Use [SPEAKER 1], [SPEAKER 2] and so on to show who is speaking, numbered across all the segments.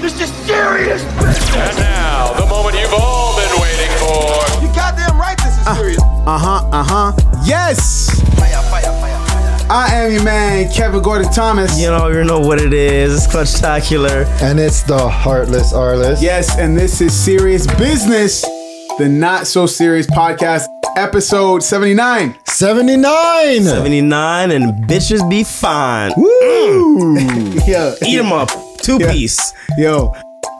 [SPEAKER 1] This is serious business.
[SPEAKER 2] And now, the moment you've all been waiting for.
[SPEAKER 1] You goddamn right this is serious.
[SPEAKER 3] Uh huh, uh huh. Yes!
[SPEAKER 1] Fire, fire, fire, fire.
[SPEAKER 3] I am your man, Kevin Gordon Thomas.
[SPEAKER 4] You know, you know what it is. It's clutch tacular.
[SPEAKER 5] And it's the Heartless Artless.
[SPEAKER 3] Yes, and this is Serious Business, the Not So Serious Podcast, episode 79.
[SPEAKER 5] 79!
[SPEAKER 4] 79 and bitches be fine. Mm.
[SPEAKER 3] Woo! Yo,
[SPEAKER 4] Eat them up. Two piece.
[SPEAKER 3] yo,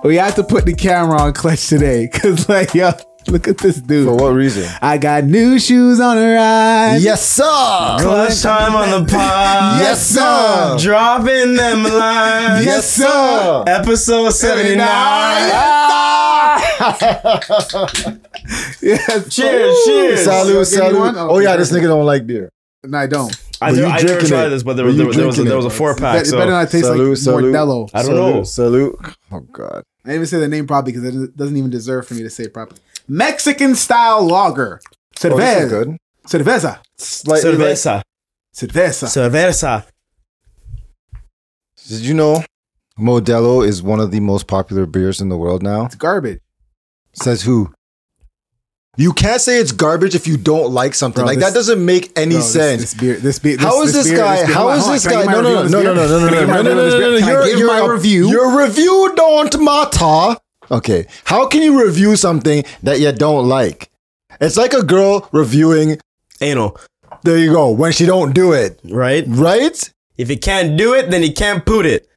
[SPEAKER 3] we have to put the camera on clutch today, cause like, yo, look at this dude.
[SPEAKER 5] For what reason?
[SPEAKER 3] I got new shoes on the ride.
[SPEAKER 5] Yes, sir!
[SPEAKER 4] Clutch time on the pod.
[SPEAKER 5] Yes, sir!
[SPEAKER 4] Dropping them lines.
[SPEAKER 3] Yes, sir.
[SPEAKER 4] Episode 79.
[SPEAKER 3] 79. Yes.
[SPEAKER 4] Cheers, cheers.
[SPEAKER 3] Yo,
[SPEAKER 5] Salute,
[SPEAKER 3] give me
[SPEAKER 5] salute.
[SPEAKER 3] one.
[SPEAKER 5] Oh, yeah, this nigga don't like beer.
[SPEAKER 3] No, I don't.
[SPEAKER 4] I,
[SPEAKER 5] Were
[SPEAKER 4] never-
[SPEAKER 5] you
[SPEAKER 4] I never
[SPEAKER 5] drinking
[SPEAKER 4] tried
[SPEAKER 5] it?
[SPEAKER 4] this, but there
[SPEAKER 5] Were
[SPEAKER 4] was, there
[SPEAKER 5] you
[SPEAKER 4] was, there was, a,
[SPEAKER 5] drinking
[SPEAKER 4] there was a
[SPEAKER 5] it?
[SPEAKER 4] four
[SPEAKER 3] Bet-
[SPEAKER 4] pack.
[SPEAKER 3] it
[SPEAKER 4] So
[SPEAKER 3] better not taste
[SPEAKER 5] Salute,
[SPEAKER 3] like
[SPEAKER 5] salute.
[SPEAKER 3] Mordello.
[SPEAKER 4] I don't
[SPEAKER 5] salute,
[SPEAKER 4] know.
[SPEAKER 5] Salute. Oh, God.
[SPEAKER 3] I didn't even say the name properly because it doesn't- doesn't even deserve for me to say it properly. Mexican style lager.
[SPEAKER 5] Oh, this is
[SPEAKER 3] Cerveza.
[SPEAKER 5] good.
[SPEAKER 3] Cerveza.
[SPEAKER 5] Slightly like-
[SPEAKER 4] Cerveza.
[SPEAKER 3] Cerveza.
[SPEAKER 4] Cerveza.
[SPEAKER 5] Did you know Modelo is one of the most popular beers in the world now?
[SPEAKER 3] It's garbage.
[SPEAKER 5] Says who? You can't say it's garbage if you don't like something.
[SPEAKER 3] Bro,
[SPEAKER 5] like
[SPEAKER 3] this-
[SPEAKER 5] that doesn't make any
[SPEAKER 3] Bro, this-
[SPEAKER 5] sense.
[SPEAKER 3] This beer. This beer.
[SPEAKER 5] How is this
[SPEAKER 3] beer-
[SPEAKER 5] guy?
[SPEAKER 3] beer-
[SPEAKER 5] How
[SPEAKER 3] hold on,
[SPEAKER 5] is
[SPEAKER 3] hold on.
[SPEAKER 5] this
[SPEAKER 3] Can I
[SPEAKER 5] guy?
[SPEAKER 3] give
[SPEAKER 5] No,
[SPEAKER 3] my
[SPEAKER 5] no, no,
[SPEAKER 3] review
[SPEAKER 5] no, no,
[SPEAKER 3] on
[SPEAKER 5] no,
[SPEAKER 3] this
[SPEAKER 5] no, no,
[SPEAKER 3] beer? Can
[SPEAKER 5] no,
[SPEAKER 3] I
[SPEAKER 5] no, no,
[SPEAKER 3] give my review on
[SPEAKER 5] no, no,
[SPEAKER 3] this beer? Can I
[SPEAKER 5] no.
[SPEAKER 3] give my review?
[SPEAKER 5] Your review don't matter. Okay, how can you review something that you don't like? It's like a girl reviewing.
[SPEAKER 4] Anal.
[SPEAKER 5] There you go. When she don't do it,
[SPEAKER 4] Right?
[SPEAKER 5] right?
[SPEAKER 4] If you can't do it, then you can't put it.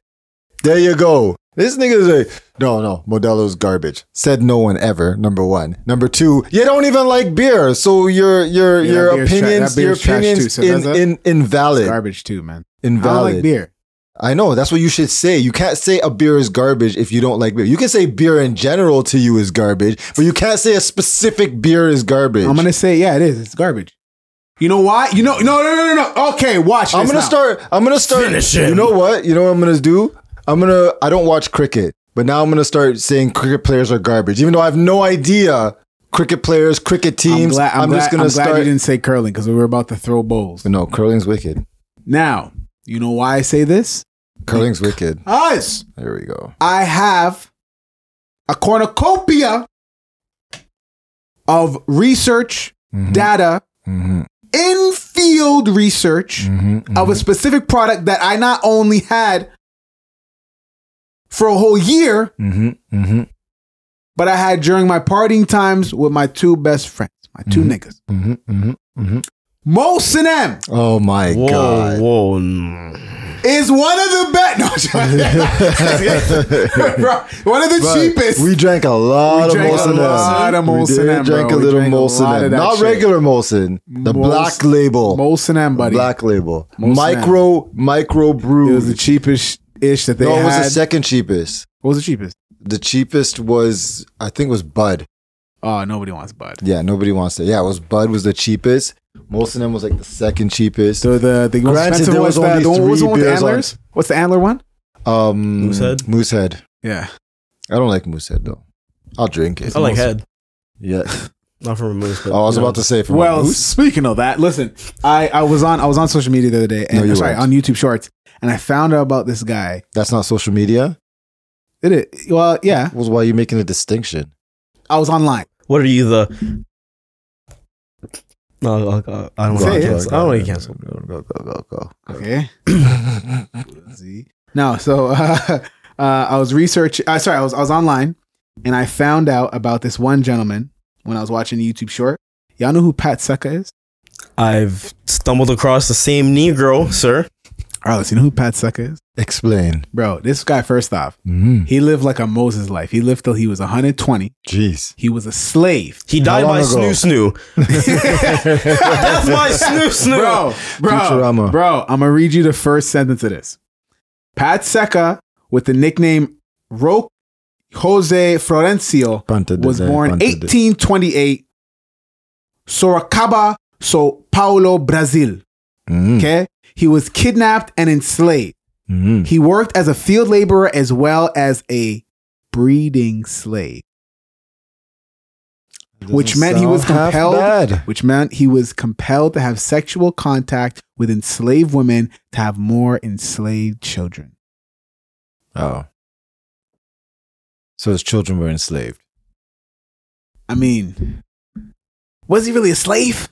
[SPEAKER 5] There you go. This nigga's like, no, no, Modelo's garbage. Said no one ever. Number one. Number two, you don't even like beer, so your your
[SPEAKER 3] Yeah, that
[SPEAKER 5] your
[SPEAKER 3] beer's trash-
[SPEAKER 5] opinions
[SPEAKER 3] that
[SPEAKER 5] your
[SPEAKER 3] beer's trash
[SPEAKER 5] opinions
[SPEAKER 3] too, so
[SPEAKER 5] in,
[SPEAKER 3] that's a-
[SPEAKER 5] in invalid.
[SPEAKER 3] Garbage too, man. I
[SPEAKER 5] Invalid.
[SPEAKER 3] don't like beer.
[SPEAKER 5] I know. That's what you should say. You can't say a beer is garbage if you don't like beer. You can say beer in general to you is garbage, but you can't say a specific beer is garbage.
[SPEAKER 3] I'm gonna say yeah, it is. It's garbage. You know why? You know no no no no no. Okay, watch.
[SPEAKER 5] I'm
[SPEAKER 3] this
[SPEAKER 5] gonna
[SPEAKER 3] now.
[SPEAKER 5] start. I'm gonna start.
[SPEAKER 4] Finish him.
[SPEAKER 5] you know what? You know what I'm gonna do? I'm gonna. I don't watch cricket, but now I'm gonna start saying cricket players are garbage, even though I have no idea cricket players, cricket teams.
[SPEAKER 3] I'm, glad, I'm, glad,
[SPEAKER 5] just gonna
[SPEAKER 3] I'm glad
[SPEAKER 5] start.
[SPEAKER 3] you didn't say curling because we were about to throw bowls.
[SPEAKER 5] no, curling's wicked.
[SPEAKER 3] Now, you know why I say this?
[SPEAKER 5] Curling's wicked.
[SPEAKER 3] Us.
[SPEAKER 5] There we go.
[SPEAKER 3] I have a cornucopia of research
[SPEAKER 5] Mm-hmm.
[SPEAKER 3] data, mm-hmm,
[SPEAKER 5] Mhm.
[SPEAKER 3] in field research
[SPEAKER 5] Mhm,
[SPEAKER 3] of a specific product that I not only had for a whole year,
[SPEAKER 5] mhm,
[SPEAKER 3] mm-hmm,
[SPEAKER 5] mhm,
[SPEAKER 3] but I had during my partying times with my two best friends, my 2 niggas,
[SPEAKER 5] mhm,
[SPEAKER 3] mm-hmm.
[SPEAKER 5] mhm, mhm.
[SPEAKER 3] Most of them
[SPEAKER 5] Oh my
[SPEAKER 4] Whoa,
[SPEAKER 5] god.
[SPEAKER 4] whoa. mm.
[SPEAKER 3] is one of the best. No, bro, one of the
[SPEAKER 5] But
[SPEAKER 3] cheapest.
[SPEAKER 5] We drank a lot
[SPEAKER 3] We
[SPEAKER 5] of
[SPEAKER 3] drank a
[SPEAKER 5] Molson. M.
[SPEAKER 3] lot of
[SPEAKER 5] We
[SPEAKER 3] Molson
[SPEAKER 5] did
[SPEAKER 3] M,
[SPEAKER 5] Drank
[SPEAKER 3] bro.
[SPEAKER 5] a
[SPEAKER 3] We
[SPEAKER 5] little
[SPEAKER 3] drank a lot
[SPEAKER 5] Molson.
[SPEAKER 3] of
[SPEAKER 5] M.
[SPEAKER 3] that
[SPEAKER 5] Not
[SPEAKER 3] shit.
[SPEAKER 5] regular Molson. The
[SPEAKER 3] Mos-
[SPEAKER 5] black label.
[SPEAKER 3] Molson M, buddy.
[SPEAKER 5] Black label.
[SPEAKER 3] Most
[SPEAKER 5] micro micro
[SPEAKER 3] It
[SPEAKER 5] brew.
[SPEAKER 3] was the cheapest ish that they
[SPEAKER 5] no, it
[SPEAKER 3] had.
[SPEAKER 5] was the second cheapest.
[SPEAKER 3] what was the cheapest?
[SPEAKER 5] The cheapest was I think was Bud.
[SPEAKER 3] Oh, nobody wants Bud.
[SPEAKER 5] Yeah, nobody wants to. Yeah, it was Bud was the cheapest. Most of them was like the second cheapest.
[SPEAKER 3] So the the most
[SPEAKER 5] Granted,
[SPEAKER 3] expensive
[SPEAKER 5] there
[SPEAKER 3] Oh, was
[SPEAKER 5] was
[SPEAKER 3] the,
[SPEAKER 5] only
[SPEAKER 3] the one, what was the
[SPEAKER 5] three
[SPEAKER 3] one with the
[SPEAKER 5] beers on
[SPEAKER 3] antlers. What's the antler one?
[SPEAKER 5] Um,
[SPEAKER 4] Moosehead?
[SPEAKER 5] Moosehead.
[SPEAKER 3] Yeah,
[SPEAKER 5] I don't like Moosehead though. I'll drink it.
[SPEAKER 4] I like
[SPEAKER 5] Moose-
[SPEAKER 4] head.
[SPEAKER 5] Yeah.
[SPEAKER 4] Not from a moose, but.
[SPEAKER 5] Oh, I was
[SPEAKER 4] you know.
[SPEAKER 5] about to say from
[SPEAKER 3] Well,
[SPEAKER 5] Moose.
[SPEAKER 3] speaking of that, listen, I, I was on I was on social media the other day, and
[SPEAKER 5] No, you
[SPEAKER 3] sorry,
[SPEAKER 5] weren't.
[SPEAKER 3] on YouTube Shorts, and I found out about this guy.
[SPEAKER 5] That's not social media.
[SPEAKER 3] Did it? Well, yeah,
[SPEAKER 5] Was why you making a distinction?
[SPEAKER 3] I was online.
[SPEAKER 4] What are you the? No, I- I- I don't want
[SPEAKER 3] Say
[SPEAKER 4] to
[SPEAKER 3] it.
[SPEAKER 4] cancel. I don't want to cancel.
[SPEAKER 5] Go, go, go, go.
[SPEAKER 3] Okay. See? No, so uh, uh, I was research. Uh, sorry, I was I was online, and I found out about this one gentleman when I was watching the YouTube short. Y'all know who Pat Sucka is?
[SPEAKER 4] I've stumbled across the same Negro, sir.
[SPEAKER 3] All right, let's you know who Pat Sucka is,
[SPEAKER 5] Explain.
[SPEAKER 3] bro. This guy, first off,
[SPEAKER 5] Mm.
[SPEAKER 3] he lived like a Moses life. He lived till he was 120.
[SPEAKER 5] Jeez.
[SPEAKER 3] He was a slave,
[SPEAKER 4] He
[SPEAKER 5] How
[SPEAKER 4] died
[SPEAKER 5] long
[SPEAKER 4] by
[SPEAKER 5] ago?
[SPEAKER 4] snoo snoo. That's my snoo snoo.
[SPEAKER 3] bro, bro,
[SPEAKER 5] Futurama.
[SPEAKER 3] bro. I'm gonna read you the first sentence of this. Pat Seca, with the nickname Roque Jose Florencio,
[SPEAKER 5] Punted
[SPEAKER 3] was
[SPEAKER 5] design,
[SPEAKER 3] born
[SPEAKER 5] punted design.
[SPEAKER 3] 1828, Sorocaba, Sao Paulo, Brazil.
[SPEAKER 5] Mm.
[SPEAKER 3] Okay, he was kidnapped and enslaved.
[SPEAKER 5] Mm.
[SPEAKER 3] He worked as a field laborer as well as a breeding slave, which
[SPEAKER 5] Doesn't
[SPEAKER 3] meant he was
[SPEAKER 5] sound half
[SPEAKER 3] compelled.
[SPEAKER 5] bad.
[SPEAKER 3] Which meant he was compelled to have sexual contact with enslaved women to have more enslaved children.
[SPEAKER 5] Oh. So his children were enslaved.
[SPEAKER 3] I mean, was he really a slave?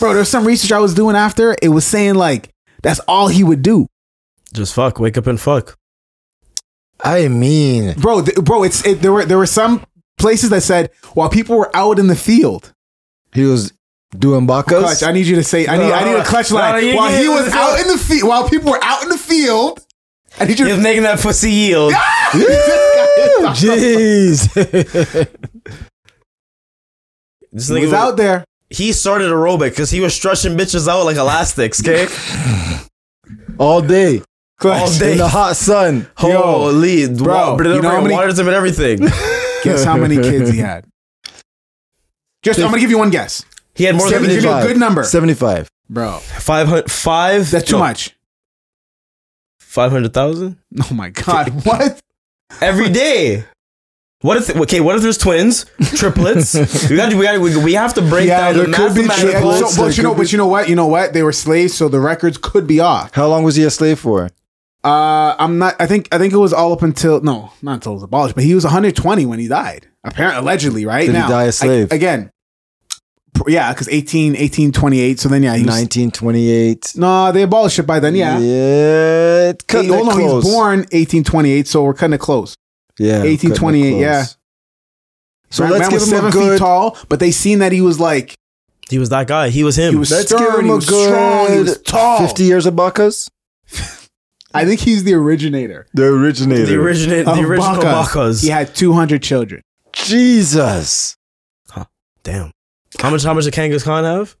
[SPEAKER 3] Bro, there's some research I was doing after. It was saying like that's all he would do,
[SPEAKER 4] Just fuck. Wake up and fuck.
[SPEAKER 5] I mean,
[SPEAKER 3] bro. Th- bro, it's it, there were there were some places that said while people were out in the field.
[SPEAKER 5] he was doing
[SPEAKER 3] Clutch,
[SPEAKER 5] bakas.
[SPEAKER 3] I need you to say. I need. I need a clutch
[SPEAKER 4] No,
[SPEAKER 3] line.
[SPEAKER 4] you
[SPEAKER 3] while
[SPEAKER 4] get
[SPEAKER 3] he
[SPEAKER 4] it.
[SPEAKER 3] was out in the field, while people were out in the field, I need you.
[SPEAKER 4] He's
[SPEAKER 3] To,
[SPEAKER 4] making that pussy yield.
[SPEAKER 5] Jeez.
[SPEAKER 4] This
[SPEAKER 3] he was
[SPEAKER 4] nigga was-
[SPEAKER 3] out there.
[SPEAKER 4] He started aerobic because he was stretching bitches out like elastics. Okay.
[SPEAKER 5] All day.
[SPEAKER 4] All
[SPEAKER 3] Clutch.
[SPEAKER 4] day.
[SPEAKER 5] In the hot sun.
[SPEAKER 4] Holy, bro,
[SPEAKER 3] bro, you know how many-
[SPEAKER 4] waters him and everything.
[SPEAKER 3] Guess how many kids he had? Just I'm gonna give you one guess,
[SPEAKER 4] He had more
[SPEAKER 3] Seven
[SPEAKER 4] than
[SPEAKER 3] give me a good number.
[SPEAKER 5] 75.
[SPEAKER 3] bro.
[SPEAKER 4] five hundred five.
[SPEAKER 3] That's too much.
[SPEAKER 4] Five hundred thousand
[SPEAKER 3] Oh my god, what?
[SPEAKER 4] every day. What if okay? What if there's twins, triplets? we got to, we got to, we, we have to break
[SPEAKER 5] Yeah,
[SPEAKER 4] down the
[SPEAKER 5] there could be
[SPEAKER 3] Yeah,
[SPEAKER 4] mathematical.
[SPEAKER 5] triplets.
[SPEAKER 3] so, but you know, but you know what? You know what? They were slaves, so the records could be off.
[SPEAKER 5] How long was he a slave for?
[SPEAKER 3] Uh, I'm not. I think. I think it was all up until no, not until it was abolished. But he was 120 when he died. Apparently, allegedly, right
[SPEAKER 5] Did he
[SPEAKER 3] now.
[SPEAKER 5] die a
[SPEAKER 3] I-
[SPEAKER 5] slave?
[SPEAKER 3] again? pr- Yeah, because 18, 1828. So then, yeah, he was,
[SPEAKER 5] 1928.
[SPEAKER 3] no, they abolished it by then. Yeah.
[SPEAKER 5] Yeah. it
[SPEAKER 3] Hey,
[SPEAKER 5] Cutting
[SPEAKER 3] oh
[SPEAKER 5] it
[SPEAKER 3] no, he
[SPEAKER 5] close.
[SPEAKER 3] was born 1828. So we're cutting it close.
[SPEAKER 5] Yeah. cutting it
[SPEAKER 3] 1828,
[SPEAKER 5] close.
[SPEAKER 3] yeah.
[SPEAKER 5] So
[SPEAKER 3] Man-
[SPEAKER 5] let's
[SPEAKER 3] man
[SPEAKER 5] give
[SPEAKER 3] was
[SPEAKER 5] him a good.
[SPEAKER 3] feet tall, but they seen that he was like
[SPEAKER 4] He was that guy. He was him.
[SPEAKER 3] he was
[SPEAKER 5] Let's give
[SPEAKER 3] stern,
[SPEAKER 5] him
[SPEAKER 3] he
[SPEAKER 5] a
[SPEAKER 3] was strong, he was
[SPEAKER 5] good
[SPEAKER 3] tall.
[SPEAKER 5] 50 years of bakas?
[SPEAKER 3] I think he's the originator.
[SPEAKER 5] The originator.
[SPEAKER 4] the originate
[SPEAKER 3] of
[SPEAKER 4] the original
[SPEAKER 3] Bacchus.
[SPEAKER 4] Bacchus.
[SPEAKER 3] He had 200 children.
[SPEAKER 5] Jesus.
[SPEAKER 4] Damn. How much? How much did Kangas Khan have?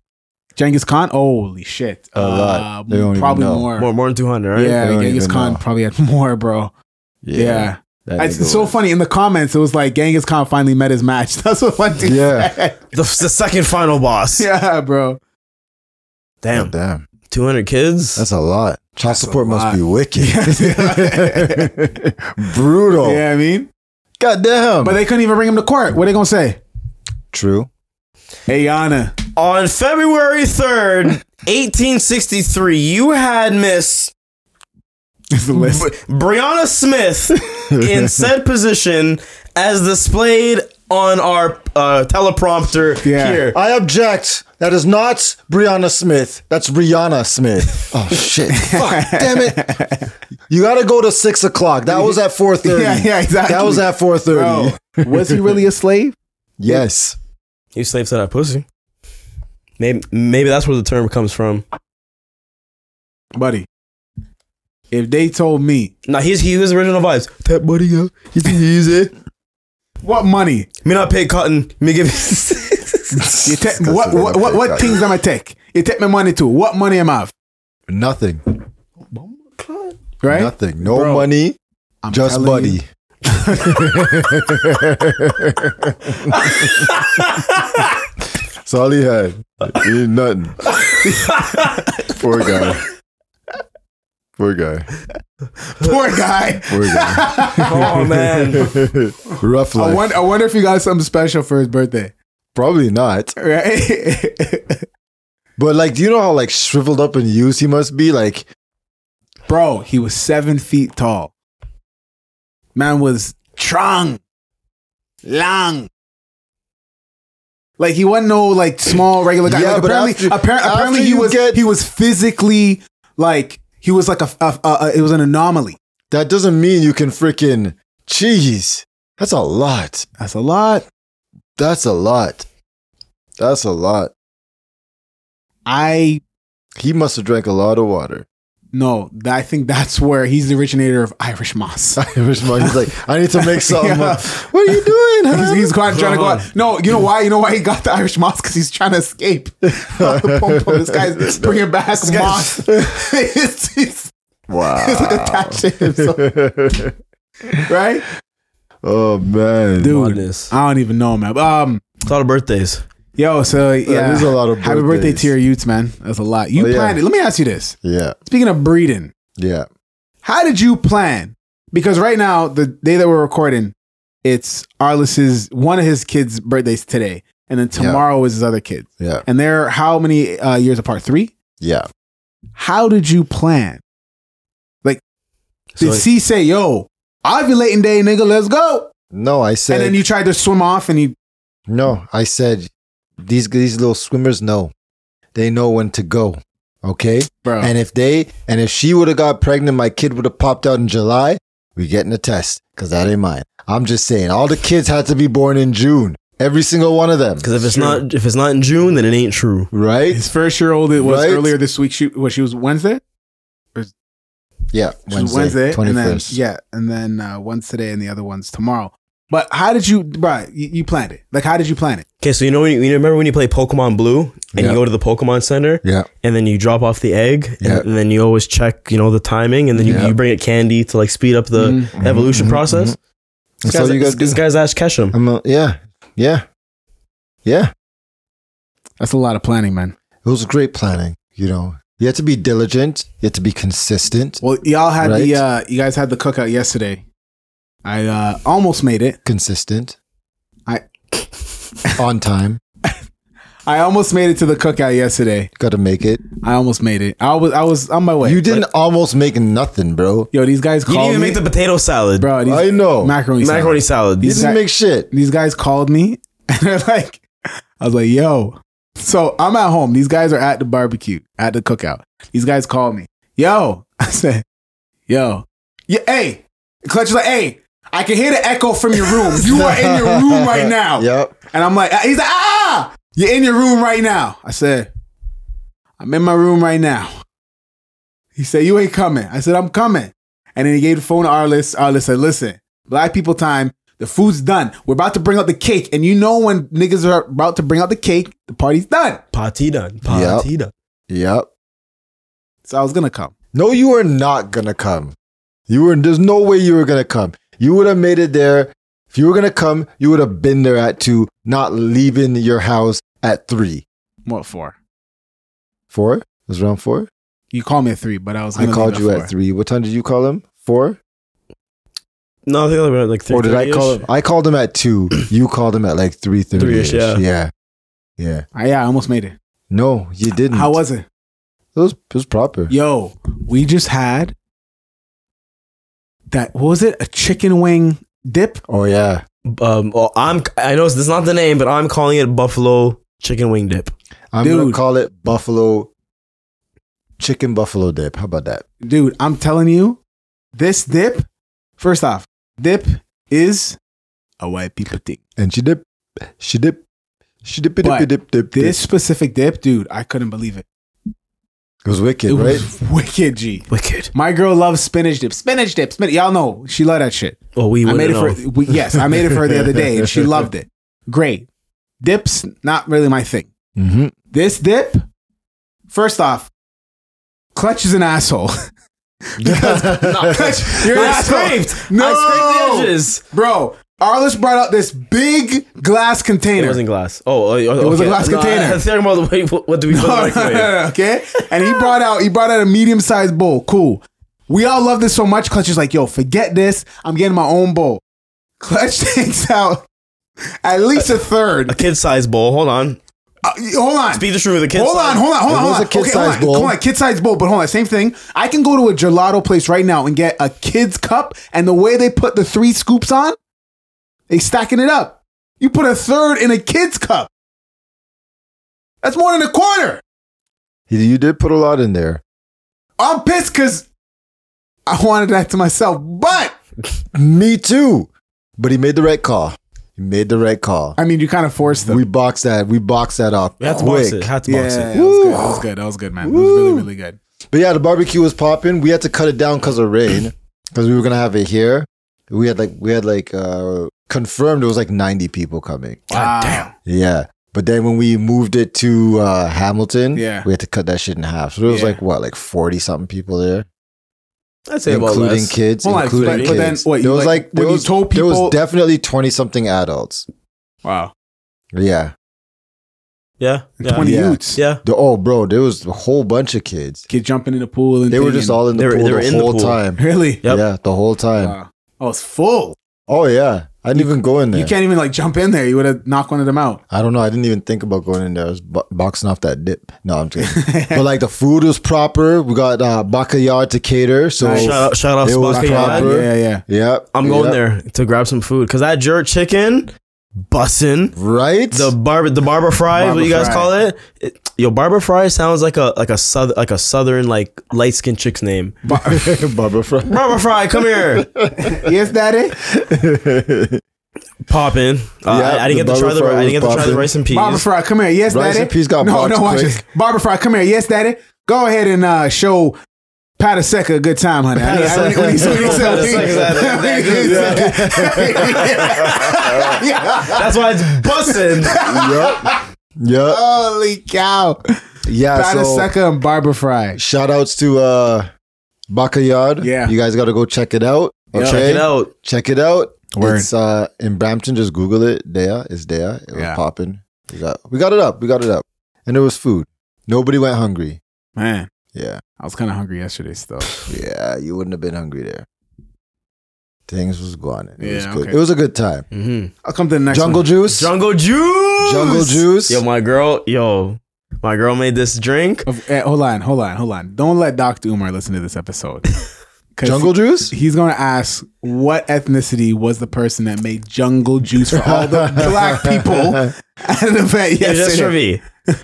[SPEAKER 3] Genghis Khan, holy shit,
[SPEAKER 5] A lot.
[SPEAKER 3] Uh,
[SPEAKER 5] They don't even
[SPEAKER 3] probably
[SPEAKER 5] know.
[SPEAKER 3] more.
[SPEAKER 4] More, more than two hundred, right?
[SPEAKER 5] They
[SPEAKER 3] Yeah,
[SPEAKER 5] don't
[SPEAKER 3] Genghis
[SPEAKER 5] even
[SPEAKER 3] Khan
[SPEAKER 5] know.
[SPEAKER 3] probably had more, bro. Yeah.
[SPEAKER 5] that
[SPEAKER 3] It's,
[SPEAKER 5] nigga
[SPEAKER 3] it's so
[SPEAKER 5] was-
[SPEAKER 3] funny. In the comments, it was like Genghis Khan finally met his match. That's what one dude
[SPEAKER 5] Yeah.
[SPEAKER 3] said.
[SPEAKER 4] The, the second final boss.
[SPEAKER 3] Yeah, bro.
[SPEAKER 4] Damn.
[SPEAKER 5] Damn.
[SPEAKER 4] Two hundred kids.
[SPEAKER 5] That's a lot. Child support
[SPEAKER 3] lot.
[SPEAKER 5] must be wicked.
[SPEAKER 3] Yeah.
[SPEAKER 5] Brutal.
[SPEAKER 3] Yeah, I mean,
[SPEAKER 5] God damn.
[SPEAKER 3] but they couldn't even bring him to court. What are they gonna say?
[SPEAKER 5] True.
[SPEAKER 3] Hey, Yana.
[SPEAKER 4] On February 3rd, 1863, you had Miss
[SPEAKER 3] Is the list?
[SPEAKER 4] Brianna Smith in said position as displayed on our uh, teleprompter
[SPEAKER 3] Yeah.
[SPEAKER 4] here.
[SPEAKER 5] I object. That is not Brianna Smith. That's Rihanna Smith. Oh shit! Fuck! Damn it! You gotta go to six o'clock. That was at four thirty.
[SPEAKER 3] Yeah, yeah, exactly.
[SPEAKER 5] That was at four
[SPEAKER 3] Bro,
[SPEAKER 5] thirty.
[SPEAKER 3] was he really a slave?
[SPEAKER 5] Yes.
[SPEAKER 4] You slave to that pussy. Maybe, maybe that's where the term comes from.
[SPEAKER 3] Buddy. If they told me
[SPEAKER 4] Now he's he was original vibes. That buddy, yo, you think he use it?
[SPEAKER 3] what money,
[SPEAKER 4] Me not pay cotton. Me give.
[SPEAKER 3] you take what what what, what things am I take? You take my money too. What money am I have?
[SPEAKER 5] Nothing.
[SPEAKER 3] Right?
[SPEAKER 5] Nothing. No
[SPEAKER 3] Bro.
[SPEAKER 5] money.
[SPEAKER 3] I'm
[SPEAKER 5] Just
[SPEAKER 3] telling
[SPEAKER 5] buddy.
[SPEAKER 3] you.
[SPEAKER 5] That's all he had. He did nothing. Poor guy. Poor guy.
[SPEAKER 3] Poor guy.
[SPEAKER 5] Poor guy.
[SPEAKER 4] oh man,
[SPEAKER 5] Rough
[SPEAKER 3] I
[SPEAKER 5] life.
[SPEAKER 3] wonder, I wonder if he got something special for his birthday.
[SPEAKER 5] Probably not.
[SPEAKER 3] Right?
[SPEAKER 5] But like, do you know how like shriveled up and used he must be? Like,
[SPEAKER 3] Bro, he was seven feet tall. Man was strong, long. Like he wasn't no like small regular guy.
[SPEAKER 5] Yeah,
[SPEAKER 3] Like,
[SPEAKER 5] but
[SPEAKER 3] apparently,
[SPEAKER 5] after-
[SPEAKER 3] appar-
[SPEAKER 5] after
[SPEAKER 3] apparently he
[SPEAKER 5] you
[SPEAKER 3] was
[SPEAKER 5] get-
[SPEAKER 3] he was physically like he was like a, a, a, a- it was an anomaly.
[SPEAKER 5] that doesn't mean you can freaking cheese. That's a lot.
[SPEAKER 3] That's a lot.
[SPEAKER 5] That's a lot. That's a lot.
[SPEAKER 3] I
[SPEAKER 5] He must have drank a lot of water.
[SPEAKER 3] no. th- I think that's where he's the originator of Irish moss.
[SPEAKER 5] Irish man, he's like, I need to make something
[SPEAKER 3] Yeah.
[SPEAKER 5] up. What are you doing?
[SPEAKER 3] He's,
[SPEAKER 5] huh?
[SPEAKER 3] he's going, trying to go out. No, you know why? You know why he got the Irish moss? Because he's trying to escape. this guy's bringing back moss. it's, it's,
[SPEAKER 5] wow.
[SPEAKER 3] it's like attached to him. so- right?
[SPEAKER 5] oh man,
[SPEAKER 3] Dude.
[SPEAKER 4] Madness.
[SPEAKER 3] I don't even know, man. But, Um,
[SPEAKER 4] It's all the birthdays.
[SPEAKER 3] yo, so yeah.
[SPEAKER 5] there's a lot of
[SPEAKER 3] Happy birthday
[SPEAKER 5] birthdays.
[SPEAKER 3] to your youths, man. That's a lot. You
[SPEAKER 5] Oh, yeah.
[SPEAKER 3] planned it. Let me ask you this.
[SPEAKER 5] Yeah,
[SPEAKER 3] Speaking of breeding,
[SPEAKER 5] yeah.
[SPEAKER 3] how did you plan? Because right now, the day that we're recording, it's Arliss's one of his kids' birthdays today, and then tomorrow is his other kid.
[SPEAKER 5] Yeah.
[SPEAKER 3] And they're how many uh, years apart? Three.
[SPEAKER 5] Yeah.
[SPEAKER 3] How did you plan?
[SPEAKER 4] So
[SPEAKER 3] Did C say, "Yo, ovulating day, nigga, let's go"?
[SPEAKER 5] No, I said
[SPEAKER 3] and then you tried to swim off and you
[SPEAKER 5] no. I said these these little swimmers know. They know when to go. Okay?
[SPEAKER 3] bro
[SPEAKER 5] And if they and if she would have got pregnant, my kid would have popped out in July. We getting a test because that ain't mine. I'm just saying, all the kids had to be born in June. Every single one of them,
[SPEAKER 4] Because if it's not if it's not in June, then it ain't true.
[SPEAKER 5] right?
[SPEAKER 3] his first year old it was
[SPEAKER 5] Right?
[SPEAKER 3] earlier this week she what she was Wednesday?
[SPEAKER 5] Yeah,
[SPEAKER 3] She was
[SPEAKER 5] Wednesday, twenty
[SPEAKER 3] and then
[SPEAKER 5] first.
[SPEAKER 3] yeah, and then uh, one's today and the other one's tomorrow. But how did you bro, you, you planned it. Like how did you plan it?
[SPEAKER 4] Okay, so you know when you, you remember when you play Pokemon Blue and
[SPEAKER 5] Yeah.
[SPEAKER 4] you go to the Pokemon Center
[SPEAKER 5] yeah,
[SPEAKER 4] and then you drop off the egg
[SPEAKER 5] Yeah.
[SPEAKER 4] and, then you always check you know the timing and then you,
[SPEAKER 5] Yeah.
[SPEAKER 4] you bring it candy to like speed up the evolution
[SPEAKER 5] mhm,
[SPEAKER 4] process. This,
[SPEAKER 5] That's all
[SPEAKER 4] guy's,
[SPEAKER 5] you
[SPEAKER 4] this,
[SPEAKER 5] gotta do.
[SPEAKER 4] this guy's Ash Ketchum.
[SPEAKER 5] I'm a, yeah, yeah, yeah.
[SPEAKER 3] That's a lot of planning, man.
[SPEAKER 5] It was great planning. You know, you had to be diligent. You had to be consistent.
[SPEAKER 3] Well, y'all had the
[SPEAKER 5] Right?
[SPEAKER 3] uh, you guys had the cookout yesterday. I uh, almost made it.
[SPEAKER 5] Consistent.
[SPEAKER 3] I-
[SPEAKER 5] on time.
[SPEAKER 3] I almost made it to the cookout yesterday.
[SPEAKER 5] Got to make it.
[SPEAKER 3] I almost made it. I was I was on my way.
[SPEAKER 5] you didn't almost make nothing, bro.
[SPEAKER 3] Yo, these guys
[SPEAKER 4] You
[SPEAKER 3] called
[SPEAKER 4] didn't even
[SPEAKER 3] me.
[SPEAKER 4] make the potato salad,
[SPEAKER 3] bro, these
[SPEAKER 5] I know.
[SPEAKER 3] macaroni salad.
[SPEAKER 4] macaroni salad.
[SPEAKER 5] you
[SPEAKER 3] These
[SPEAKER 5] didn't
[SPEAKER 3] guy-
[SPEAKER 5] make shit.
[SPEAKER 3] These guys called me and they're like, I was like, yo. So I'm at home. These guys are at the barbecue, at the cookout. These guys called me. Yo. I said, yo. Yeah, hey. Clutch is like, hey, I can hear the echo from your room. You are in your room right now.
[SPEAKER 5] Yep.
[SPEAKER 3] And I'm like, he's like, ah, you're in your room right now. I said, I'm in my room right now. He said, you ain't coming. I said, I'm coming. And then he gave the phone to Arliss. Arliss said, listen, black people time. The food's done. We're about to bring out the cake. And you know when niggas are about to bring out the cake, the party's done.
[SPEAKER 4] Party done. Party done.
[SPEAKER 5] Yep.
[SPEAKER 3] So I was going to come.
[SPEAKER 5] No, you were not gonna come. You were there's no way you were gonna come. You would have made it there. If you were gonna come, you would have been there at two, not leaving your house at three.
[SPEAKER 3] What for?
[SPEAKER 5] Four? It was round four?
[SPEAKER 3] You called me at three, but I was
[SPEAKER 5] I
[SPEAKER 3] going to
[SPEAKER 5] called you at three. What time did you call him? Four?
[SPEAKER 4] No, I think they were like three.
[SPEAKER 5] Or did I call him? I called him at two. You called him at like three thirty.
[SPEAKER 4] Three-ish, yeah.
[SPEAKER 5] Yeah. Yeah.
[SPEAKER 3] Ah, yeah, I almost made it.
[SPEAKER 5] No, you didn't.
[SPEAKER 3] How was it?
[SPEAKER 5] it was, it was proper.
[SPEAKER 3] Yo, we just had that, what was it? A chicken wing dip?
[SPEAKER 5] Oh yeah.
[SPEAKER 4] Um, well, I'm. I know this is not the name, but I'm calling it buffalo chicken wing dip.
[SPEAKER 5] I'm gonna
[SPEAKER 3] Dude.
[SPEAKER 5] call it buffalo chicken buffalo dip. How about that?
[SPEAKER 3] dude, I'm telling you, this dip, first off, dip is a white people thing.
[SPEAKER 5] and she dip, she dip, she dip, dip,
[SPEAKER 3] But
[SPEAKER 5] dip, dip, dip.
[SPEAKER 3] This specific dip, dude, I couldn't believe it.
[SPEAKER 5] it was wicked,
[SPEAKER 3] It
[SPEAKER 5] right?
[SPEAKER 3] was wicked, G.
[SPEAKER 4] Wicked.
[SPEAKER 3] My girl loves spinach dip. Spinach dip, spinach. Y'all know she love that shit.
[SPEAKER 4] Well, we
[SPEAKER 3] I made
[SPEAKER 4] wouldn't
[SPEAKER 3] it for
[SPEAKER 4] know.
[SPEAKER 3] we, yes, I made it for her the other day, and she loved it. Great dips, not really my thing.
[SPEAKER 5] Mm-hmm.
[SPEAKER 3] This dip, first off, Clutch is an asshole. Clutch, you're an
[SPEAKER 4] I
[SPEAKER 3] asshole.
[SPEAKER 4] scraped.
[SPEAKER 3] No!
[SPEAKER 4] I scraped the edges.
[SPEAKER 3] Bro, Arliss brought out this big glass container.
[SPEAKER 4] It wasn't glass. Oh, oh, oh,
[SPEAKER 3] It was a
[SPEAKER 4] okay.
[SPEAKER 3] glass
[SPEAKER 4] No,
[SPEAKER 3] container.
[SPEAKER 4] I- I'm thinking about the way- what, what do we put in the microwave?
[SPEAKER 3] okay? And he brought out he brought out a medium sized bowl. Cool. We all love this so much. Clutch is like, yo, forget this. I'm getting my own bowl. Clutch takes out at least a third.
[SPEAKER 4] A kid size bowl. Hold on.
[SPEAKER 3] Uh, hold on.
[SPEAKER 4] Speed the truth. A kid.
[SPEAKER 3] Hold on, hold on, hold on,
[SPEAKER 5] It
[SPEAKER 3] hold
[SPEAKER 5] was
[SPEAKER 3] on.
[SPEAKER 5] a kid-sized
[SPEAKER 3] hold on,
[SPEAKER 5] bowl.
[SPEAKER 3] Hold on, kid sized bowl, but hold on, same thing. I can go to a gelato place right now and get a kid's cup, and the way they put the three scoops on, they stacking it up. You put a third in a kid's cup. That's more than a quarter.
[SPEAKER 5] you did put a lot in there.
[SPEAKER 3] I'm pissed because I wanted that to myself, but
[SPEAKER 5] Me too. But he made the right call. He made the right call.
[SPEAKER 3] I mean, you kind of forced them.
[SPEAKER 5] We boxed that. We boxed that off
[SPEAKER 4] We had to box
[SPEAKER 5] quick.
[SPEAKER 4] it. Had to
[SPEAKER 3] yeah,
[SPEAKER 4] box
[SPEAKER 3] that
[SPEAKER 4] it.
[SPEAKER 3] was good. That was good. That was good, man. That was really, really good.
[SPEAKER 5] But yeah, the barbecue was popping. We had to cut it down because of rain, because we were gonna have it here. We had like we had like uh confirmed it was like ninety people coming.
[SPEAKER 3] Wow.
[SPEAKER 5] Yeah. But then when we moved it to uh, Hamilton,
[SPEAKER 3] Yeah.
[SPEAKER 5] we had to cut that shit in half. So it was
[SPEAKER 3] Yeah.
[SPEAKER 5] like what, like forty something people there.
[SPEAKER 4] I'd say about
[SPEAKER 5] including
[SPEAKER 4] less.
[SPEAKER 5] kids,
[SPEAKER 3] Hold on,
[SPEAKER 5] including
[SPEAKER 3] but-
[SPEAKER 5] kids.
[SPEAKER 3] but then what,
[SPEAKER 5] there
[SPEAKER 3] you
[SPEAKER 5] was
[SPEAKER 3] like-
[SPEAKER 5] like there
[SPEAKER 3] when you
[SPEAKER 5] was,
[SPEAKER 3] told
[SPEAKER 5] there
[SPEAKER 3] people-
[SPEAKER 5] was definitely twenty something adults.
[SPEAKER 3] Wow.
[SPEAKER 5] Yeah.
[SPEAKER 4] Yeah. Yeah.
[SPEAKER 3] 20
[SPEAKER 5] Yeah.
[SPEAKER 3] youths.
[SPEAKER 4] Yeah.
[SPEAKER 5] The, oh, bro, there was a whole bunch of kids.
[SPEAKER 3] Kid jumping in the pool. And
[SPEAKER 5] They were
[SPEAKER 3] thinking-
[SPEAKER 5] just all in the
[SPEAKER 4] They were-
[SPEAKER 5] pool
[SPEAKER 4] they were
[SPEAKER 5] the
[SPEAKER 4] in the
[SPEAKER 5] whole
[SPEAKER 4] pool.
[SPEAKER 5] time.
[SPEAKER 3] Really?
[SPEAKER 4] Yep.
[SPEAKER 5] Yeah, the whole time.
[SPEAKER 3] Wow. Oh, it's full.
[SPEAKER 5] Oh yeah, I didn't even go in there.
[SPEAKER 3] You can't even like jump in there. You would have knocked one of them out.
[SPEAKER 5] I don't know. I didn't even think about going in there. I was bo- boxing off that dip. No, I'm kidding. but like the food was proper. We got uh, Bakayar to cater. So
[SPEAKER 4] Shout out, shout out,
[SPEAKER 5] It was
[SPEAKER 4] Spocky Yard.
[SPEAKER 5] proper. Bro.
[SPEAKER 3] Yeah, yeah.
[SPEAKER 5] Yep.
[SPEAKER 4] I'm going
[SPEAKER 5] yep.
[SPEAKER 4] there to grab some food because that jerk chicken, bussin'.
[SPEAKER 5] Right?
[SPEAKER 4] the barber the barber fries,
[SPEAKER 3] Barber
[SPEAKER 4] what you guys
[SPEAKER 3] fry.
[SPEAKER 4] call it? it? Yo, barber fry sounds like a like a south like a southern like light skinned chick's name.
[SPEAKER 5] Bubba Fry.
[SPEAKER 4] Barber fry, come here,
[SPEAKER 3] yes, daddy.
[SPEAKER 4] pop in. Uh,
[SPEAKER 5] Yeah,
[SPEAKER 4] I, I didn't
[SPEAKER 5] the
[SPEAKER 4] get to try
[SPEAKER 5] barber
[SPEAKER 4] the
[SPEAKER 5] fry
[SPEAKER 4] I didn't
[SPEAKER 5] was
[SPEAKER 4] get to try the
[SPEAKER 5] poppin'.
[SPEAKER 4] rice and peas.
[SPEAKER 3] Barbara Fry, come here. Yes,
[SPEAKER 5] Rice
[SPEAKER 3] daddy.
[SPEAKER 5] and peas got
[SPEAKER 3] no,
[SPEAKER 5] boxed
[SPEAKER 3] no, watch
[SPEAKER 5] quick.
[SPEAKER 3] this. Barbara Fry, come here. Yes, daddy. Go ahead and uh, show Pataseka a good time, honey. I need- I need- we need- we need some- we need-
[SPEAKER 4] Pataseka's
[SPEAKER 3] Yeah.
[SPEAKER 4] That's why it's bussin'.
[SPEAKER 5] Yep.
[SPEAKER 3] Holy cow.
[SPEAKER 5] Yeah. So
[SPEAKER 3] Pataseka and Barbara Fry.
[SPEAKER 5] shout outs to uh, Bakayard.
[SPEAKER 3] Yeah.
[SPEAKER 5] You guys got to go check it out. Okay.
[SPEAKER 4] Check it out.
[SPEAKER 5] Check it out.
[SPEAKER 3] Word.
[SPEAKER 5] It's uh, in Brampton. Just Google it. There. It's there. It was
[SPEAKER 3] Yeah.
[SPEAKER 5] popping. We got, we got it up. We got it up. And there was food. Nobody went hungry.
[SPEAKER 3] Man,
[SPEAKER 5] Yeah.
[SPEAKER 3] I was kind of hungry yesterday still.
[SPEAKER 5] Yeah, you wouldn't have been hungry there. Things was going. It was
[SPEAKER 3] Yeah,
[SPEAKER 5] good.
[SPEAKER 3] okay.
[SPEAKER 5] It was a good time.
[SPEAKER 4] hmm
[SPEAKER 3] I'll come to the next
[SPEAKER 5] Jungle
[SPEAKER 3] one.
[SPEAKER 5] juice.
[SPEAKER 4] Jungle juice.
[SPEAKER 5] Jungle juice.
[SPEAKER 4] Yo, my girl. Yo, my girl made this drink.
[SPEAKER 3] Of- eh, hold on, hold on, hold on. Don't let Dr. Umar listen to this episode. 'Cause
[SPEAKER 5] Jungle juice.
[SPEAKER 3] He's gonna ask what ethnicity was the person that made jungle juice for all the black people at an event
[SPEAKER 4] It's just for
[SPEAKER 3] yesterday.
[SPEAKER 4] me.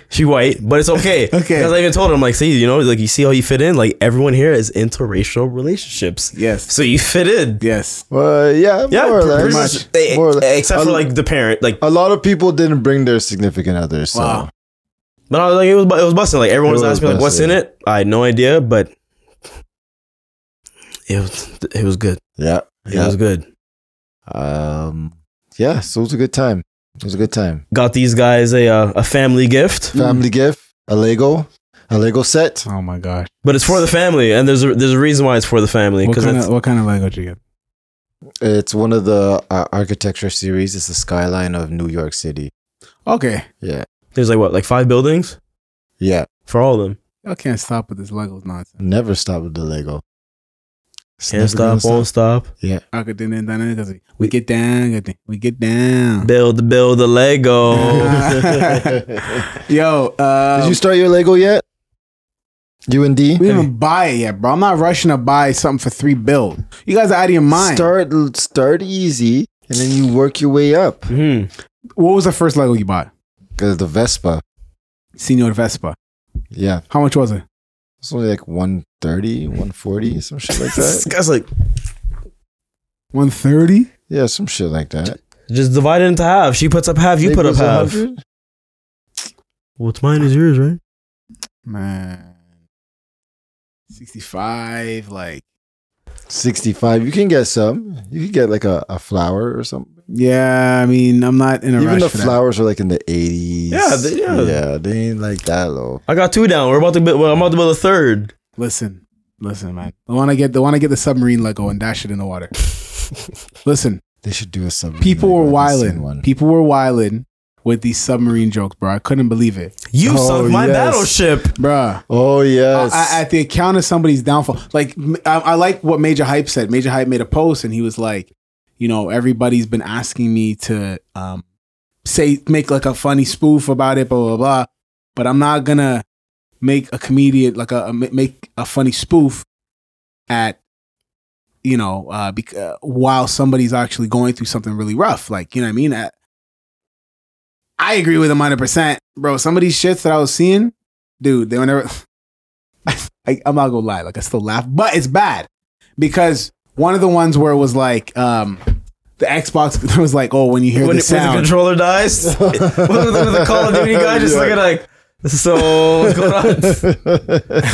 [SPEAKER 4] She white, but it's okay.
[SPEAKER 3] Okay.
[SPEAKER 4] Because I even told her, I'm like, see, you know, like you see how you fit in. Like everyone here is interracial relationships.
[SPEAKER 3] Yes,
[SPEAKER 4] So you fit in.
[SPEAKER 3] yes.
[SPEAKER 5] Well, yeah,
[SPEAKER 4] Yeah,
[SPEAKER 5] more or
[SPEAKER 4] pretty
[SPEAKER 5] less.
[SPEAKER 4] much. Eh,
[SPEAKER 5] More or less.
[SPEAKER 4] Except for like the parent, like,
[SPEAKER 5] A lot of people didn't bring their significant others. So
[SPEAKER 3] Wow.
[SPEAKER 4] but I was like, it was, bu- it was busting. Like everyone was,
[SPEAKER 5] It was
[SPEAKER 4] asking me, like, what's in
[SPEAKER 5] busting.
[SPEAKER 4] it? I had no idea, but it was, it was good.
[SPEAKER 5] yeah,
[SPEAKER 4] It
[SPEAKER 5] yeah.
[SPEAKER 4] was good.
[SPEAKER 5] um, yeah. So it was a good time. It was a good time.
[SPEAKER 4] Got these guys a uh, a family gift,
[SPEAKER 5] Family gift. A Lego. A Lego set.
[SPEAKER 3] Oh my gosh.
[SPEAKER 4] but it's for the family, and there's a there's a reason why it's for the family
[SPEAKER 3] What
[SPEAKER 4] because
[SPEAKER 3] kind of what kind of language you get?
[SPEAKER 5] It's one of the uh, architecture series. It's the skyline of New York City.
[SPEAKER 3] Okay,
[SPEAKER 5] Yeah,
[SPEAKER 4] there's like what like five buildings
[SPEAKER 5] yeah.
[SPEAKER 4] for all of them.
[SPEAKER 3] y'all can't stop with this Legos nonsense.
[SPEAKER 5] Never stop with the Lego. It's
[SPEAKER 4] Can't
[SPEAKER 5] never gonna
[SPEAKER 4] stop, won't stop.
[SPEAKER 3] I could do that, done it, 'cause We get down, get down, we get down.
[SPEAKER 4] Build, build a Lego.
[SPEAKER 5] Did
[SPEAKER 3] Yo, uh,
[SPEAKER 5] you start your Lego yet? You and D?
[SPEAKER 3] we didn't even buy it yet, bro. I'm not rushing to buy something for three bills. You guys are out of your mind.
[SPEAKER 5] Start start easy and then you work your way up.
[SPEAKER 4] Mhm.
[SPEAKER 3] what was the first Lego you bought?
[SPEAKER 5] Cause the Vespa.
[SPEAKER 3] Senior Vespa.
[SPEAKER 5] Yeah.
[SPEAKER 3] How much was it?
[SPEAKER 5] It's only like 130, 140, some shit like
[SPEAKER 4] This
[SPEAKER 5] that.
[SPEAKER 4] guy's like,
[SPEAKER 3] One thirty.
[SPEAKER 5] Yeah, some shit like that.
[SPEAKER 4] just divide it into half. She puts up half, you
[SPEAKER 5] Maybe
[SPEAKER 4] put
[SPEAKER 5] it
[SPEAKER 4] up half.
[SPEAKER 5] was 100?
[SPEAKER 4] What's mine is yours, right?
[SPEAKER 3] man 65 like
[SPEAKER 5] 65. You can get some. You can get like a, a flower or something.
[SPEAKER 3] yeah i mean i'm not in a
[SPEAKER 5] Even
[SPEAKER 3] rush
[SPEAKER 5] the
[SPEAKER 3] for that.
[SPEAKER 5] flowers are like in the 80s.
[SPEAKER 4] Yeah, they- yeah.
[SPEAKER 5] Yeah, they ain't like that low.
[SPEAKER 4] I got two down. We're about to build, well, I'm about to build a third.
[SPEAKER 3] listen listen man i want to get i want to get the submarine lego and dash it in the water listen
[SPEAKER 5] They should do a sub.
[SPEAKER 3] people were
[SPEAKER 5] One.
[SPEAKER 3] wilding people were wilding with these submarine jokes bro i couldn't believe it
[SPEAKER 4] You
[SPEAKER 5] Oh,
[SPEAKER 4] sunk my
[SPEAKER 5] yes.
[SPEAKER 4] battleship.
[SPEAKER 3] bruh
[SPEAKER 5] Oh, yes.
[SPEAKER 3] I, I- at the account of somebody's downfall. Like m- I, I like what Major Hype said. Major Hype made a post and he was like, you know, everybody's been asking me to um, say make like a funny spoof about it, blah blah blah. But I'm not gonna make a comedian like a, a ma- make a funny spoof at you know uh, bec- uh, while somebody's actually going through something really rough. Like you know what I mean. I, I agree with him 100%. Bro, some of these shits that I was seeing, dude, they were never, I, I'm not gonna lie, like I still laugh, but it's bad because one of the ones where it was like um the Xbox there was like oh when you hear
[SPEAKER 4] When,
[SPEAKER 3] the
[SPEAKER 4] it- when the
[SPEAKER 3] sound
[SPEAKER 4] controller dies, with, with the Call of Duty guy just
[SPEAKER 5] Yeah.
[SPEAKER 4] looking like, so what's going on?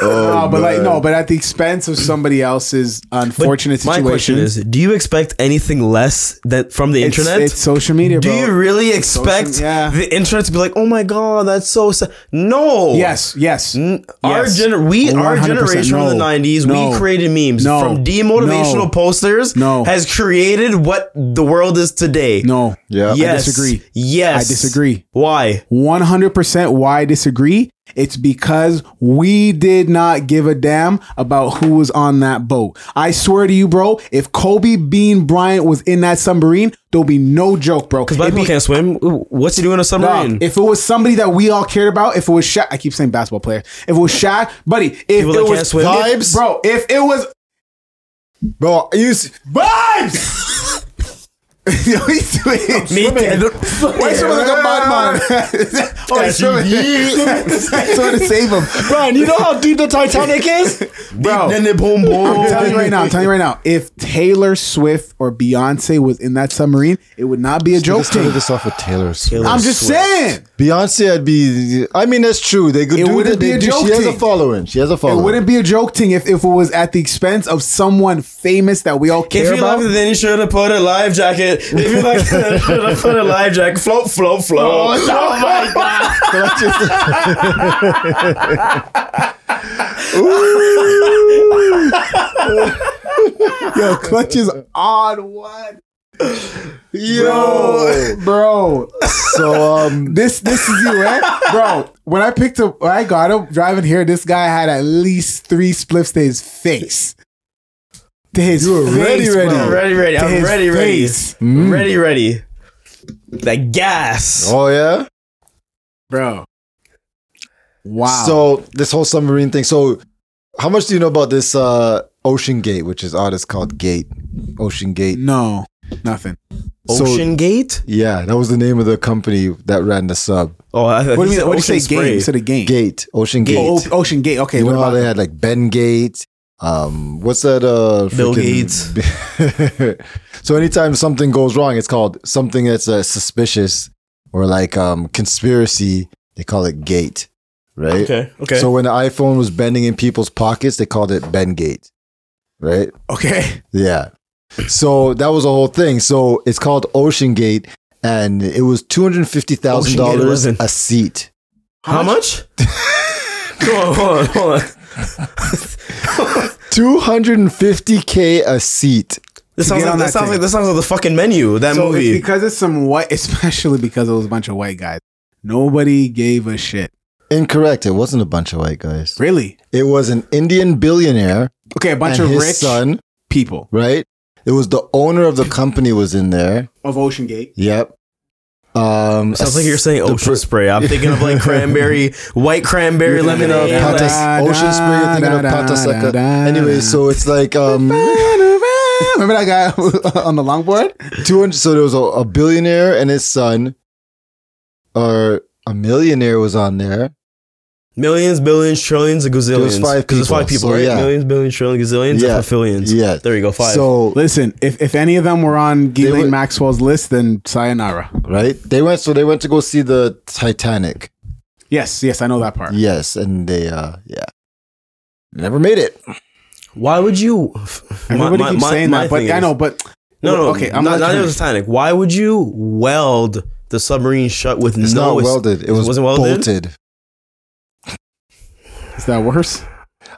[SPEAKER 5] Oh,
[SPEAKER 3] no, but like
[SPEAKER 5] man.
[SPEAKER 3] no, but at the expense of somebody else's unfortunate
[SPEAKER 4] My
[SPEAKER 3] situation.
[SPEAKER 4] question is, do you expect anything less that from the
[SPEAKER 3] it's,
[SPEAKER 4] internet?
[SPEAKER 3] it's social media,
[SPEAKER 4] do
[SPEAKER 3] bro.
[SPEAKER 4] you really expect
[SPEAKER 3] Social- yeah.
[SPEAKER 4] the internet to be like, oh my god, that's so sad? No.
[SPEAKER 3] yes, yes. Oh,
[SPEAKER 4] N- Our
[SPEAKER 3] Yes.
[SPEAKER 4] gener- we our
[SPEAKER 3] 100%
[SPEAKER 4] generation
[SPEAKER 3] no.
[SPEAKER 4] of the '90s,
[SPEAKER 3] No.
[SPEAKER 4] we created memes
[SPEAKER 3] No.
[SPEAKER 4] from demotivational
[SPEAKER 3] No.
[SPEAKER 4] posters.
[SPEAKER 3] No.
[SPEAKER 4] has created what the world is today.
[SPEAKER 3] no,
[SPEAKER 5] Yeah.
[SPEAKER 4] yes,
[SPEAKER 3] disagree.
[SPEAKER 4] Yes,
[SPEAKER 3] I disagree.
[SPEAKER 4] Why?
[SPEAKER 3] 100% why I disagree It's because we did not give a damn about who was on that boat. I swear to you, bro, if Kobe Bean Bryant was in that submarine, there'll be no joke, bro.
[SPEAKER 4] Black
[SPEAKER 3] It'd
[SPEAKER 4] people
[SPEAKER 3] be-
[SPEAKER 4] can't swim. What's he doing in a submarine?
[SPEAKER 3] Dog, if it was somebody that we all cared about, if it was Shaq, I keep saying basketball player. If it was Shaq, buddy, if
[SPEAKER 4] People
[SPEAKER 3] it
[SPEAKER 4] that
[SPEAKER 3] was
[SPEAKER 4] can't swim?
[SPEAKER 5] Vibes?
[SPEAKER 3] bro, if it was
[SPEAKER 5] Bro, you s- vibes.
[SPEAKER 3] Yo, he's doing
[SPEAKER 4] Me too.
[SPEAKER 3] Why is someone like a madman? oh, he's swimming. Someone to save him,
[SPEAKER 5] Brian, you know how deep the Titanic is?
[SPEAKER 3] bro.
[SPEAKER 4] Then the boom boom.
[SPEAKER 3] I'm telling you right now. I'm telling you right now. If Taylor Swift or Beyonce was in that submarine, it would not be a joke
[SPEAKER 5] Let's
[SPEAKER 3] thing.
[SPEAKER 5] take this off with Taylor Swift.
[SPEAKER 3] I'm just saying,
[SPEAKER 5] Beyonce, I'd be. I mean, that's true. They could
[SPEAKER 3] It
[SPEAKER 5] do
[SPEAKER 3] wouldn't
[SPEAKER 5] that.
[SPEAKER 3] be
[SPEAKER 5] They
[SPEAKER 3] a
[SPEAKER 5] do-
[SPEAKER 3] joke
[SPEAKER 5] She has a
[SPEAKER 3] thing.
[SPEAKER 5] following. She has a
[SPEAKER 3] it
[SPEAKER 5] following.
[SPEAKER 3] wouldn't be a joke thing if, if it was at the expense of someone famous that we all care
[SPEAKER 4] If you
[SPEAKER 3] about.
[SPEAKER 4] like it, then you should have put a life jacket. If you like it, then you should have put a life jacket. Float, float,
[SPEAKER 3] Oh,
[SPEAKER 4] float.
[SPEAKER 5] Oh
[SPEAKER 3] Yo, clutch is on one,
[SPEAKER 5] Yo.
[SPEAKER 3] bro.
[SPEAKER 5] so um,
[SPEAKER 3] This this is you, right, bro? When I picked up, when I got him driving here. This guy had at least three spliffs to his face. To his you
[SPEAKER 5] were ready,
[SPEAKER 3] face,
[SPEAKER 5] ready. Mm.
[SPEAKER 3] bro.
[SPEAKER 4] Ready, ready.
[SPEAKER 3] To
[SPEAKER 4] I'm
[SPEAKER 3] his
[SPEAKER 4] ready, ready. Mm.
[SPEAKER 3] face.
[SPEAKER 4] Ready, ready. That gas.
[SPEAKER 5] oh yeah.
[SPEAKER 3] bro. Wow.
[SPEAKER 5] So this whole submarine thing. So how much do you know about this uh, Ocean Gate, which is artist called Gate, Ocean Gate?
[SPEAKER 3] no, nothing.
[SPEAKER 5] Oh, So-
[SPEAKER 4] Ocean Gate?
[SPEAKER 5] yeah, that was the name of the company that ran the sub.
[SPEAKER 4] Oh, I, I
[SPEAKER 3] What do you mean? What do you say? Game? You said a game.
[SPEAKER 5] Gate, Ocean Gate.
[SPEAKER 3] Oh, o- Ocean Gate. Okay.
[SPEAKER 5] you
[SPEAKER 3] What
[SPEAKER 5] know how
[SPEAKER 3] about
[SPEAKER 5] they had like Ben Gates. Um, what's that? Uh,
[SPEAKER 4] Bill
[SPEAKER 5] Gates. so anytime something goes wrong, it's called something that's uh, suspicious or like um, conspiracy. They call it Gate, right?
[SPEAKER 4] Okay, okay.
[SPEAKER 5] So when the iPhone was bending in people's pockets, they called it Ben Gate, right?
[SPEAKER 3] Okay.
[SPEAKER 5] Yeah. So that was the whole thing. So it's called Ocean Gate, and it was two hundred fifty thousand
[SPEAKER 4] Ocean Gate
[SPEAKER 5] dollars
[SPEAKER 4] wasn't-
[SPEAKER 5] a seat.
[SPEAKER 4] How much? Come on, hold on, hold on.
[SPEAKER 5] Two hundred and fifty k a seat.
[SPEAKER 4] This sounds,
[SPEAKER 3] get
[SPEAKER 4] like,
[SPEAKER 3] on
[SPEAKER 4] that,
[SPEAKER 3] that
[SPEAKER 4] sounds
[SPEAKER 3] thing.
[SPEAKER 4] like that sounds like the fucking menu. That
[SPEAKER 3] So it's
[SPEAKER 4] movie.
[SPEAKER 3] because it's some white, especially because it was a bunch of white guys. Nobody gave a shit.
[SPEAKER 5] Incorrect. It wasn't a bunch of white guys.
[SPEAKER 3] Really?
[SPEAKER 5] It was an Indian billionaire
[SPEAKER 3] Okay, a bunch
[SPEAKER 5] and
[SPEAKER 3] of
[SPEAKER 5] his
[SPEAKER 3] rich
[SPEAKER 5] son.
[SPEAKER 3] people
[SPEAKER 5] Right. It was the owner of the company was in there.
[SPEAKER 3] of Ocean Gate.
[SPEAKER 5] Yep. Um,
[SPEAKER 4] Sounds
[SPEAKER 5] a
[SPEAKER 4] like you're saying
[SPEAKER 5] the
[SPEAKER 4] ocean
[SPEAKER 5] per-
[SPEAKER 4] spray. I'm thinking of like cranberry, white cranberry
[SPEAKER 5] You're thinking of
[SPEAKER 4] lemonade.
[SPEAKER 3] Pata-
[SPEAKER 4] like-
[SPEAKER 5] Patas- Ocean Spray. You're thinking of
[SPEAKER 3] Da, da, da, da,
[SPEAKER 5] Patasaka.
[SPEAKER 3] da.
[SPEAKER 5] Anyway, so it's like um,
[SPEAKER 3] Remember that guy on the longboard?
[SPEAKER 5] two hundred. So there was a, a billionaire and his son, or a millionaire was on there.
[SPEAKER 4] Millions, billions, trillions, and gazillions.
[SPEAKER 5] There's five
[SPEAKER 4] 'Cause There's five people,
[SPEAKER 5] people, so
[SPEAKER 4] right?
[SPEAKER 5] yeah.
[SPEAKER 4] Millions, billions, trillions, gazillions,
[SPEAKER 5] Yeah.
[SPEAKER 4] and billions.
[SPEAKER 5] Yeah.
[SPEAKER 4] There you go, five.
[SPEAKER 5] So
[SPEAKER 3] Listen, if, if any of them were on Ghislaine
[SPEAKER 5] were-
[SPEAKER 3] Maxwell's list, then sayonara.
[SPEAKER 5] right, they went. So they went to go see the Titanic.
[SPEAKER 3] Yes, yes, I know that part.
[SPEAKER 5] Yes, and they uh, yeah, never made it.
[SPEAKER 4] Why would you?
[SPEAKER 3] Everybody keeps saying that, but
[SPEAKER 4] thing
[SPEAKER 3] I
[SPEAKER 4] is-
[SPEAKER 3] know, but
[SPEAKER 4] No, no,
[SPEAKER 3] okay, I'm not
[SPEAKER 4] not, not
[SPEAKER 3] sure.
[SPEAKER 4] even the Titanic. Why would you weld the submarine shut with
[SPEAKER 5] It's
[SPEAKER 4] no?
[SPEAKER 5] not
[SPEAKER 4] es-
[SPEAKER 5] welded. It was
[SPEAKER 4] wasn't welded?
[SPEAKER 5] bolted.
[SPEAKER 3] is that worse?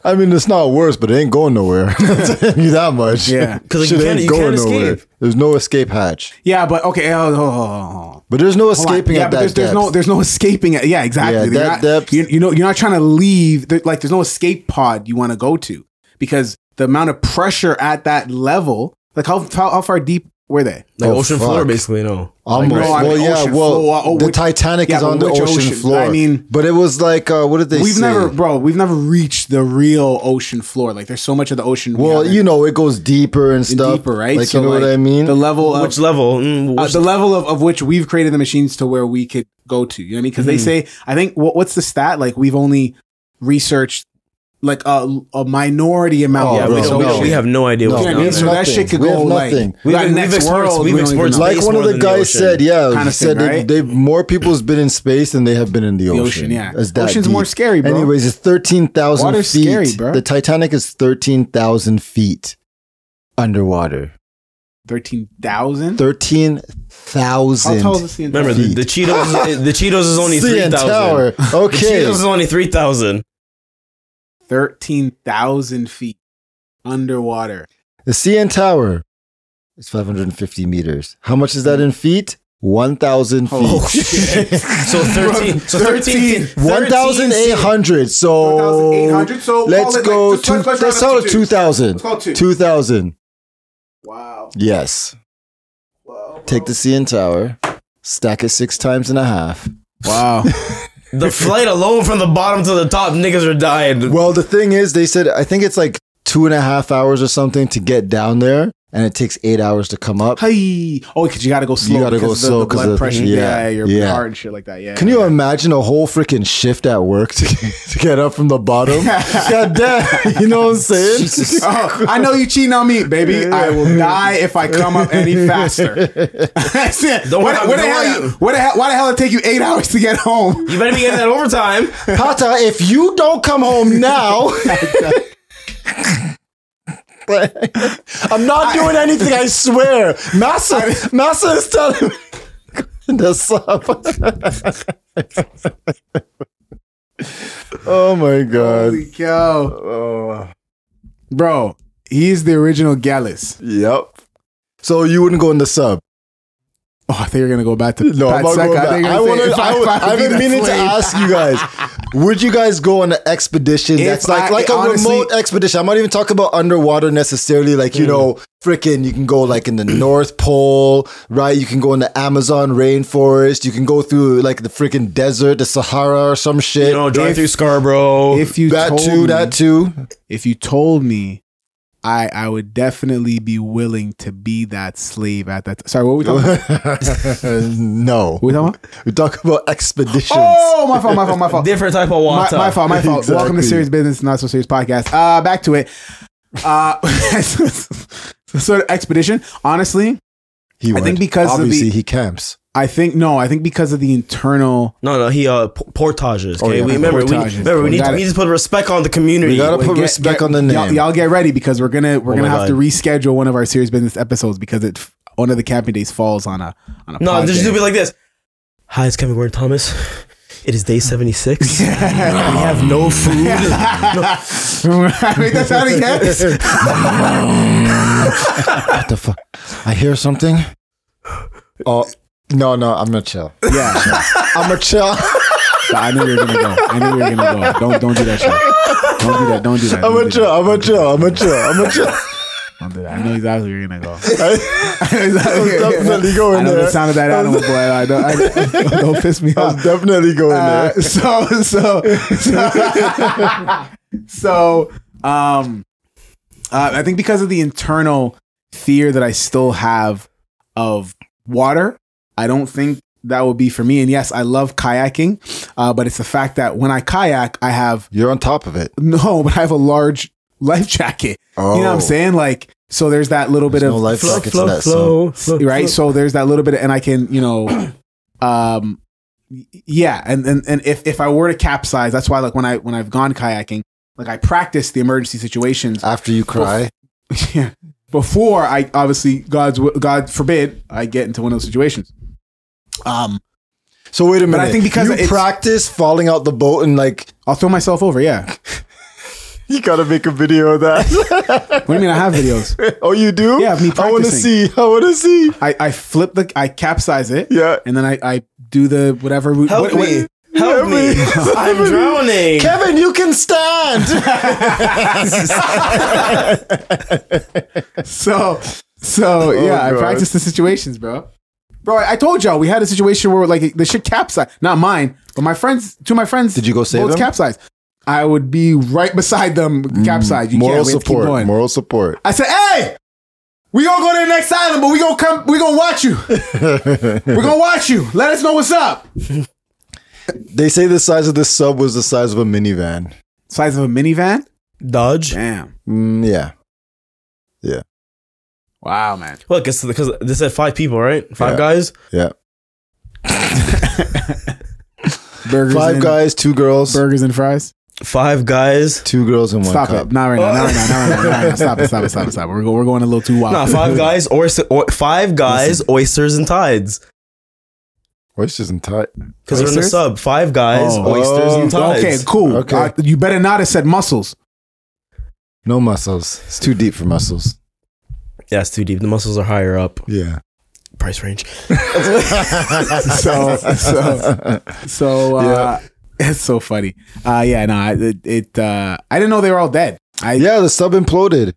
[SPEAKER 5] I mean, it's not worse, but it ain't going nowhere. I'll tell you that much.
[SPEAKER 3] Yeah.
[SPEAKER 4] 'Cause, like,
[SPEAKER 5] Shit
[SPEAKER 4] you can't- you can't escape.
[SPEAKER 5] There's no escape hatch,
[SPEAKER 3] Yeah, but okay, oh, hold, hold, hold, hold, hold.
[SPEAKER 5] but there's no
[SPEAKER 3] Hold on.
[SPEAKER 5] escaping
[SPEAKER 3] yeah,
[SPEAKER 5] at
[SPEAKER 3] but
[SPEAKER 5] that
[SPEAKER 3] there's, there's
[SPEAKER 5] depth.
[SPEAKER 3] no there's no escaping at, yeah exactly
[SPEAKER 5] Yeah,
[SPEAKER 3] You're
[SPEAKER 5] that
[SPEAKER 3] not-
[SPEAKER 5] depth-
[SPEAKER 3] you, you know you're not trying to leave there, like there's no escape pod you want to go to because the amount of pressure at that level like how how, how far deep were they
[SPEAKER 4] Like
[SPEAKER 5] Oh,
[SPEAKER 4] ocean floor,
[SPEAKER 5] fuck.
[SPEAKER 4] basically. No.
[SPEAKER 5] Almost.
[SPEAKER 3] no, I
[SPEAKER 5] Oh well,
[SPEAKER 3] mean,
[SPEAKER 5] yeah.
[SPEAKER 3] ocean
[SPEAKER 5] Well,
[SPEAKER 3] floor. Oh,
[SPEAKER 5] the
[SPEAKER 3] which-
[SPEAKER 5] Titanic
[SPEAKER 3] yeah,
[SPEAKER 5] is
[SPEAKER 3] but
[SPEAKER 5] on the
[SPEAKER 3] which
[SPEAKER 5] ocean,
[SPEAKER 3] ocean?
[SPEAKER 5] floor.
[SPEAKER 3] I mean-
[SPEAKER 5] but it was like, uh, what did they
[SPEAKER 3] we've
[SPEAKER 5] say?
[SPEAKER 3] never bro we've never reached the real ocean floor like there's so much of the ocean we
[SPEAKER 5] Well,
[SPEAKER 3] haven't-
[SPEAKER 5] you know, it goes deeper and stuff.
[SPEAKER 3] deeper right
[SPEAKER 5] Like, you know what
[SPEAKER 3] like,
[SPEAKER 5] I mean?
[SPEAKER 3] the level of
[SPEAKER 4] Which level? Mm,
[SPEAKER 3] uh,
[SPEAKER 4] which-
[SPEAKER 3] the level of, of which we've created the machines to where we could go to. You know what I mean? Because they say, I think what, what's the stat? Like we've only researched like a, a minority amount.
[SPEAKER 5] Oh,
[SPEAKER 4] yeah,
[SPEAKER 3] of
[SPEAKER 5] bro,
[SPEAKER 4] we,
[SPEAKER 3] this
[SPEAKER 4] don't, we,
[SPEAKER 5] no.
[SPEAKER 4] don't,
[SPEAKER 3] ocean.
[SPEAKER 4] we have no idea
[SPEAKER 5] No,
[SPEAKER 4] what's
[SPEAKER 3] You know
[SPEAKER 4] down
[SPEAKER 3] what I mean? So
[SPEAKER 4] there.
[SPEAKER 3] that
[SPEAKER 5] Nothing.
[SPEAKER 3] shit could
[SPEAKER 5] We have
[SPEAKER 3] go like
[SPEAKER 5] nothing.
[SPEAKER 3] we
[SPEAKER 4] We've-
[SPEAKER 3] got
[SPEAKER 4] we've
[SPEAKER 3] next
[SPEAKER 4] explored-
[SPEAKER 3] world.
[SPEAKER 4] we've
[SPEAKER 3] we don't even
[SPEAKER 4] explored
[SPEAKER 3] know.
[SPEAKER 5] like
[SPEAKER 4] space
[SPEAKER 5] one of
[SPEAKER 4] more
[SPEAKER 5] the
[SPEAKER 4] than the
[SPEAKER 5] guys
[SPEAKER 4] ocean.
[SPEAKER 5] said, yeah,
[SPEAKER 3] Kinda
[SPEAKER 5] said
[SPEAKER 3] thing,
[SPEAKER 5] they,
[SPEAKER 3] right?
[SPEAKER 5] they more people's been in space than they have been in the,
[SPEAKER 3] ocean,
[SPEAKER 5] ocean.
[SPEAKER 3] yeah.
[SPEAKER 5] It's that
[SPEAKER 3] Ocean's
[SPEAKER 5] deep.
[SPEAKER 3] more scary, bro.
[SPEAKER 5] Anyways, it's thirteen thousand feet.
[SPEAKER 3] Water's scary, bro.
[SPEAKER 5] The Titanic is thirteen thousand feet underwater.
[SPEAKER 3] Thirteen thousand.
[SPEAKER 5] Thirteen
[SPEAKER 3] How tall is
[SPEAKER 5] thousand.
[SPEAKER 3] this? thing?
[SPEAKER 4] Remember the, the Cheetos. the Cheetos is only three thousand.
[SPEAKER 5] tower.
[SPEAKER 4] The
[SPEAKER 5] Okay.
[SPEAKER 4] Cheetos is only three thousand.
[SPEAKER 3] thirteen thousand feet underwater.
[SPEAKER 5] The CN Tower is 550 meters. How much is that in feet? 1,000 feet.
[SPEAKER 3] Oh,
[SPEAKER 4] So 13. So 13.
[SPEAKER 5] 1,800. So
[SPEAKER 3] 1,800, so
[SPEAKER 5] let's
[SPEAKER 3] call it
[SPEAKER 5] go
[SPEAKER 3] like- just
[SPEAKER 5] two,
[SPEAKER 3] let's- let's
[SPEAKER 5] let's
[SPEAKER 3] round
[SPEAKER 5] call
[SPEAKER 3] up
[SPEAKER 5] it
[SPEAKER 3] to two.
[SPEAKER 5] 2,000.
[SPEAKER 3] Let's call it two.
[SPEAKER 5] 2,000.
[SPEAKER 3] Wow.
[SPEAKER 5] Yes. Take the CN Tower, stack it six times and a half.
[SPEAKER 3] Wow.
[SPEAKER 4] The flight alone from the bottom to the top, niggas are dying.
[SPEAKER 5] Well, the thing is, they said, I think it's like two and a half hours or something to get down there, and it takes eight hours to come up.
[SPEAKER 3] Hey. Oh, because you got to go slow.
[SPEAKER 5] gotta go
[SPEAKER 3] because of the-
[SPEAKER 5] slow
[SPEAKER 3] the
[SPEAKER 5] 'cause
[SPEAKER 3] blood
[SPEAKER 5] of-
[SPEAKER 3] pressure.
[SPEAKER 5] yeah,
[SPEAKER 3] Yeah, your
[SPEAKER 5] yeah.
[SPEAKER 3] heart and shit like that. Yeah.
[SPEAKER 5] Can you uh, imagine a whole freaking shift at work to, to get up from the bottom? God damn, you know what I'm saying?
[SPEAKER 3] Oh, I know you cheating on me, baby. I will die if I come up any faster. That's it.
[SPEAKER 4] Don't
[SPEAKER 3] What-
[SPEAKER 4] worry,
[SPEAKER 3] what the
[SPEAKER 4] don't
[SPEAKER 3] hell
[SPEAKER 4] worry.
[SPEAKER 3] you- what the hell- Why the hell it take you eight hours to get home?
[SPEAKER 4] You better be getting that overtime.
[SPEAKER 5] Pata, if you don't come home now. I'm not doing anything, I swear. Massa, Massa is telling me this up. oh my god.
[SPEAKER 3] Holy cow.
[SPEAKER 5] Oh,
[SPEAKER 3] Bro, he's the original Gallus.
[SPEAKER 5] yep. So you wouldn't go in the sub.
[SPEAKER 3] Oh, I think you're going to go back to
[SPEAKER 5] No,
[SPEAKER 3] Pat
[SPEAKER 5] I'm not
[SPEAKER 3] Saka.
[SPEAKER 5] going
[SPEAKER 3] I
[SPEAKER 5] back.
[SPEAKER 3] think you're
[SPEAKER 5] I
[SPEAKER 3] gonna say,
[SPEAKER 5] wanna,
[SPEAKER 3] if
[SPEAKER 5] I would,
[SPEAKER 3] if I could
[SPEAKER 5] I've
[SPEAKER 3] be
[SPEAKER 5] been
[SPEAKER 3] that
[SPEAKER 5] meaning to
[SPEAKER 3] slave-
[SPEAKER 5] ask you guys: Would you guys go on an expedition
[SPEAKER 3] If
[SPEAKER 5] that's like
[SPEAKER 3] I-
[SPEAKER 5] like a
[SPEAKER 3] honestly-
[SPEAKER 5] remote expedition? I'm not even talking about underwater necessarily. Like
[SPEAKER 3] Hmm.
[SPEAKER 5] you know, freaking, you can go like in the North Pole, right? You can go in the Amazon rainforest. You can go through like the freaking desert, the Sahara, or some shit.
[SPEAKER 4] You know, drive
[SPEAKER 3] If-
[SPEAKER 4] through Scarborough.
[SPEAKER 3] If you
[SPEAKER 5] Oh, that
[SPEAKER 3] told
[SPEAKER 5] too,
[SPEAKER 3] me,
[SPEAKER 5] that too.
[SPEAKER 3] if you told me, I I would definitely be willing to be that slave at that. Sorry, what were we talking about?
[SPEAKER 5] no,
[SPEAKER 3] What were we talking about?
[SPEAKER 5] we talk about expeditions.
[SPEAKER 3] Oh, my fault, my fault, my fault.
[SPEAKER 4] Different type of
[SPEAKER 3] my,
[SPEAKER 4] water.
[SPEAKER 3] my fault, my fault. Welcome to
[SPEAKER 5] Exactly.
[SPEAKER 3] Serious Business, Not So Serious Podcast. Uh, back to it. Uh, sort of expedition. Honestly,
[SPEAKER 5] He
[SPEAKER 3] think
[SPEAKER 5] went.
[SPEAKER 3] because of the-
[SPEAKER 5] obviously he camps.
[SPEAKER 3] I think no. I think because of the internal.
[SPEAKER 4] No, no, he uh p- portages. Okay,
[SPEAKER 5] yeah,
[SPEAKER 4] we remember.
[SPEAKER 3] portages.
[SPEAKER 4] We, remember, we
[SPEAKER 3] We
[SPEAKER 4] need
[SPEAKER 3] got
[SPEAKER 4] to,
[SPEAKER 3] it.
[SPEAKER 4] we need to put respect on the community.
[SPEAKER 5] We gotta put
[SPEAKER 3] Get-
[SPEAKER 5] respect
[SPEAKER 3] get-
[SPEAKER 5] on the name.
[SPEAKER 3] Y'all, y'all get ready because we're gonna we're
[SPEAKER 4] Oh
[SPEAKER 3] gonna
[SPEAKER 4] my
[SPEAKER 3] have to
[SPEAKER 4] God.
[SPEAKER 3] reschedule one of our Serious Business episodes because it f- one of the camping days falls on a on a
[SPEAKER 4] no,
[SPEAKER 3] pod
[SPEAKER 4] just
[SPEAKER 3] day.
[SPEAKER 4] do it like this. Hi, it's Kevin Gordon Thomas. It is day seventy six. we have no food.
[SPEAKER 3] Wait, that's how it gets.
[SPEAKER 5] What the fuck? I hear something. Oh no, no, I'm gonna chill.
[SPEAKER 3] Yeah,
[SPEAKER 5] I'm gonna chill.
[SPEAKER 3] I knew you were gonna go. I knew you were gonna go. Don't don't do that shit. Don't do that. Don't do that.
[SPEAKER 5] I'm
[SPEAKER 3] Don't
[SPEAKER 5] gonna
[SPEAKER 3] do
[SPEAKER 5] chill.
[SPEAKER 3] that.
[SPEAKER 5] I'm gonna chill. I'm gonna chill. I'm gonna chill.
[SPEAKER 3] Don't do that. I know exactly where you're gonna go.
[SPEAKER 5] I
[SPEAKER 3] I know exactly where
[SPEAKER 5] I'm
[SPEAKER 3] you're
[SPEAKER 5] definitely
[SPEAKER 3] gonna go.
[SPEAKER 5] going
[SPEAKER 3] I know
[SPEAKER 5] there.
[SPEAKER 3] the sound of that animal, boy. I don't, I, don't piss me
[SPEAKER 5] was
[SPEAKER 3] off.
[SPEAKER 5] definitely going
[SPEAKER 3] Uh,
[SPEAKER 5] there.
[SPEAKER 3] so so so, so um uh, I think because of the internal fear that I still have of water, I don't think that would be for me. And yes, I love kayaking, uh, but it's the fact that when I kayak, I have
[SPEAKER 5] You're on top of it.
[SPEAKER 3] no, but I have a large life jacket.
[SPEAKER 5] Oh,
[SPEAKER 3] You know what I'm saying? Like, so there's that little
[SPEAKER 5] There's
[SPEAKER 3] bit
[SPEAKER 5] no
[SPEAKER 3] of
[SPEAKER 5] life jacket to that. So.
[SPEAKER 4] flow, flow,
[SPEAKER 3] right so there's that little bit of- and i can you know um y- yeah and and, and if, if i were to capsize that's why like when i when i've gone kayaking like i practice the emergency situations
[SPEAKER 5] After you cry,
[SPEAKER 3] yeah. before i obviously god's wi- god forbid i get into one of those situations um
[SPEAKER 5] so wait a minute.
[SPEAKER 3] I think because
[SPEAKER 5] you
[SPEAKER 3] it's-
[SPEAKER 5] practice falling out the boat and like
[SPEAKER 3] i'll throw myself over yeah
[SPEAKER 5] you gotta make a video of that.
[SPEAKER 3] what do you mean i have videos
[SPEAKER 5] oh, you do?
[SPEAKER 3] Yeah, me
[SPEAKER 5] I want to
[SPEAKER 3] practicing.
[SPEAKER 5] see. I want to see.
[SPEAKER 3] i i flip the i capsize it
[SPEAKER 5] Yeah.
[SPEAKER 3] and then i i do the whatever we,
[SPEAKER 4] Help
[SPEAKER 3] what- what-
[SPEAKER 4] me. Help me. I'm drowning.
[SPEAKER 5] Kevin, you can stand.
[SPEAKER 3] So, so yeah, I
[SPEAKER 5] Oh, God.
[SPEAKER 3] practiced the situations, bro. Bro, I, I told y'all we had a situation where like the shit capsized. Not mine, but my friends. Two of my friends.
[SPEAKER 5] Did you go save
[SPEAKER 3] boats
[SPEAKER 5] them? Mm,
[SPEAKER 3] capsized. I would be right beside them capsized. You
[SPEAKER 5] Moral
[SPEAKER 3] can't we have to keep
[SPEAKER 5] support.
[SPEAKER 3] going.
[SPEAKER 5] Moral support.
[SPEAKER 3] I said, hey. We gonna go to the next island, but we gonna come. We gonna watch you. We're gonna watch you. Let us know what's up.
[SPEAKER 5] They say the size of this sub was the size of a minivan.
[SPEAKER 3] Size of a minivan.
[SPEAKER 4] Dodge.
[SPEAKER 3] Damn.
[SPEAKER 5] Mm, yeah.
[SPEAKER 3] Wow, man.
[SPEAKER 4] Look, it's because they said five people, right? Five
[SPEAKER 5] Yeah.
[SPEAKER 4] guys.
[SPEAKER 5] Yeah.
[SPEAKER 3] Burgers.
[SPEAKER 5] Five
[SPEAKER 3] and,
[SPEAKER 5] guys, two girls,
[SPEAKER 3] Burgers and fries.
[SPEAKER 4] Five guys.
[SPEAKER 5] two girls and one
[SPEAKER 3] Stop
[SPEAKER 5] cup.
[SPEAKER 3] it. Not right now. Not right now. Not right now. Not right now. Stop it. Stop it. Stop it. Stop it. We're, go- we're going a little too wild.
[SPEAKER 4] Nah, five guys. Oyster, or, five guys. Oysters and tides.
[SPEAKER 5] Oysters and tight.
[SPEAKER 4] Because they're in the
[SPEAKER 3] Oysters?
[SPEAKER 4] sub. Five guys.
[SPEAKER 3] Oh.
[SPEAKER 4] Oysters and
[SPEAKER 3] Well,
[SPEAKER 4] tides.
[SPEAKER 3] Okay, cool.
[SPEAKER 5] Okay.
[SPEAKER 3] Uh, you better not have said muscles.
[SPEAKER 5] No muscles. It's too deep for muscles.
[SPEAKER 4] Yeah, it's too deep. The muscles are higher up.
[SPEAKER 5] Yeah.
[SPEAKER 4] price range.
[SPEAKER 3] so so so uh, it's so funny. Uh, yeah, no, I- it, it uh, I didn't know they were all dead. I
[SPEAKER 5] Yeah, the sub imploded.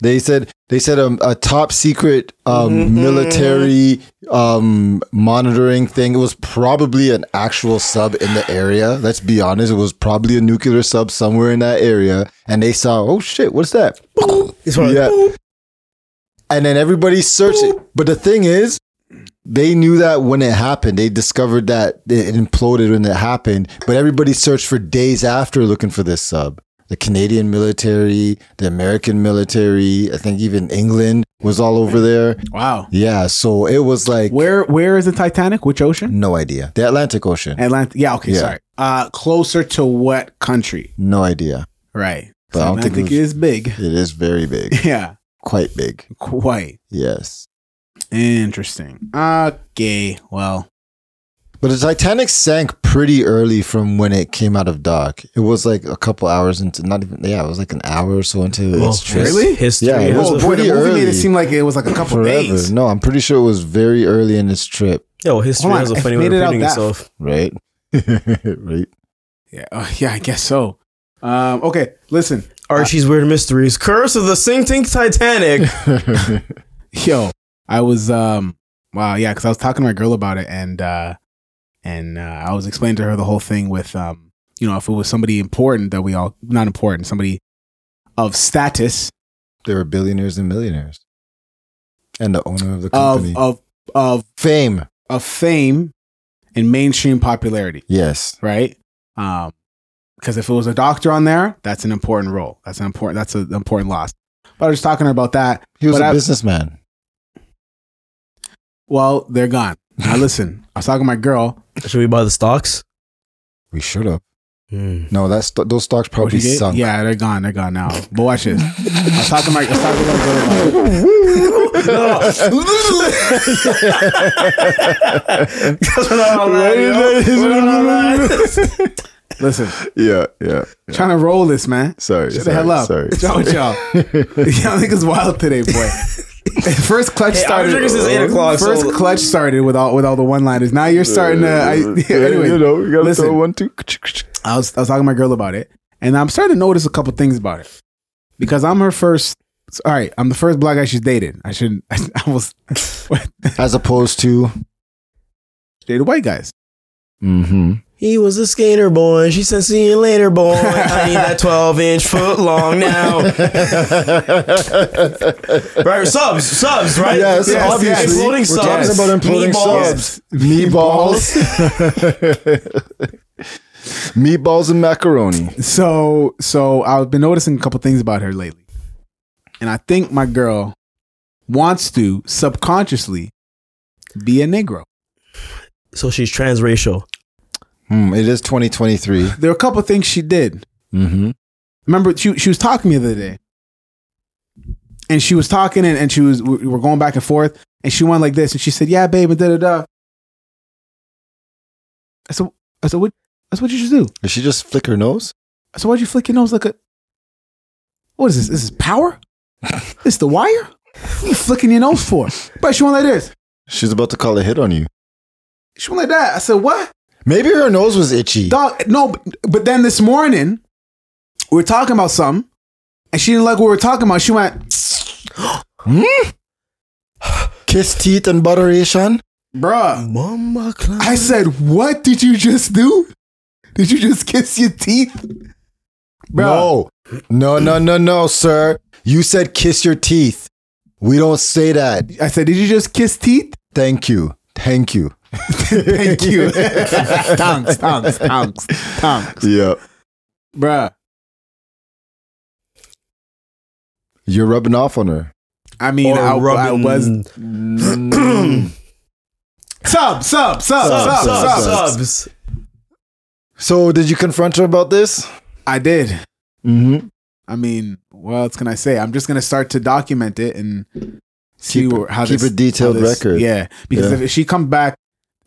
[SPEAKER 5] They said they said um, a top secret um, military um, monitoring thing. It was probably an actual sub in the area. Let's be honest, it was probably a nuclear sub somewhere in that area, and they saw, oh shit, what's that?
[SPEAKER 4] It's probably-
[SPEAKER 5] Yeah. And then everybody searched it. But the thing is, they knew that when it happened. They discovered that it imploded when it happened. But everybody searched for days after looking for this sub. The Canadian military, the American military, I think even England was all over there.
[SPEAKER 3] wow.
[SPEAKER 5] Yeah, so it was like
[SPEAKER 3] Where where is the Titanic? Which ocean?
[SPEAKER 5] no idea. The Atlantic Ocean.
[SPEAKER 3] Atlantic. Yeah. Okay.
[SPEAKER 5] Yeah.
[SPEAKER 3] Sorry. Uh, closer to what country?
[SPEAKER 5] No idea.
[SPEAKER 3] Right.
[SPEAKER 5] But I don't think it
[SPEAKER 3] Atlantic is big.
[SPEAKER 5] It is very big.
[SPEAKER 3] Yeah.
[SPEAKER 5] Quite big.
[SPEAKER 3] Quite
[SPEAKER 5] Yes.
[SPEAKER 3] interesting. Okay. Well.
[SPEAKER 5] But the Titanic sank pretty early from when it came out of dock. It was like a couple hours into, not even, yeah, it was like an hour or so into its trip.
[SPEAKER 3] really?
[SPEAKER 4] History.
[SPEAKER 5] Yeah, it
[SPEAKER 4] It
[SPEAKER 5] was
[SPEAKER 3] Oh
[SPEAKER 4] was,
[SPEAKER 3] boy, the
[SPEAKER 5] pretty
[SPEAKER 3] movie made
[SPEAKER 5] early.
[SPEAKER 3] it seem like it was like a couple
[SPEAKER 5] Forever.
[SPEAKER 3] days.
[SPEAKER 5] No, I'm pretty sure it was very early in its trip,
[SPEAKER 4] yo, history
[SPEAKER 3] Hold on,
[SPEAKER 4] has a
[SPEAKER 3] I've
[SPEAKER 4] funny
[SPEAKER 3] made
[SPEAKER 4] way
[SPEAKER 3] it
[SPEAKER 4] of
[SPEAKER 3] out
[SPEAKER 4] repeating
[SPEAKER 3] that-
[SPEAKER 4] itself.
[SPEAKER 5] right? right.
[SPEAKER 3] Yeah. Uh, yeah. I guess so. Um, okay. Listen,
[SPEAKER 4] Archie's Weird Mysteries. Curse of the Sinking Titanic.
[SPEAKER 3] yo i was um wow yeah because i was talking to my girl about it and uh and uh, i was explaining to her the whole thing with um you know if it was somebody important that we all not important somebody of status
[SPEAKER 5] They were billionaires and millionaires. And the owner of the
[SPEAKER 3] of
[SPEAKER 5] company.
[SPEAKER 3] of of
[SPEAKER 5] Fame.
[SPEAKER 3] of fame and mainstream popularity
[SPEAKER 5] Yes.
[SPEAKER 3] right um because if it was a doctor on there that's an important role that's an important that's an important loss but i was talking to her about that
[SPEAKER 5] He was
[SPEAKER 3] But
[SPEAKER 5] a
[SPEAKER 3] I-
[SPEAKER 5] businessman.
[SPEAKER 3] well they're gone now listen i was talking to my girl
[SPEAKER 4] Should we buy the stocks?
[SPEAKER 5] We should have. No, that's those stocks
[SPEAKER 3] What
[SPEAKER 5] probably
[SPEAKER 3] Hmm. you get?
[SPEAKER 5] sunk.
[SPEAKER 3] Yeah, they're gone. They're gone now. But watch this. I was talking to my, I was talking to my girl about it. Listen,
[SPEAKER 5] yeah, yeah.
[SPEAKER 3] trying to roll this, man.
[SPEAKER 5] Sorry,
[SPEAKER 3] Shut the
[SPEAKER 5] sorry,
[SPEAKER 3] hell up.
[SPEAKER 5] sorry,
[SPEAKER 3] What's wrong with y'all? y'all niggas wild today, boy. First clutch
[SPEAKER 4] Hey, I've
[SPEAKER 3] started.
[SPEAKER 4] been
[SPEAKER 3] Oh.
[SPEAKER 4] drinking since 8
[SPEAKER 5] Oh,
[SPEAKER 4] o'clock,
[SPEAKER 3] First
[SPEAKER 4] so-
[SPEAKER 3] clutch started with all with all the one liners. Now you're starting to. uh, I, anyway,
[SPEAKER 5] we gotta
[SPEAKER 3] listen.
[SPEAKER 5] one, two.
[SPEAKER 3] I was I was talking to my girl about it, and I'm starting to notice a couple things about it because I'm her first. All right, I'm the first black guy she's dated. I shouldn't. I, I was
[SPEAKER 5] As opposed to,
[SPEAKER 3] dated white guys.
[SPEAKER 5] mm-hmm.
[SPEAKER 4] He was a skater boy. She said, "See you later, boy." I need that twelve-inch foot long now. right, subs, subs, right?
[SPEAKER 5] Yes,
[SPEAKER 3] Yes,
[SPEAKER 5] obviously.
[SPEAKER 3] yes.
[SPEAKER 4] Exploding
[SPEAKER 5] We're
[SPEAKER 4] subs.
[SPEAKER 5] talking about imploding
[SPEAKER 4] Meatballs.
[SPEAKER 5] subs. Meatballs. Meatballs and macaroni.
[SPEAKER 3] So so I've been noticing a couple things about her lately. And I think my girl wants to subconsciously be a negro.
[SPEAKER 4] So she's transracial.
[SPEAKER 5] Mm, it is 2023.
[SPEAKER 3] There are a couple things she did.
[SPEAKER 5] Mm-hmm.
[SPEAKER 3] Remember she she was talking to me the other day. And she was talking and, and she was we were going back and forth and she went like this and she said, "Yeah, babe," and da da da. I said, I said, what, that's what you should do.
[SPEAKER 5] Did she just flick her nose?
[SPEAKER 3] I said, why'd you flick your nose like a? What is this? This is power. this the wire. What are you flicking your nose for? But she went like this.
[SPEAKER 5] She's about to call a hit on you.
[SPEAKER 3] She went like that. I said, what?
[SPEAKER 5] Maybe her nose was itchy.
[SPEAKER 3] Dog. No. But, but then this morning, we were talking about something, and she didn't like what we were talking about. She went,
[SPEAKER 5] Kiss teeth and butteration.
[SPEAKER 3] bruh.
[SPEAKER 4] Mama Clown.
[SPEAKER 3] I said, what did you just do? Did you just kiss your teeth? Bruh.
[SPEAKER 5] No. No, no, no, no, sir. You said kiss your teeth. We don't say that.
[SPEAKER 3] I said, did you just kiss teeth?
[SPEAKER 5] Thank you. Thank you.
[SPEAKER 3] Thank you. tongues, tongues, tongues, tongues.
[SPEAKER 5] Yeah.
[SPEAKER 3] Bruh.
[SPEAKER 5] You're rubbing off on her.
[SPEAKER 3] I mean,
[SPEAKER 4] Or
[SPEAKER 3] I, I
[SPEAKER 4] rubbing-
[SPEAKER 3] was sub, sub, sub, sub,
[SPEAKER 4] subs,
[SPEAKER 3] sub,
[SPEAKER 4] subs,
[SPEAKER 5] subs.
[SPEAKER 4] subs.
[SPEAKER 5] so, did you confront her about this?
[SPEAKER 3] I did.
[SPEAKER 5] Mm-hmm.
[SPEAKER 3] I mean, what else can I say? I'm just gonna start to document it and see
[SPEAKER 5] Keep-
[SPEAKER 3] where, how
[SPEAKER 5] keep
[SPEAKER 3] this-
[SPEAKER 5] a detailed
[SPEAKER 3] how this-
[SPEAKER 5] record.
[SPEAKER 3] Yeah, because
[SPEAKER 5] Yeah.
[SPEAKER 3] if she comes back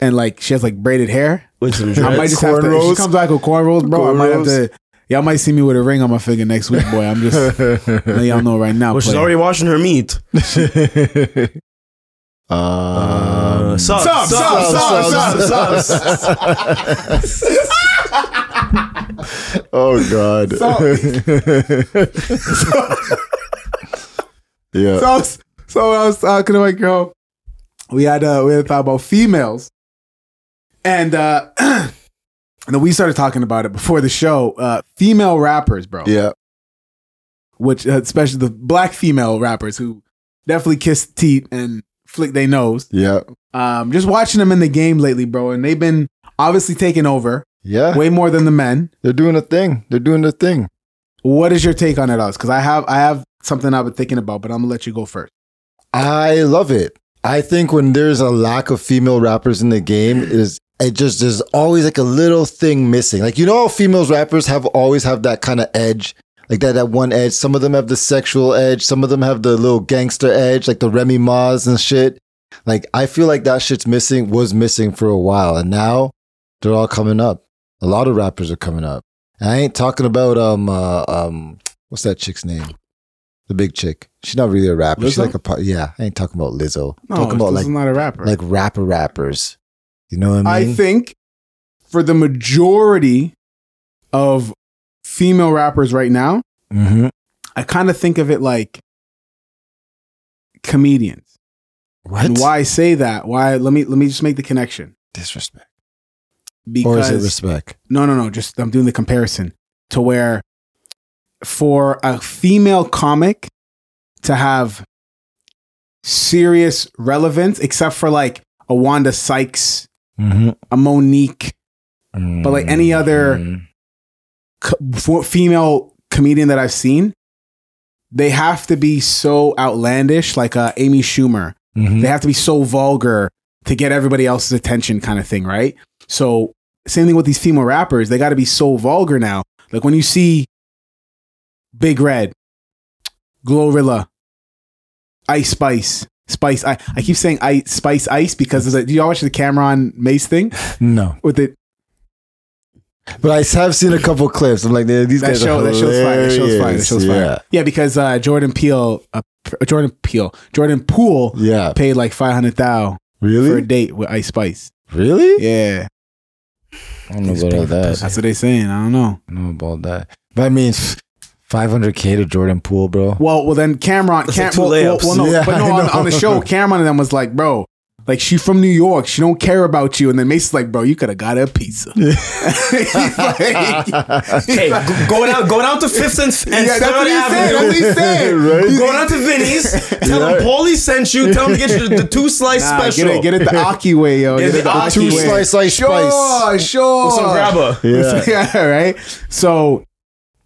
[SPEAKER 3] and like she has like braided hair,
[SPEAKER 4] With some
[SPEAKER 3] I might
[SPEAKER 4] dreads.
[SPEAKER 3] just have to. If she
[SPEAKER 5] cornrows.
[SPEAKER 3] comes back with cornrows, bro, I might have
[SPEAKER 5] Cornrows.
[SPEAKER 3] to. Y'all might see me with a ring on my finger next week, boy. I'm just letting y'all know right now.
[SPEAKER 4] Well, she's
[SPEAKER 3] player.
[SPEAKER 4] already washing her meat.
[SPEAKER 5] Um,
[SPEAKER 4] Subs.
[SPEAKER 3] Subs, subs, subs, subs, subs.
[SPEAKER 5] oh God. yeah.
[SPEAKER 3] so, so when I was talking to my girl, we had uh, we had thought about females, and uh, and then we started talking about it before the show. Uh, female rappers, bro,
[SPEAKER 5] yeah.
[SPEAKER 3] which uh, especially the black female rappers who definitely kiss teeth and flick their nose.
[SPEAKER 5] Yeah.
[SPEAKER 3] Um, just watching them in the game lately, bro, and they've been obviously taking over
[SPEAKER 5] Yeah.
[SPEAKER 3] way more than the men.
[SPEAKER 5] They're doing a thing. They're doing a thing.
[SPEAKER 3] What is your take on it, Oz? Because I have I have something I've been thinking about, but I'm gonna let you go first.
[SPEAKER 5] I love it. I think when there's a lack of female rappers in the game, it is it just there's always like a little thing missing. Like you know how females rappers have always have that kind of edge. Like that, that one edge. Some of them have the sexual edge. Some of them have the little gangster edge, like the Remy Ma's and shit. Like I feel like that shit's missing, was missing for a while, and now they're all coming up. A lot of rappers are coming up. And I ain't talking about um uh, um what's that chick's name? The big chick. She's not really a rapper. She's
[SPEAKER 3] Lizzo?
[SPEAKER 5] like a part. Yeah, I ain't talking about Lizzo.
[SPEAKER 3] No,
[SPEAKER 5] talking about
[SPEAKER 3] this
[SPEAKER 5] like
[SPEAKER 3] is not a rapper.
[SPEAKER 5] like rapper rappers. You know what I
[SPEAKER 3] I
[SPEAKER 5] mean?
[SPEAKER 3] think for the majority of female rappers right now,
[SPEAKER 5] Mhm.
[SPEAKER 3] I kind of think of it like comedians.
[SPEAKER 5] What?
[SPEAKER 3] And why I say that? Why? Let me let me just make the connection.
[SPEAKER 5] disrespect? Or is
[SPEAKER 3] Because
[SPEAKER 5] it respect?
[SPEAKER 3] no, no, no. Just I'm doing the comparison to where for a female comic to have serious relevance, except for like a Wanda Sykes,
[SPEAKER 5] Mm-hmm.
[SPEAKER 3] a Monique, But like any other- co- for female comedian that I've seen, they have to be so outlandish, like uh, Amy Schumer.
[SPEAKER 5] Mhm.
[SPEAKER 3] They have to be so vulgar to get everybody else's attention, kind of thing, right? So, same thing with these female rappers. They got to be so vulgar now. Like when you see Big Red, Glorilla, Ice Spice, Spice. I, I keep saying I Spice Ice because there's a, do y'all watch the Cameron Mace thing
[SPEAKER 5] No,
[SPEAKER 3] with it?
[SPEAKER 5] but I have seen a couple clips. I'm like, yeah, these
[SPEAKER 3] that
[SPEAKER 5] guys
[SPEAKER 3] show
[SPEAKER 5] are
[SPEAKER 3] that show's fire. That show's fire. That
[SPEAKER 5] hilarious.
[SPEAKER 3] show's fire. Yeah, because uh, Jordan Peele, uh, P- Jordan Peele, Jordan Poole
[SPEAKER 5] Yeah, yeah.
[SPEAKER 3] paid like five hundred thou for a
[SPEAKER 5] Really?
[SPEAKER 3] date with Ice Spice.
[SPEAKER 5] Really?
[SPEAKER 3] Yeah,
[SPEAKER 5] I don't know about that.
[SPEAKER 3] that's what they saying. I don't know.
[SPEAKER 5] I don't know about that. But I mean, 500k to Jordan Poole, bro.
[SPEAKER 3] Well, well then Cameron,
[SPEAKER 4] That's
[SPEAKER 3] Cam-
[SPEAKER 4] like two
[SPEAKER 3] well, well,
[SPEAKER 4] layups.
[SPEAKER 3] well, no,
[SPEAKER 5] Yeah,
[SPEAKER 3] but no,
[SPEAKER 5] I
[SPEAKER 3] on,
[SPEAKER 5] know.
[SPEAKER 3] on the show, Cameron and them was like, bro. Like she from New York, she don't care about you. And then Mason's like, bro, you could have got her a pizza. He's like-
[SPEAKER 4] Hey, go- go down, go down to Fifth and, and
[SPEAKER 3] yeah, that's
[SPEAKER 4] Third
[SPEAKER 3] what he said. That's
[SPEAKER 4] Avenue.
[SPEAKER 3] what he said.
[SPEAKER 5] Right?
[SPEAKER 3] He's-
[SPEAKER 4] Go down to Vinny's. Tell him Paulie sent you. Tell him to get you the, the two slice
[SPEAKER 3] Nah,
[SPEAKER 4] special.
[SPEAKER 3] Get it, get it the Aki way, yo.
[SPEAKER 4] Get
[SPEAKER 3] Get
[SPEAKER 4] it
[SPEAKER 3] it
[SPEAKER 4] the
[SPEAKER 3] the Aki
[SPEAKER 5] Two
[SPEAKER 4] Aki
[SPEAKER 3] way.
[SPEAKER 4] way.
[SPEAKER 5] slice ice
[SPEAKER 3] Sure,
[SPEAKER 5] spice.
[SPEAKER 3] sure.
[SPEAKER 4] With some grabber.
[SPEAKER 5] Yeah.
[SPEAKER 3] yeah, right. So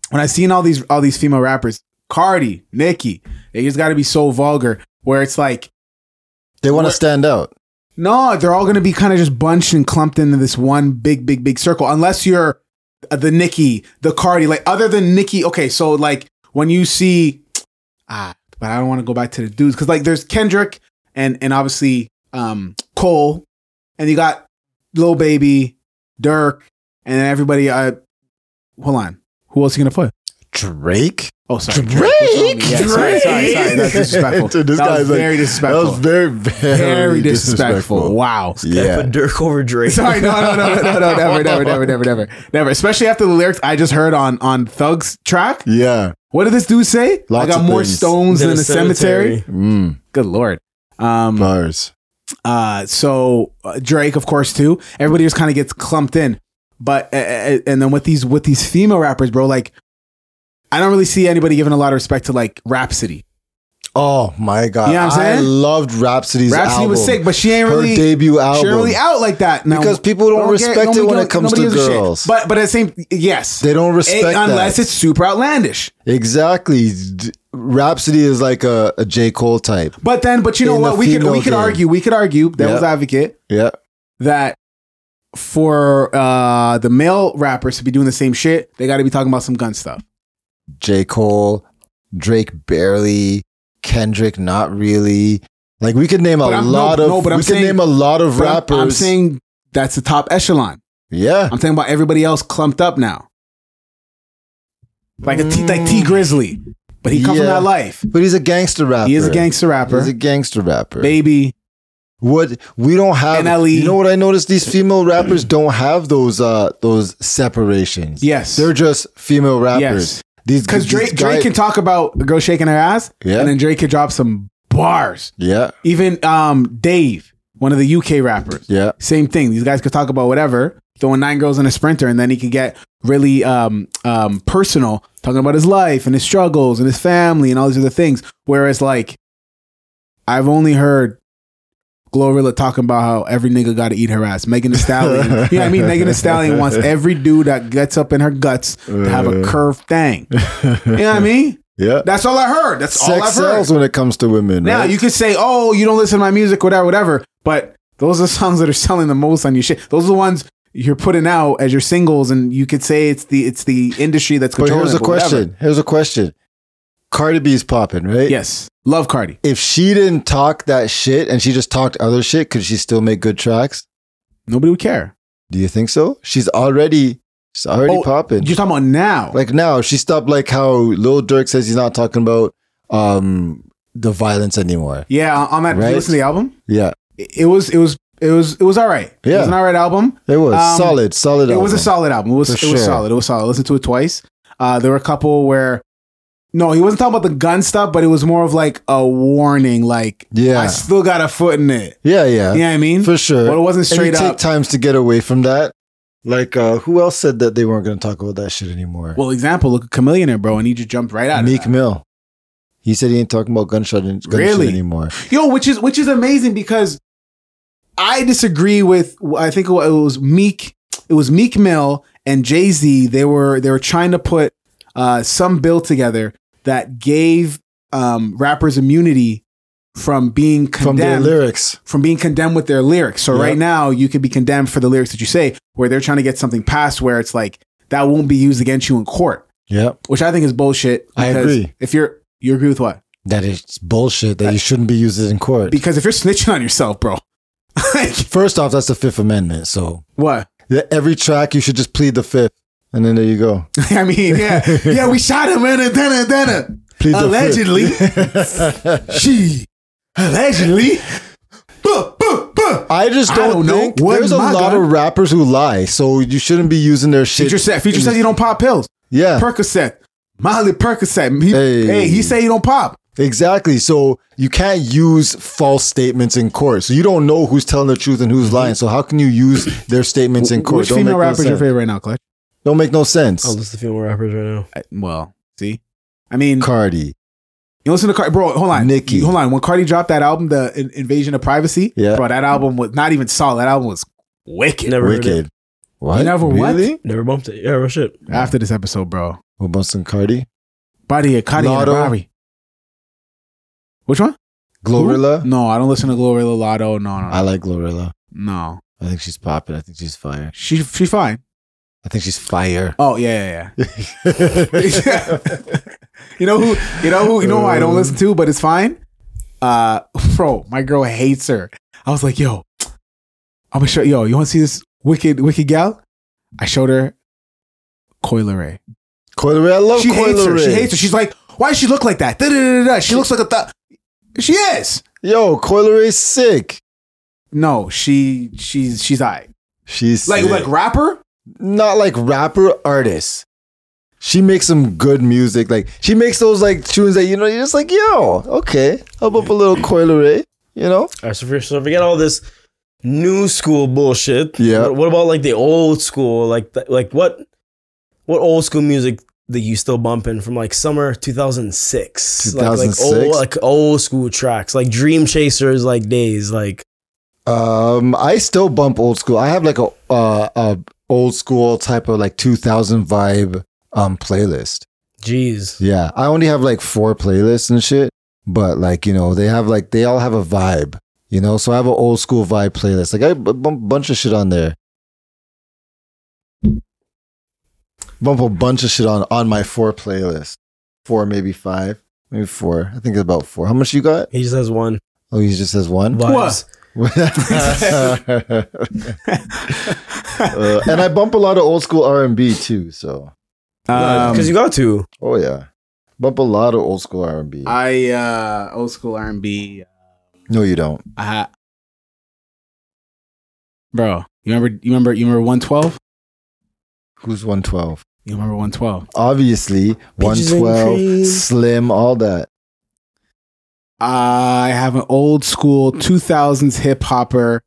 [SPEAKER 3] when I seen all these all these female rappers, Cardi, Nicki, they just got to be so vulgar where it's like,
[SPEAKER 5] They want to stand out.
[SPEAKER 3] no, they're all gonna be kind of just bunched and clumped into this one big, big, big circle. Unless you're uh, the Nicki, the Cardi, like other than Nicki. Okay, so like when you see, ah, but I don't want to go back to the dudes because like there's Kendrick and and obviously um Cole, and you got Lil Baby, Dirk, and then everybody. Uh, hold on, who else you gonna put?
[SPEAKER 5] Drake?
[SPEAKER 3] Oh, sorry.
[SPEAKER 5] Drake?
[SPEAKER 3] Yeah, sorry, sorry, sorry. That's disrespectful.
[SPEAKER 5] Dude, this
[SPEAKER 3] that
[SPEAKER 5] guy's
[SPEAKER 3] was
[SPEAKER 5] like-
[SPEAKER 3] very disrespectful.
[SPEAKER 5] That was very, very,
[SPEAKER 3] very
[SPEAKER 5] disrespectful.
[SPEAKER 3] disrespectful. Wow.
[SPEAKER 5] Yeah.
[SPEAKER 4] Put Dirk over Drake.
[SPEAKER 3] Sorry, no, no, no, no, no, no, never, never, never, never, never, never. Especially after the lyrics I just heard on on Thug's track.
[SPEAKER 5] Yeah.
[SPEAKER 3] What did this dude say?
[SPEAKER 5] Lots
[SPEAKER 3] I got
[SPEAKER 5] of
[SPEAKER 3] more
[SPEAKER 5] things.
[SPEAKER 3] stones than a cemetery.
[SPEAKER 5] Mm,
[SPEAKER 3] Good lord. Um,
[SPEAKER 5] bars.
[SPEAKER 3] uh, so uh, Drake, of course, too. Everybody just kind of gets clumped in, but uh, uh, and then with these with these female rappers, bro, like I don't really see anybody giving a lot of respect to like Rhapsody.
[SPEAKER 5] Oh my god.
[SPEAKER 3] You know what I'm
[SPEAKER 5] I
[SPEAKER 3] saying?
[SPEAKER 5] loved Rhapsody's
[SPEAKER 3] Rhapsody
[SPEAKER 5] album.
[SPEAKER 3] was sick, but she ain't
[SPEAKER 5] Her
[SPEAKER 3] really
[SPEAKER 5] debut
[SPEAKER 3] She
[SPEAKER 5] album.
[SPEAKER 3] ain't really out like that now.
[SPEAKER 5] because people don't,
[SPEAKER 3] Don't get-
[SPEAKER 5] respect
[SPEAKER 3] nobody
[SPEAKER 5] it when
[SPEAKER 3] don't-
[SPEAKER 5] it comes
[SPEAKER 3] nobody
[SPEAKER 5] to
[SPEAKER 3] gives a shit.
[SPEAKER 5] girls.
[SPEAKER 3] But but at the same yes,
[SPEAKER 5] they don't respect
[SPEAKER 3] It- unless
[SPEAKER 5] that.
[SPEAKER 3] it's super outlandish.
[SPEAKER 5] exactly. D- Rhapsody is like a, a J Cole type.
[SPEAKER 3] But then but you know
[SPEAKER 5] In
[SPEAKER 3] what
[SPEAKER 5] the
[SPEAKER 3] we could we
[SPEAKER 5] female
[SPEAKER 3] could
[SPEAKER 5] game.
[SPEAKER 3] argue we could argue devil's
[SPEAKER 5] Yeah.
[SPEAKER 3] advocate
[SPEAKER 5] Yeah.
[SPEAKER 3] that for uh the male rappers to be doing the same shit, they got to be talking about some gun stuff.
[SPEAKER 5] J Cole, Drake barely, Kendrick not really. Like we could name a
[SPEAKER 3] But I'm- no,
[SPEAKER 5] lot of
[SPEAKER 3] no, but I'm
[SPEAKER 5] we could
[SPEAKER 3] saying-
[SPEAKER 5] name a lot of
[SPEAKER 3] But I'm-
[SPEAKER 5] rappers.
[SPEAKER 3] I'm, saying that's the top echelon.
[SPEAKER 5] yeah.
[SPEAKER 3] I'm talking about everybody else clumped up now, like a T, like T Grizzly, but he comes from
[SPEAKER 5] Mm. Yeah.
[SPEAKER 3] that life.
[SPEAKER 5] But he's a gangster rapper.
[SPEAKER 3] He is a gangster rapper,
[SPEAKER 5] He's a gangster rapper.
[SPEAKER 3] baby.
[SPEAKER 5] What we don't have,
[SPEAKER 3] NLE.
[SPEAKER 5] you know what I noticed? These female rappers don't have those uh those separations.
[SPEAKER 3] Yes.
[SPEAKER 5] they're just female rappers.
[SPEAKER 3] Yes.
[SPEAKER 5] These
[SPEAKER 3] Because
[SPEAKER 5] these
[SPEAKER 3] Drake,
[SPEAKER 5] guy-
[SPEAKER 3] Drake can talk about a girl shaking her ass,
[SPEAKER 5] Yeah.
[SPEAKER 3] and then Drake could drop some bars.
[SPEAKER 5] yeah,
[SPEAKER 3] Even um, Dave, one of the UK rappers,
[SPEAKER 5] yeah,
[SPEAKER 3] same thing. These guys could talk about whatever, throwing nine girls in a sprinter, and then he could get really um, um, personal, talking about his life and his struggles and his family and all these other things. Whereas, like, I've only heard Glorilla talking about how every nigga got to eat her ass. Megan Thee Stallion, you know what I mean? Megan Thee Stallion wants every dude that gets up in her guts to have
[SPEAKER 5] Uh.
[SPEAKER 3] a curved thing. You know what I mean?
[SPEAKER 5] yeah.
[SPEAKER 3] That's all I heard. That's all I've
[SPEAKER 5] Sex
[SPEAKER 3] heard.
[SPEAKER 5] sells when it comes to women.
[SPEAKER 3] Now
[SPEAKER 5] right?
[SPEAKER 3] you could say, "Oh, you don't listen to my music, whatever, whatever," but those are the songs that are selling the most on your shit. Those are the ones you're putting out as your singles, and you could say it's the it's the industry that's
[SPEAKER 5] But
[SPEAKER 3] controlling.
[SPEAKER 5] here's
[SPEAKER 3] it,
[SPEAKER 5] a question.
[SPEAKER 3] whatever.
[SPEAKER 5] Here's a question. Cardi B's popping, right?
[SPEAKER 3] Yes, love Cardi.
[SPEAKER 5] If she didn't talk that shit and she just talked other shit, could she still make good tracks?
[SPEAKER 3] Nobody would care.
[SPEAKER 5] Do you think so? She's already she's already
[SPEAKER 3] Oh,
[SPEAKER 5] popping.
[SPEAKER 3] You're talking about now.
[SPEAKER 5] Like now, if she stopped like how Lil Durk says he's not talking about um the violence anymore.
[SPEAKER 3] yeah, on- on that. Did
[SPEAKER 5] Right.
[SPEAKER 3] you listen to the album?
[SPEAKER 5] Yeah.
[SPEAKER 3] It, it was it was it was it was all right. it
[SPEAKER 5] Yeah.
[SPEAKER 3] was an all right album.
[SPEAKER 5] It was
[SPEAKER 3] Um,
[SPEAKER 5] solid, solid.
[SPEAKER 3] It was a
[SPEAKER 5] album.
[SPEAKER 3] solid album. It was
[SPEAKER 5] For
[SPEAKER 3] it
[SPEAKER 5] sure.
[SPEAKER 3] was solid. It was solid. I listened to it twice. Uh, there were a couple where no, he wasn't talking about the gun stuff, but it was more of like a warning, like
[SPEAKER 5] Yeah.
[SPEAKER 3] I still got a foot in it.
[SPEAKER 5] Yeah, yeah.
[SPEAKER 3] You know what I mean?
[SPEAKER 5] For sure.
[SPEAKER 3] But it wasn't straight
[SPEAKER 5] and you
[SPEAKER 3] up.
[SPEAKER 5] take times to get away from that. Like uh who else said that they weren't gonna talk about that shit anymore?
[SPEAKER 3] well, example, look at Chameleon, bro, and he just jumped right out.
[SPEAKER 5] Meek
[SPEAKER 3] Meek,
[SPEAKER 5] Mill. He said he ain't talking about gunshot, gunshot
[SPEAKER 3] Really?
[SPEAKER 5] anymore.
[SPEAKER 3] yo, which is which is amazing because I disagree with. I think it was Meek. It was Meek Mill and Jay Z. They were they were trying to put uh, some bill together that gave um, rappers immunity from being
[SPEAKER 5] From their
[SPEAKER 3] condemned
[SPEAKER 5] lyrics.
[SPEAKER 3] from being condemned with their lyrics. So
[SPEAKER 5] Yep.
[SPEAKER 3] right now, you could be condemned for the lyrics that you say, where they're trying to get something passed where it's like that won't be used against you in court,
[SPEAKER 5] Yep.
[SPEAKER 3] which I think is bullshit.
[SPEAKER 5] I
[SPEAKER 3] because
[SPEAKER 5] agree.
[SPEAKER 3] If you're you agree with what?
[SPEAKER 5] That is bullshit that you shouldn't be using in court.
[SPEAKER 3] Because if you're snitching on yourself, bro, like
[SPEAKER 5] First off, that's the Fifth Amendment. So
[SPEAKER 3] what?
[SPEAKER 5] yeah, every track, you should just plead the Fifth. And then there you go.
[SPEAKER 3] I mean, yeah, yeah, we shot him and then and then
[SPEAKER 5] Plead
[SPEAKER 3] allegedly, she allegedly. Buh, buh, buh.
[SPEAKER 5] I just
[SPEAKER 3] I
[SPEAKER 5] don't,
[SPEAKER 3] don't know.
[SPEAKER 5] think
[SPEAKER 3] What
[SPEAKER 5] there's a
[SPEAKER 3] my
[SPEAKER 5] lot
[SPEAKER 3] God.
[SPEAKER 5] of rappers who lie. So you shouldn't be using their shit.
[SPEAKER 3] Feature said, feature said you don't pop pills.
[SPEAKER 5] Yeah,
[SPEAKER 3] Percocet, Molly Percocet. He-
[SPEAKER 5] Hey.
[SPEAKER 3] hey, he say you don't pop.
[SPEAKER 5] exactly. So you can't use false statements in court. So you don't know who's telling the truth and who's lying. So how can you use their statements in court?
[SPEAKER 3] Mm-hmm. Which
[SPEAKER 5] don't
[SPEAKER 3] female
[SPEAKER 5] make no
[SPEAKER 3] rapper is your
[SPEAKER 5] sense.
[SPEAKER 3] favorite Oh, right now, Clutch?
[SPEAKER 5] Don't make no sense.
[SPEAKER 4] I'll listen to female rappers right now.
[SPEAKER 3] I- well, see, I mean,
[SPEAKER 5] Cardi.
[SPEAKER 3] you listen to Cardi, bro. Hold on,
[SPEAKER 5] Nicki.
[SPEAKER 3] You- Hold on. When Cardi dropped that album, the In- Invasion of Privacy,
[SPEAKER 5] Yeah.
[SPEAKER 3] bro, that album was not even solid. That album was wicked.
[SPEAKER 4] Never heard it.
[SPEAKER 5] Wicked. What?
[SPEAKER 3] You never what?
[SPEAKER 5] really?
[SPEAKER 4] Never bumped it. Yeah, real shit.
[SPEAKER 3] After this episode, bro,
[SPEAKER 5] What about some Cardi?
[SPEAKER 3] Body of Cardi and
[SPEAKER 5] Lotto.
[SPEAKER 3] Bari. Which one?
[SPEAKER 5] Glorilla?
[SPEAKER 3] Who? No, I don't listen to Glorilla Lotto. No, no, no.
[SPEAKER 5] I like Glorilla.
[SPEAKER 3] no.
[SPEAKER 5] I think she's popping. I think she's fire.
[SPEAKER 3] She she's fine.
[SPEAKER 5] I think she's fire.
[SPEAKER 3] Oh yeah, yeah, yeah. You know who? You know who? You know who I
[SPEAKER 5] Uh.
[SPEAKER 3] don't listen to, but it's fine. Uh, bro, my girl hates her. I was like, yo, I'm gonna show yo. You want to see this wicked wicked gal? I showed her Coil Ray.
[SPEAKER 5] Coil Ray, I love
[SPEAKER 3] She
[SPEAKER 5] Coil
[SPEAKER 3] hates her. She
[SPEAKER 5] Ray.
[SPEAKER 3] hates her. She's like, why does she look like that? Da, da, da, da, da. She looks like a thought. She is.
[SPEAKER 5] Yo, Coil Ray's sick.
[SPEAKER 3] No, she she's she's I
[SPEAKER 5] She's
[SPEAKER 3] like
[SPEAKER 5] sick.
[SPEAKER 3] like rapper.
[SPEAKER 5] not like rapper artist. She makes some good music. Like she makes those like tunes that you know you're just like yo, okay, help up a little Coil Ray. You know,
[SPEAKER 4] All right, so, for, so forget all this new school bullshit.
[SPEAKER 5] Yeah.
[SPEAKER 4] What, what about like the old school? Like th- like what what old school music that you still bumping from like summer 2006? Like, like,
[SPEAKER 5] 2006?
[SPEAKER 4] old, like old school tracks, like Dream Chasers, like days, like
[SPEAKER 5] um, I still bump old school. I have like a uh, a old school type of like 2000 vibe um playlist.
[SPEAKER 4] jeez.
[SPEAKER 5] Yeah, I only have like four playlists and shit, but like you know, they have like they all have a vibe, you know. So I have an old school vibe playlist. Like I b- bump a bunch of shit on there. Bump a bunch of shit on on my four playlist. Four, maybe five, maybe four. I think it's about four. How much you got?
[SPEAKER 4] He just has one.
[SPEAKER 5] Oh, he just has one.
[SPEAKER 4] Vibes.
[SPEAKER 3] What?
[SPEAKER 5] uh, and I bump a lot of old school R and B too. So
[SPEAKER 4] Because
[SPEAKER 3] Um,
[SPEAKER 4] you got to.
[SPEAKER 5] oh yeah, bump a lot of old school R and B.
[SPEAKER 3] I uh old school R and B.
[SPEAKER 5] No, you don't.
[SPEAKER 3] I ha- bro. You remember? You remember? You remember one twelve?
[SPEAKER 5] Who's 112?
[SPEAKER 3] You remember one twelve?
[SPEAKER 5] Obviously,
[SPEAKER 4] Peaches and
[SPEAKER 5] 112,
[SPEAKER 4] cream.
[SPEAKER 5] slim, all that.
[SPEAKER 3] I have an old school two thousands hip hopper.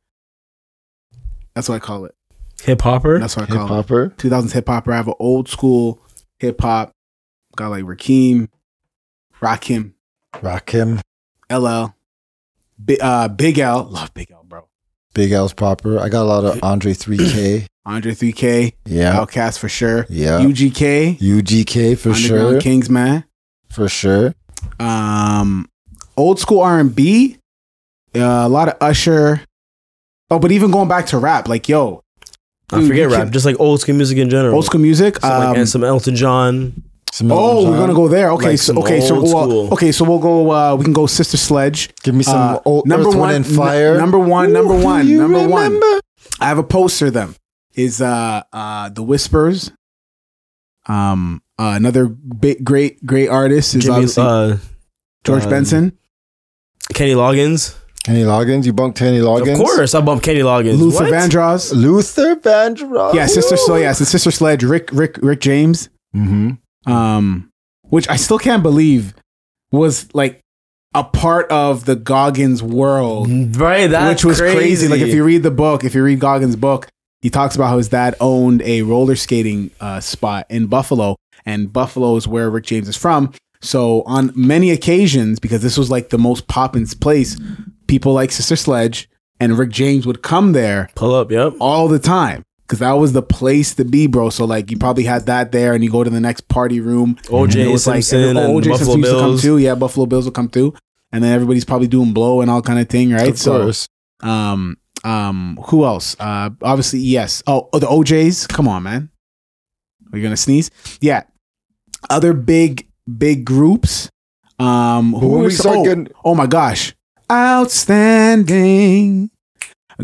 [SPEAKER 3] That's what I call it.
[SPEAKER 4] Hip hopper.
[SPEAKER 3] That's what I
[SPEAKER 5] Hip
[SPEAKER 3] call it.
[SPEAKER 5] hopper.
[SPEAKER 3] Two thousands hip hopper. I have an old school hip hop. Got like Rakim, Rakim,
[SPEAKER 5] Rock him.
[SPEAKER 3] LL, Bi- uh, Big L. Love Big L, bro.
[SPEAKER 5] Big L's popper. I got a lot of Andre 3K.
[SPEAKER 3] Andre 3K,
[SPEAKER 5] yeah.
[SPEAKER 3] Outcast for sure.
[SPEAKER 5] Yeah.
[SPEAKER 3] UGK,
[SPEAKER 5] UGK for
[SPEAKER 3] Underground
[SPEAKER 5] sure.
[SPEAKER 3] Kings, man.
[SPEAKER 5] For sure.
[SPEAKER 3] um old school r&b uh, a lot of usher oh but even going back to rap like yo
[SPEAKER 4] I
[SPEAKER 3] Dude,
[SPEAKER 4] forget
[SPEAKER 3] you
[SPEAKER 4] rap.
[SPEAKER 3] can-
[SPEAKER 4] Just like old school music in general.
[SPEAKER 3] old school music
[SPEAKER 4] Some, like,
[SPEAKER 3] um,
[SPEAKER 4] and some Elton John.
[SPEAKER 5] Some
[SPEAKER 3] oh
[SPEAKER 5] Elton
[SPEAKER 3] we're gonna
[SPEAKER 5] John.
[SPEAKER 3] go there okay
[SPEAKER 4] Like
[SPEAKER 3] so
[SPEAKER 4] some
[SPEAKER 3] okay so
[SPEAKER 4] old
[SPEAKER 3] we'll, uh,
[SPEAKER 4] school.
[SPEAKER 3] okay so we'll go uh we can go sister sledge
[SPEAKER 5] Give me some
[SPEAKER 3] uh,
[SPEAKER 5] old Earth, Wind, and
[SPEAKER 3] n-
[SPEAKER 5] Fire.
[SPEAKER 3] number one number
[SPEAKER 5] Ooh, do
[SPEAKER 3] one
[SPEAKER 5] you
[SPEAKER 3] number one
[SPEAKER 5] remember?
[SPEAKER 3] i have a poster of them is uh uh the whispers um uh, another big great great artist is
[SPEAKER 4] Jimmy,
[SPEAKER 3] obviously
[SPEAKER 4] uh,
[SPEAKER 3] george
[SPEAKER 4] um,
[SPEAKER 3] benson
[SPEAKER 4] Kenny Loggins.
[SPEAKER 5] Kenny Loggins. You bunked Kenny Loggins.
[SPEAKER 4] Of course, I bumped Kenny Loggins.
[SPEAKER 3] luther
[SPEAKER 4] What?
[SPEAKER 3] vandross
[SPEAKER 5] Luther Vandross.
[SPEAKER 3] yeah, sister. So yes, it's sister sledge. Rick, Rick, Rick James.
[SPEAKER 5] Mm-hmm.
[SPEAKER 3] Um, which I still can't believe was like a part of the Goggins world,
[SPEAKER 4] Right, that's
[SPEAKER 3] which was crazy. Like if you read the book, if you read Goggins' book, he talks about how his dad owned a roller skating uh, spot in Buffalo, and Buffalo is where Rick James is from. So on many occasions, because this was like the most poppin' place, people like Sister Sledge and Rick James would come there
[SPEAKER 4] pull up, yep.
[SPEAKER 3] all the time because that was the place to be, bro. So like you probably had that there, and you go to the next party room.
[SPEAKER 4] OJ
[SPEAKER 3] and it was,
[SPEAKER 4] Simpson and Buffalo
[SPEAKER 3] Simpson used to come
[SPEAKER 4] Bills.
[SPEAKER 3] too. Yeah, Buffalo Bills will come through, and then everybody's probably doing blow and all kind of thing, right?
[SPEAKER 5] Of course.
[SPEAKER 3] um, um, who else? Uh, obviously, yes. Oh, oh, the OJ's. Come on, man. Are you gonna sneeze? Yeah. Other big big groups. Um, who
[SPEAKER 5] But when
[SPEAKER 3] were
[SPEAKER 5] we
[SPEAKER 3] so-
[SPEAKER 5] start
[SPEAKER 3] oh,
[SPEAKER 5] getting-
[SPEAKER 3] oh my gosh, outstanding.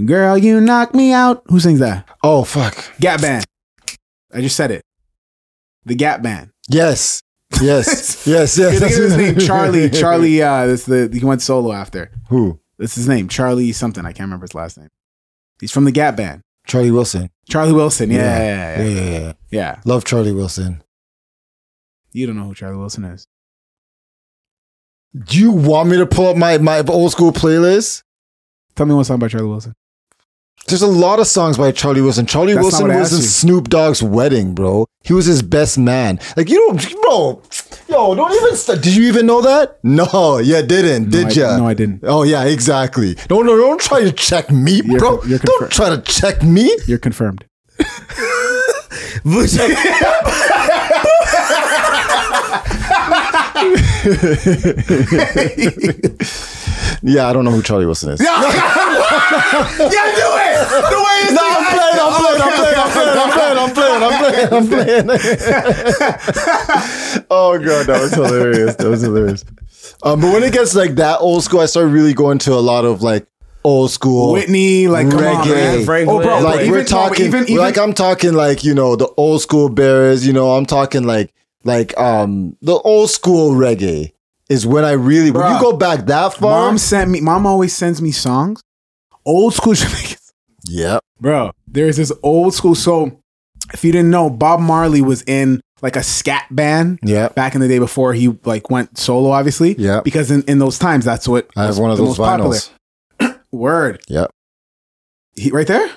[SPEAKER 3] Girl, you knock me out. Who sings that?
[SPEAKER 5] Oh fuck.
[SPEAKER 3] Gap Band. I just said it. The Gap Band.
[SPEAKER 5] Yes. Yes. yes. Yes.
[SPEAKER 3] Look at his name, Charlie. Charlie. Uh, this the he went solo after.
[SPEAKER 5] Who?
[SPEAKER 3] That's his name, Charlie something. I can't remember his last name. He's from the Gap Band.
[SPEAKER 5] Charlie Wilson.
[SPEAKER 3] Charlie Wilson. Yeah, yeah, yeah,
[SPEAKER 5] Yeah. Yeah,
[SPEAKER 3] yeah,
[SPEAKER 5] yeah, yeah.
[SPEAKER 3] yeah.
[SPEAKER 5] Love Charlie Wilson.
[SPEAKER 3] You don't know who Charlie Wilson is.
[SPEAKER 5] Do you want me to pull up my, my old school playlist?
[SPEAKER 3] Tell me one song by Charlie Wilson.
[SPEAKER 5] There's a lot of songs by Charlie Wilson. Charlie
[SPEAKER 3] That's not
[SPEAKER 5] Wilson
[SPEAKER 3] what I
[SPEAKER 5] was
[SPEAKER 3] asked
[SPEAKER 5] in
[SPEAKER 3] you.
[SPEAKER 5] Snoop Dogg's wedding, bro. He was his best man. Like you don't, bro. Yo, don't even. St- did you even know that? No, you didn't.
[SPEAKER 3] No,
[SPEAKER 5] did
[SPEAKER 3] I-
[SPEAKER 5] you?
[SPEAKER 3] No, I didn't.
[SPEAKER 5] Oh yeah, exactly. No, no, don't try to check me,
[SPEAKER 3] You're
[SPEAKER 5] bro.
[SPEAKER 3] con- you're
[SPEAKER 5] don't
[SPEAKER 3] confirmed.
[SPEAKER 5] try to check me.
[SPEAKER 3] You're confirmed.
[SPEAKER 5] Yeah, I don't know who Charlie Wilson is. Yeah, yeah, do it. The way I'm playing, I'm playing, I'm playing, I'm playing, I'm playing, I'm playing, I'm playing. oh god, that was hilarious. That was hilarious. Um, but when it gets like that old school, I start really going to a lot of like old school
[SPEAKER 3] Whitney, like come on,
[SPEAKER 5] Oh. Reggae.
[SPEAKER 3] man.
[SPEAKER 4] Frank
[SPEAKER 3] oh, bro,
[SPEAKER 4] Lynn.
[SPEAKER 3] bro,
[SPEAKER 5] like
[SPEAKER 3] even-
[SPEAKER 5] we're
[SPEAKER 3] no, but
[SPEAKER 5] talking
[SPEAKER 3] even, even,
[SPEAKER 5] like I'm talking like you know the old school bears you know I'm talking like like um the old school reggae is when I really when
[SPEAKER 3] Bruh.
[SPEAKER 5] you go back that far
[SPEAKER 3] mom sent me. Mom always sends me songs. Old school Jamaican
[SPEAKER 5] yeah
[SPEAKER 3] bro there's this old school so if you didn't know bob marley was in like a scat band
[SPEAKER 5] yeah
[SPEAKER 3] back in the day before he like went solo obviously
[SPEAKER 5] Yeah.
[SPEAKER 3] because in, in those times that's what
[SPEAKER 5] I have
[SPEAKER 3] was
[SPEAKER 5] one of
[SPEAKER 3] the
[SPEAKER 5] those
[SPEAKER 3] most popular.
[SPEAKER 5] vinyls
[SPEAKER 3] word
[SPEAKER 5] Yeah.
[SPEAKER 3] he, right there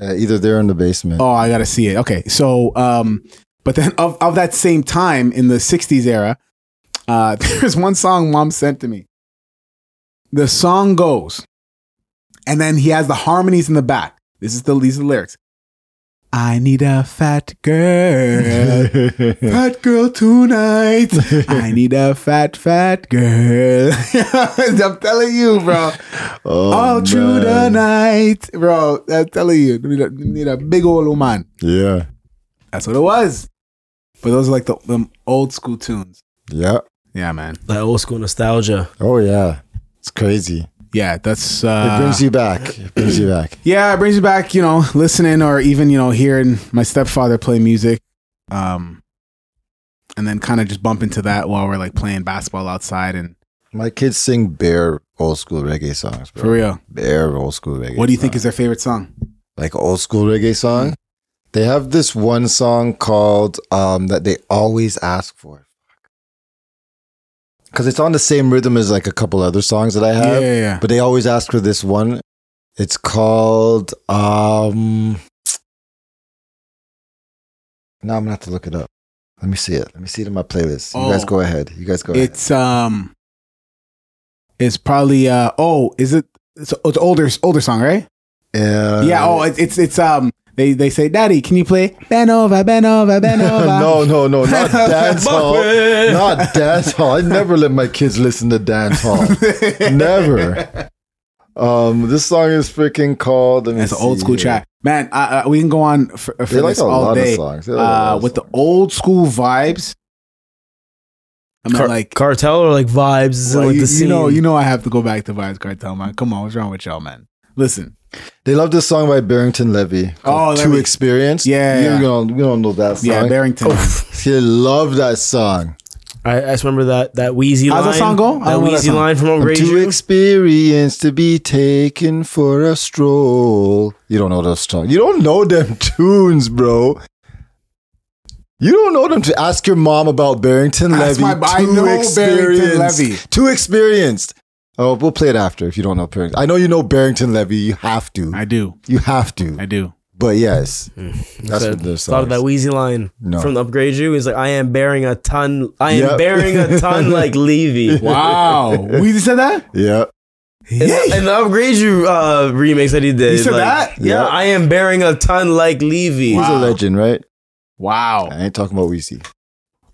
[SPEAKER 5] uh, either there in the basement
[SPEAKER 3] oh i gotta see it okay so um but then of, of that same time in the 60s era uh there's one song mom sent to me the song goes and then he has the harmonies in the back this is the these are the lyrics i need a fat girl fat girl tonight. I need a fat, fat girl. I'm telling you, bro.
[SPEAKER 5] Oh,
[SPEAKER 3] All through the
[SPEAKER 5] man.
[SPEAKER 3] night, bro. I'm telling you, you need a, you need a big old woman.
[SPEAKER 5] yeah
[SPEAKER 3] That's what it was. But those are like the them old school tunes.
[SPEAKER 5] yeah
[SPEAKER 3] Yeah, man.
[SPEAKER 4] that old school nostalgia.
[SPEAKER 5] oh yeah it's crazy
[SPEAKER 3] Yeah, that's
[SPEAKER 5] it
[SPEAKER 3] uh,
[SPEAKER 5] brings you back it brings you back
[SPEAKER 3] yeah, it brings you back. You know, listening or even you know hearing my stepfather play music, um, and then kind of just bump into that while we're like playing basketball outside and
[SPEAKER 5] my kids sing bare old school reggae songs bro.
[SPEAKER 3] for real.
[SPEAKER 5] bare old school reggae
[SPEAKER 3] What do you think
[SPEAKER 5] songs.
[SPEAKER 3] is their favorite song?
[SPEAKER 5] like old school reggae song. They have this one song called um, that they always ask for. Because it's on the same rhythm as like a couple other songs that I
[SPEAKER 3] Yeah,
[SPEAKER 5] have,
[SPEAKER 3] yeah, yeah.
[SPEAKER 5] but they always ask for this one. It's called. Um, now I'm gonna have to look it up. Let me see it. Let me see it in my playlist. You guys
[SPEAKER 3] Oh.
[SPEAKER 5] go ahead. You guys go ahead.
[SPEAKER 3] It's um, it's probably uh oh is it it's, it's older older song right?
[SPEAKER 5] Uh,
[SPEAKER 3] yeah. Oh, it, it's it's um they they say daddy can you play Ben over Ben over Ben over
[SPEAKER 5] no, no, no, Oh, not dance hall.
[SPEAKER 4] Buffet.
[SPEAKER 5] Not dance hall. I never let my kids listen to dance hall. never. Um, this song is freaking called. Let me
[SPEAKER 3] It's an old
[SPEAKER 5] see
[SPEAKER 3] school
[SPEAKER 5] here.
[SPEAKER 3] track, man. I, I, we can go on for, for
[SPEAKER 5] They like
[SPEAKER 3] this
[SPEAKER 5] a
[SPEAKER 3] all
[SPEAKER 5] lot of
[SPEAKER 3] day
[SPEAKER 5] songs. They like a lot
[SPEAKER 3] uh,
[SPEAKER 5] of
[SPEAKER 3] with the
[SPEAKER 5] songs.
[SPEAKER 3] old school vibes. I mean,
[SPEAKER 4] Car-
[SPEAKER 3] like,
[SPEAKER 4] cartel or like vibes is in,
[SPEAKER 3] well,
[SPEAKER 4] like
[SPEAKER 3] you, you
[SPEAKER 4] the scene.
[SPEAKER 3] know, you know, I have to go back to Vibes Cartel, man. Come on, what's wrong with y'all, man? Listen,
[SPEAKER 5] They love this song by Barrington Levy.
[SPEAKER 3] Oh,
[SPEAKER 5] Called Too
[SPEAKER 3] Levy.
[SPEAKER 5] Experienced.
[SPEAKER 3] Yeah,
[SPEAKER 5] you
[SPEAKER 3] yeah.
[SPEAKER 5] don't, you don't know that song.
[SPEAKER 3] yeah, Barrington. man.
[SPEAKER 5] They love that song.
[SPEAKER 4] I, I just remember that that Wheezy
[SPEAKER 3] How's
[SPEAKER 4] line.
[SPEAKER 3] that song go? I don't
[SPEAKER 4] That
[SPEAKER 3] know that
[SPEAKER 4] Wheezy
[SPEAKER 3] song.
[SPEAKER 4] line from
[SPEAKER 5] I'm
[SPEAKER 4] Outrage.
[SPEAKER 5] too
[SPEAKER 4] You.
[SPEAKER 5] experienced to be taken for a stroll. You don't know those songs. You don't know them tunes, bro. You don't know them to ask your mom about Barrington
[SPEAKER 3] Ask
[SPEAKER 5] Levy.
[SPEAKER 3] my- I know Barrington Levy.
[SPEAKER 5] Too experienced. Oh, we'll play it after if you don't know Barrington. I know you know Barrington Levy. You have to.
[SPEAKER 3] I Mm, do,
[SPEAKER 5] You have to.
[SPEAKER 3] I do.
[SPEAKER 5] But yes, that's
[SPEAKER 4] So
[SPEAKER 5] what
[SPEAKER 4] I
[SPEAKER 5] their
[SPEAKER 4] thought
[SPEAKER 5] song
[SPEAKER 4] of that Wheezy line
[SPEAKER 5] No.
[SPEAKER 4] from Upgrade You. He's like, I am bearing a ton. I am
[SPEAKER 5] Yep.
[SPEAKER 4] bearing a ton like Levy.
[SPEAKER 3] Wow, we just said that.
[SPEAKER 5] Yeah.
[SPEAKER 4] In the, in the Upgrade You uh, remix that he did.
[SPEAKER 3] You said
[SPEAKER 4] like,
[SPEAKER 3] that?
[SPEAKER 4] Yeah,
[SPEAKER 5] Yep.
[SPEAKER 4] I am bearing a ton like Levy.
[SPEAKER 5] He's a
[SPEAKER 3] Wow.
[SPEAKER 5] legend, right?
[SPEAKER 3] Wow.
[SPEAKER 5] I ain't talking about Weezy.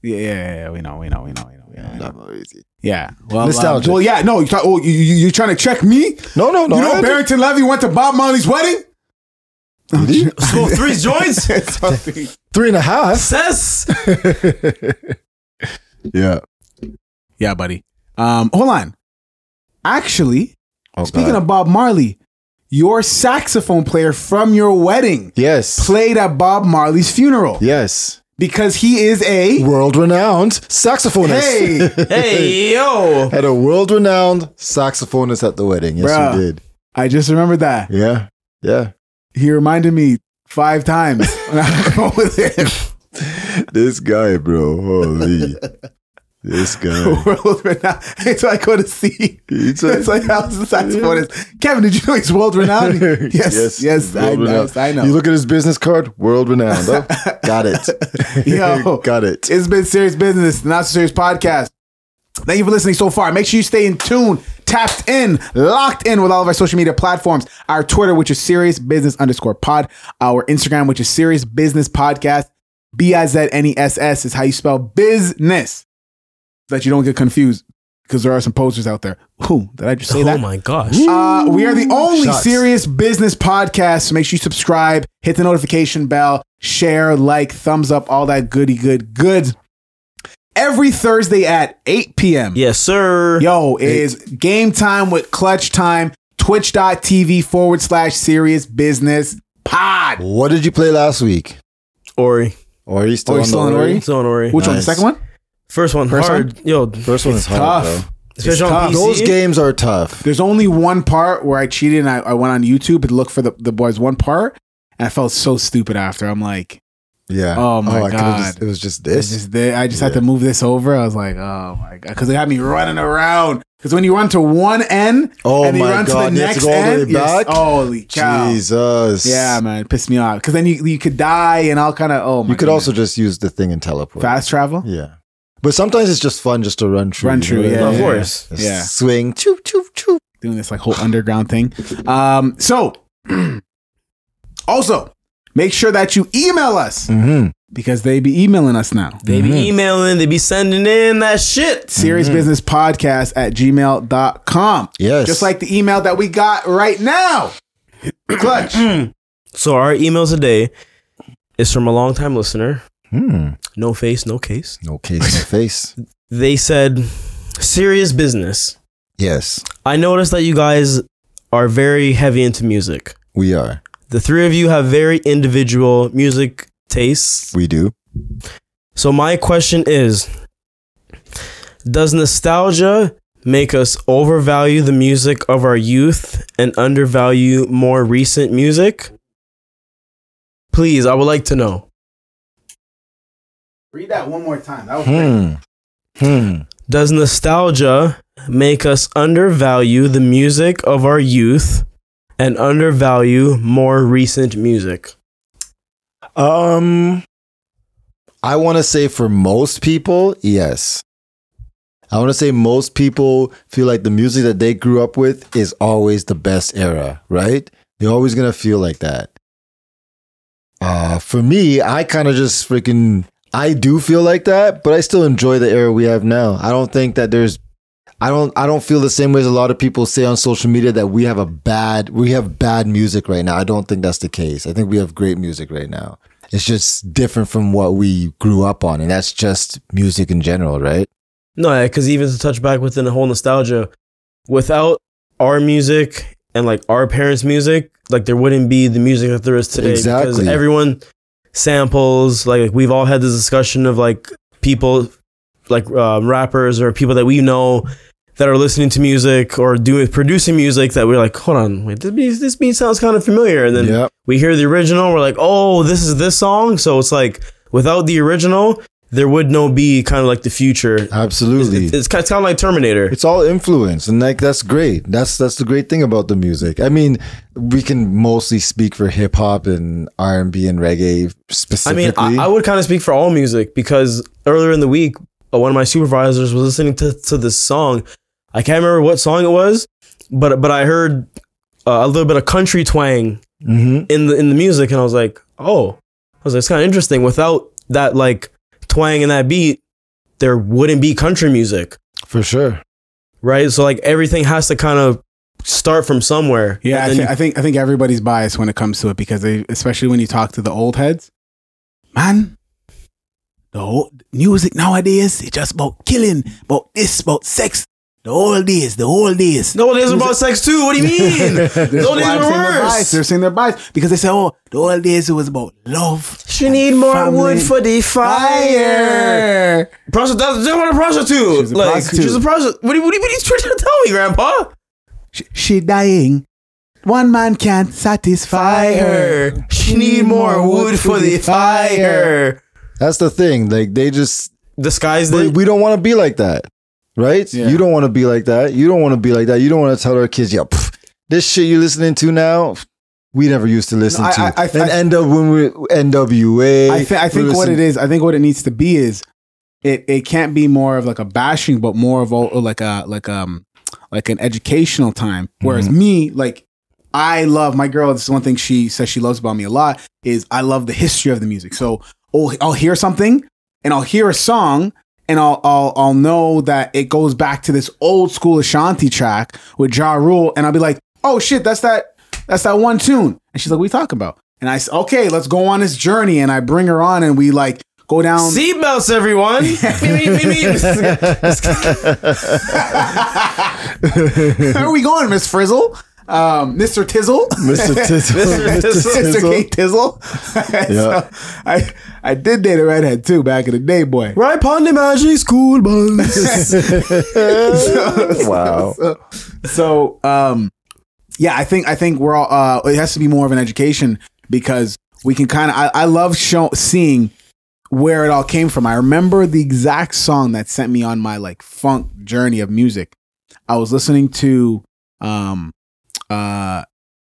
[SPEAKER 3] Yeah, yeah, yeah, we know, we know, we know, we know. We know.
[SPEAKER 5] Not about Weezy.
[SPEAKER 3] Yeah. Well, um,
[SPEAKER 5] Nostalgia.
[SPEAKER 3] well, yeah. No, you talk, oh, you, you, you're trying to check me?
[SPEAKER 5] No, no, no.
[SPEAKER 3] you
[SPEAKER 5] I
[SPEAKER 3] know,
[SPEAKER 5] didn't-
[SPEAKER 3] Barrington Levy went to Bob Marley's wedding.
[SPEAKER 5] Did he?
[SPEAKER 4] Smoke three joints.
[SPEAKER 5] Three and a half.
[SPEAKER 4] Cess.
[SPEAKER 5] Yeah.
[SPEAKER 3] yeah, buddy. Um, hold on. Actually,
[SPEAKER 5] Oh,
[SPEAKER 3] speaking of Bob Marley, your saxophone player from your wedding
[SPEAKER 5] yes,
[SPEAKER 3] played at Bob Marley's funeral
[SPEAKER 5] yes,
[SPEAKER 3] because he is a
[SPEAKER 5] world-renowned saxophonist.
[SPEAKER 3] hey.
[SPEAKER 4] Hey, yo.
[SPEAKER 5] Had a world-renowned saxophonist at the wedding. Yes,
[SPEAKER 3] Bruh.
[SPEAKER 5] you did.
[SPEAKER 3] I just remembered that.
[SPEAKER 5] Yeah, yeah.
[SPEAKER 3] He reminded me five times when I was with him.
[SPEAKER 5] This guy, bro. Holy, this guy.
[SPEAKER 3] world renowned. So I go to see.
[SPEAKER 5] It's
[SPEAKER 3] It's,
[SPEAKER 5] a-
[SPEAKER 3] like how's the saxophonist? Kevin, did you know he's world renowned? Yes, yes, I, know,
[SPEAKER 5] world-renowned.
[SPEAKER 3] I know.
[SPEAKER 5] You look at his business card. World-renowned. Oh, got it.
[SPEAKER 3] Yo.
[SPEAKER 5] got it.
[SPEAKER 3] it's been serious business, not so serious podcast. Thank you for listening so far. Make sure you stay in tune, tapped in, locked in with all of our social media platforms. Our Twitter, which is serious business underscore pod. Our Instagram, which is serious business podcast. B I Z N E S S is how you spell business. So that you don't get confused because there are some posters out there. Who did I just say
[SPEAKER 4] Oh
[SPEAKER 3] that?
[SPEAKER 4] my gosh.
[SPEAKER 3] Uh, we are the only
[SPEAKER 5] Shots.
[SPEAKER 3] serious business podcast. So make sure you subscribe, hit the notification bell, share, like, thumbs up, all that goody good goods. Every Thursday at 8 p.m.
[SPEAKER 4] Yes, sir.
[SPEAKER 3] Yo, it is game time with clutch time, twitch.tv forward slash serious business pod.
[SPEAKER 5] What did you play last week?
[SPEAKER 4] Ori.
[SPEAKER 5] Or you still
[SPEAKER 3] Ori
[SPEAKER 5] on
[SPEAKER 3] still
[SPEAKER 5] the
[SPEAKER 3] on Ori?
[SPEAKER 5] Ori?
[SPEAKER 4] It's on Ori.
[SPEAKER 3] Which one? The
[SPEAKER 5] Nice.
[SPEAKER 3] second one?
[SPEAKER 4] First one,
[SPEAKER 3] First
[SPEAKER 4] hard. Yo,
[SPEAKER 5] First one is hard,
[SPEAKER 3] tough.
[SPEAKER 5] bro.
[SPEAKER 4] especially
[SPEAKER 3] tough.
[SPEAKER 4] on PC.
[SPEAKER 5] Those games are tough.
[SPEAKER 3] There's only one part where I cheated and I, I went on YouTube and looked for the, the boys one part. And I felt so stupid after. I'm like,
[SPEAKER 5] Yeah.
[SPEAKER 3] Oh my
[SPEAKER 5] I could've
[SPEAKER 3] God.
[SPEAKER 5] Just, it was just
[SPEAKER 3] It's
[SPEAKER 5] this.
[SPEAKER 3] just that I just had
[SPEAKER 5] Yeah.
[SPEAKER 3] to move this over. I was like, oh my god, because it had me running around. Because when you run to one end
[SPEAKER 5] Oh
[SPEAKER 3] and you
[SPEAKER 5] my
[SPEAKER 3] run
[SPEAKER 5] God,
[SPEAKER 3] to
[SPEAKER 5] you
[SPEAKER 3] the
[SPEAKER 5] have to
[SPEAKER 3] next
[SPEAKER 5] go all the way
[SPEAKER 3] end, you're s-
[SPEAKER 5] back?
[SPEAKER 3] holy cow!
[SPEAKER 5] Jesus.
[SPEAKER 3] Yeah, man, it pissed me off. Because then you you could die and all kind of oh my.
[SPEAKER 5] You could
[SPEAKER 3] goodness.
[SPEAKER 5] also just use the thing and teleport.
[SPEAKER 3] fast travel.
[SPEAKER 5] Yeah. But sometimes it's just fun just to run through.
[SPEAKER 3] Run
[SPEAKER 5] you
[SPEAKER 3] through,
[SPEAKER 5] know,
[SPEAKER 3] yeah,
[SPEAKER 5] like,
[SPEAKER 4] Of course.
[SPEAKER 5] just
[SPEAKER 3] Yeah.
[SPEAKER 5] Swing. Choo, choo, choo.
[SPEAKER 3] doing this like whole underground thing. Um, so also make sure that you email us
[SPEAKER 5] Mm-hmm.
[SPEAKER 3] because they be emailing us now.
[SPEAKER 4] They be emailing, they be sending in that shit.
[SPEAKER 3] Serious
[SPEAKER 5] Mm-hmm.
[SPEAKER 3] business podcast at gmail.com.
[SPEAKER 5] Yes.
[SPEAKER 3] Just like the email that we got right now. Clutch.
[SPEAKER 4] So our emails today is from a longtime listener.
[SPEAKER 5] Hmm.
[SPEAKER 4] No face, no case.
[SPEAKER 5] No case, no face.
[SPEAKER 4] They said, serious business.
[SPEAKER 5] Yes,
[SPEAKER 4] I noticed that you guys are very heavy into music.
[SPEAKER 5] we are.
[SPEAKER 4] The three of you have very individual music tastes.
[SPEAKER 5] We do.
[SPEAKER 4] So my question is, does nostalgia make us overvalue the music of our youth and undervalue more recent music? Please, I would like to know.
[SPEAKER 3] Read that one more time. That was
[SPEAKER 5] Hmm. Hmm.
[SPEAKER 4] Does nostalgia make us undervalue the music of our youth and undervalue more recent music?
[SPEAKER 5] Um, I want to say for most people, yes. I want to say most people feel like the music that they grew up with is always the best era, right? They're always gonna feel like that. Uh, for me, I kind of just freaking I do feel like that, but I still enjoy the era we have now. I don't think that there's I don't I don't feel the same way as a lot of people say on social media that we have a bad we have bad music right now. I don't think that's the case. I think we have great music right now. It's just different from what we grew up on, and that's just music in general, right?
[SPEAKER 4] No, because even to touch back within the whole nostalgia, without our music and like our parents' music, like there wouldn't be the music that there is today.
[SPEAKER 5] Exactly.
[SPEAKER 4] everyone samples. Like we've all had this discussion of like people, like uh, rappers or people that we know that are listening to music or doing producing music that we're like, hold on, wait, this beat, this beat sounds kind of familiar, and then
[SPEAKER 5] Yep.
[SPEAKER 4] we hear the original, we're like, oh, this is this song. So it's like without the original. There would no be kind of like the future
[SPEAKER 5] Absolutely.
[SPEAKER 4] it's, kind of like Terminator.
[SPEAKER 5] It's all influence, and like that's great. That's that's the great thing about the music. I mean, we can mostly speak for hip hop and R and B and reggae
[SPEAKER 4] I mean,
[SPEAKER 5] specifically.
[SPEAKER 4] I, I would kind of speak for all music because earlier in the week, uh, one of my supervisors was listening to, to this song. I can't remember what song it was, but but I heard uh, a little bit of country twang
[SPEAKER 5] Mhm.
[SPEAKER 4] in the in the music, and I was like, oh, I was like, it's kind of interesting. Without that like twang and that beat, there wouldn't be country music,
[SPEAKER 5] for sure.
[SPEAKER 4] right? So like everything has to kind of start from somewhere.
[SPEAKER 3] Yeah, I,
[SPEAKER 4] And
[SPEAKER 3] thi-
[SPEAKER 4] then
[SPEAKER 3] I think I think everybody's biased when it comes to it because they, especially when you talk to the old heads, man. The old music nowadays it's just about killing, about this, about sex. The old days, the old days.
[SPEAKER 4] no, it is about sex too. What do you mean? no, these
[SPEAKER 3] Why I'm saying
[SPEAKER 4] are
[SPEAKER 3] they're biased.
[SPEAKER 4] worse.
[SPEAKER 3] They're saying they're biased because they say, "Oh, the old days it was about love."
[SPEAKER 4] She
[SPEAKER 3] and
[SPEAKER 4] need more
[SPEAKER 3] family.
[SPEAKER 4] wood for the fire. Prostitute, that's that's what a prostitute.
[SPEAKER 3] She's a
[SPEAKER 4] like
[SPEAKER 3] prostitute.
[SPEAKER 4] she's a prostitute. What, do you- what, do you- what are you trying to tell me, Grandpa?
[SPEAKER 3] She, she dying. One man can't satisfy her.
[SPEAKER 4] She need more wood for the fire.
[SPEAKER 5] That's the thing. Like they just
[SPEAKER 4] Disguise
[SPEAKER 5] But
[SPEAKER 4] the
[SPEAKER 5] we don't want to be like that, right?
[SPEAKER 3] Yeah.
[SPEAKER 5] You don't want to be like that. You don't want to be like that. You don't want to tell our kids, yeah, pff, this shit you listening to now, pff, we never used to listen
[SPEAKER 3] No, I-
[SPEAKER 5] to.
[SPEAKER 3] I- I-
[SPEAKER 5] and
[SPEAKER 3] I-
[SPEAKER 5] end up when we NWA.
[SPEAKER 3] I, th- I think what it is, I think what it needs to be is, it, it can't be more of like a bashing, but more of a, like a like um like an educational time. Whereas me, like I love my girl. This is one thing she says she loves about me a lot is I love the history of the music. So I'll, I'll hear something and I'll hear a song and I'll, I'll I'll know that it goes back to this old school Ashanti track with Ja Rule and I'll be like, oh shit, that's that that's that one tune. And she's like, what are you talking about? And I said, okay, let's go on this journey. And I bring her on and we like go down.
[SPEAKER 4] seatbelts, everyone. Me, me, me, me.
[SPEAKER 3] Where are we going, Miss Frizzle? Um, Mr. Tizzle?
[SPEAKER 5] Mr. Tizzle.
[SPEAKER 4] Mr.
[SPEAKER 3] Mr.
[SPEAKER 5] Tizzle.
[SPEAKER 3] Kate Tizzle. so
[SPEAKER 5] Yeah.
[SPEAKER 3] I I did date a redhead too back in the day, boy.
[SPEAKER 4] Right upon the magic school bus.
[SPEAKER 5] Wow.
[SPEAKER 3] So um yeah, I think I think we're all uh it has to be more of an education because we can kind of I, I love show, seeing where it all came from. I remember the exact song that sent me on my like funk journey of music. I was listening to um uh